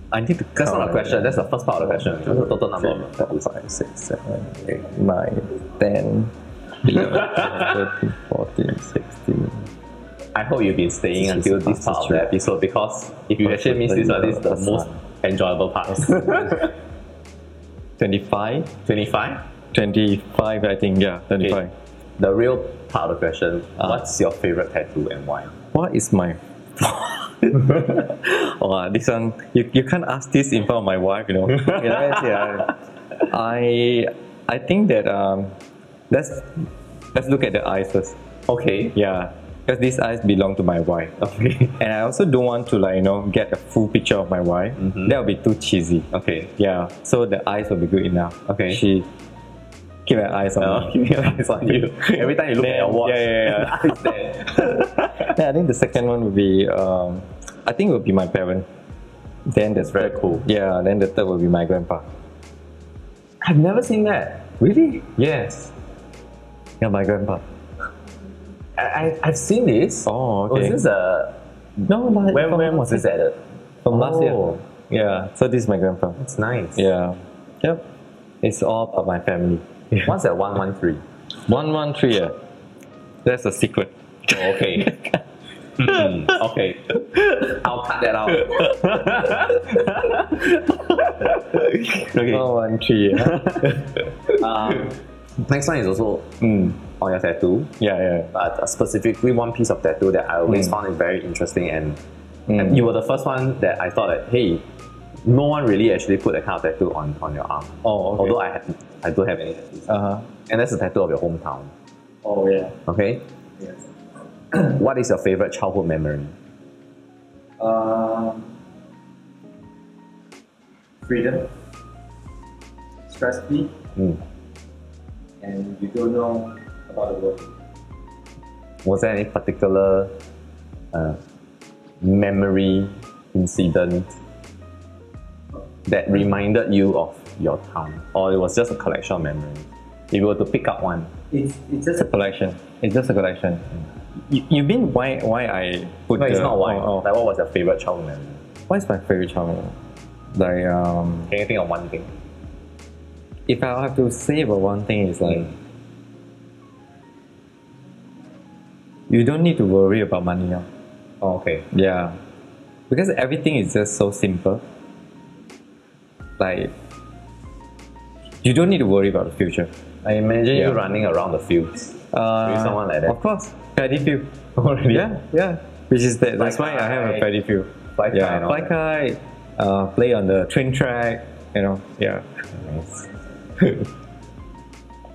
S1: I need to
S3: That's
S1: count.
S3: not a question. That's the first part of the question. What's the total number of your tattoos?
S1: Five, six, seven, eight, nine, ten, eleven,
S3: [laughs]
S1: twelve, thirteen, fourteen, sixteen.
S3: I hope you've been
S1: This
S3: staying
S1: is
S3: until
S1: the
S3: this part of
S1: fastest
S3: the
S1: route.
S3: episode because if you actually miss this one, this is the
S1: That's
S3: most enjoyable part. [laughs]
S1: 25?
S3: 25.
S1: 25, I think, yeah, 25.
S3: Okay. The real part of the question. What's your favorite tattoo and why?
S1: What is my. [laughs] oh, this one, you, you can't ask this in front of my wife, you
S3: [laughs]
S1: know. Okay, let's see, I- I, I think that um, let's, let's look at the eyes first.
S3: Okay.
S1: Yeah, because these eyes belong to my wife.
S3: Okay.
S1: And I also don't want to, like, you know, get a full picture of my wife.
S3: Mm-hmm.
S1: That would be too cheesy.
S3: Okay.
S1: Yeah, so the eyes will be good enough.
S3: Okay.
S1: She [laughs] keep an eyes on
S3: Uh,
S1: me.
S3: it's on you. [laughs] Every time you look at your
S1: Then-
S3: watch,
S1: Yeah, yeah,
S3: [laughs] it's there.
S1: yeah. [laughs] then I think the second one would be, um, I think it would be my parent. Then that's
S3: Very cool.
S1: Yeah, then the third would be my grandpa.
S3: I've never seen that.
S1: Really?
S3: Yes.
S1: Yeah, my grandpa.
S3: I, I, I've seen this.
S1: Oh,
S3: Was
S1: okay.
S3: this a.
S1: No, like,
S3: When,
S1: from-
S3: when was this added?
S1: From last
S3: Oh.
S1: year. Yeah, so this is my grandpa.
S3: It's nice.
S1: Yeah. Yep. It's all about my family. [laughs]
S3: What's that 113?
S1: 113, yeah. That's a secret.
S3: Oh, okay. [laughs] Mm, okay. I'll cut that [laughs] out.
S1: 113,
S3: Um,
S1: [laughs] yeah.
S3: Next one is also
S1: mm.
S3: on your tattoo,
S1: Yeah, yeah.
S3: but specifically one piece of tattoo that I always found is very interesting and,
S1: Mm.
S3: and you were the first one that I thought that, hey, no one really actually put that kind of tattoo on, on your arm.
S1: Oh, okay.
S3: Although I, have, I don't have any tattoos.
S1: Uh-huh.
S3: and that's a tattoo of your hometown.
S6: Oh yeah.
S3: Okay.
S6: Yes.
S3: [clears throat] What is your favorite childhood memory?
S6: Um, freedom, stress free,
S3: Mm.
S6: and you don't know about the world.
S3: Was there any particular uh, memory incident that reminded you of your time, or it was just a collection of memories? If you were to pick up one,
S6: It's it's just
S1: It's a collection. It's just a collection. You, you mean why why I put
S3: no, it's
S1: the-
S3: not one.
S1: Oh, oh.
S3: Like, what was your favorite childhood memory?
S1: What's my favorite channel? Like um,
S3: Can you think of one thing?
S1: if I have to say about one thing, it's like you don't need to worry about money now.
S3: Oh, okay.
S1: Yeah, because everything is just so simple. Like you don't need to worry about the future.
S3: I imagine you
S1: Yeah.
S3: running around the fields.
S1: Uh,
S3: With someone like that?
S1: Of course, paddy
S3: [laughs]
S1: field. Yeah, yeah. Which is that? That's why I have a
S3: kite.
S1: paddy field.
S3: Fly kite
S1: yeah,
S3: and all
S1: fly
S3: that.
S1: kite. Uh, play on the train track. You know. Yeah.
S3: [laughs]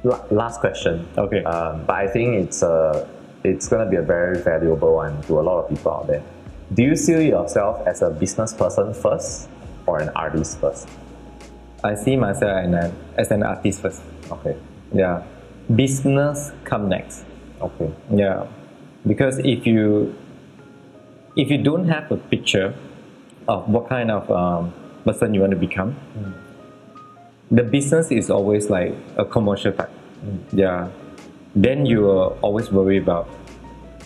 S3: La- last question.
S1: Okay.
S3: Um, but I think it's a, it's gonna be a very valuable one to a lot of people out there. Do you see yourself as a business person first or an artist first?
S1: I see myself and an, as an artist first.
S3: Okay.
S1: Yeah. Business come next.
S3: Okay.
S1: Yeah. Because if you if you don't have a picture of what kind of um, person you want to become, the business is always like a commercial type. Yeah. Then you will always worry about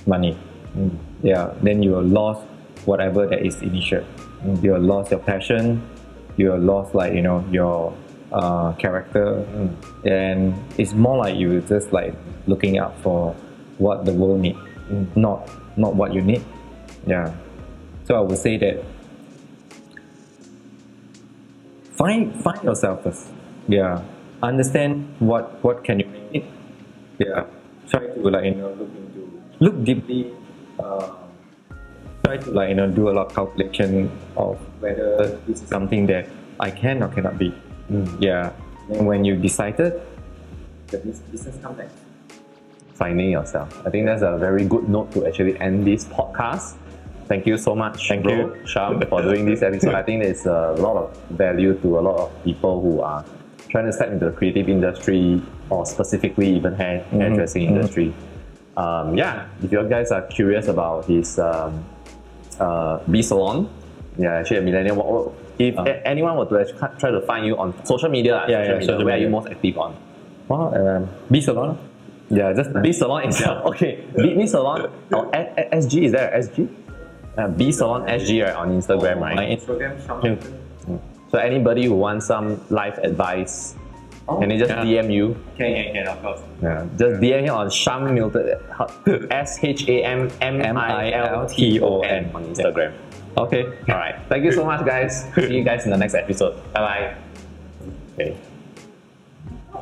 S1: money. Mm. Yeah. Then you will lose whatever that is initial. You will lose your passion. You will lose like you know your uh, character, and it's more like you just like looking out for what the world need, not not what you need. Yeah. So I would say that find find yourself first. Yeah. Understand what what can you make it. Yeah. Try to like you know look into look deeply. Uh, try to like you know do a lot of calculation of whether this is something that I can or cannot be. Yeah. And when you decided,
S6: the bus- business come next.
S3: Finding yourself. I think that's a very good note to actually end this podcast. Thank you so much,
S1: Thank
S3: bro,
S1: you.
S3: Sham, for doing this episode. I think there's a lot of value to a lot of people who are trying to step into the creative industry or specifically even hair
S1: Mm-hmm.
S3: hairdressing industry. Um, yeah, if you guys are curious about his um, uh, B Salon. Yeah, actually, a millennial. What, what- if a- anyone were to actually ca- try to find you on social media, lah,
S1: Uh. Yeah, yeah,
S3: social media,
S1: social
S3: where are you
S1: media.
S3: most active on?
S1: wow, um, be salon. Yeah, just
S3: B Salon itself. [laughs] Okay, B, B Salon or S- S- SG, is there a SG? Uh, B Salon SG right, on Instagram, right? Hmm.
S6: Instagram Sham
S1: Yeah.
S6: Hilton.
S3: So anybody who wants some life advice, can they just DM you?
S6: Can can can of course.
S3: Yeah. Just DM him on Sham Milton, [laughs] S H A M M I L T O N on Instagram.
S1: Okay.
S3: [laughs] All right. Thank you so much, guys. See you guys in the next episode. Bye bye. Okay.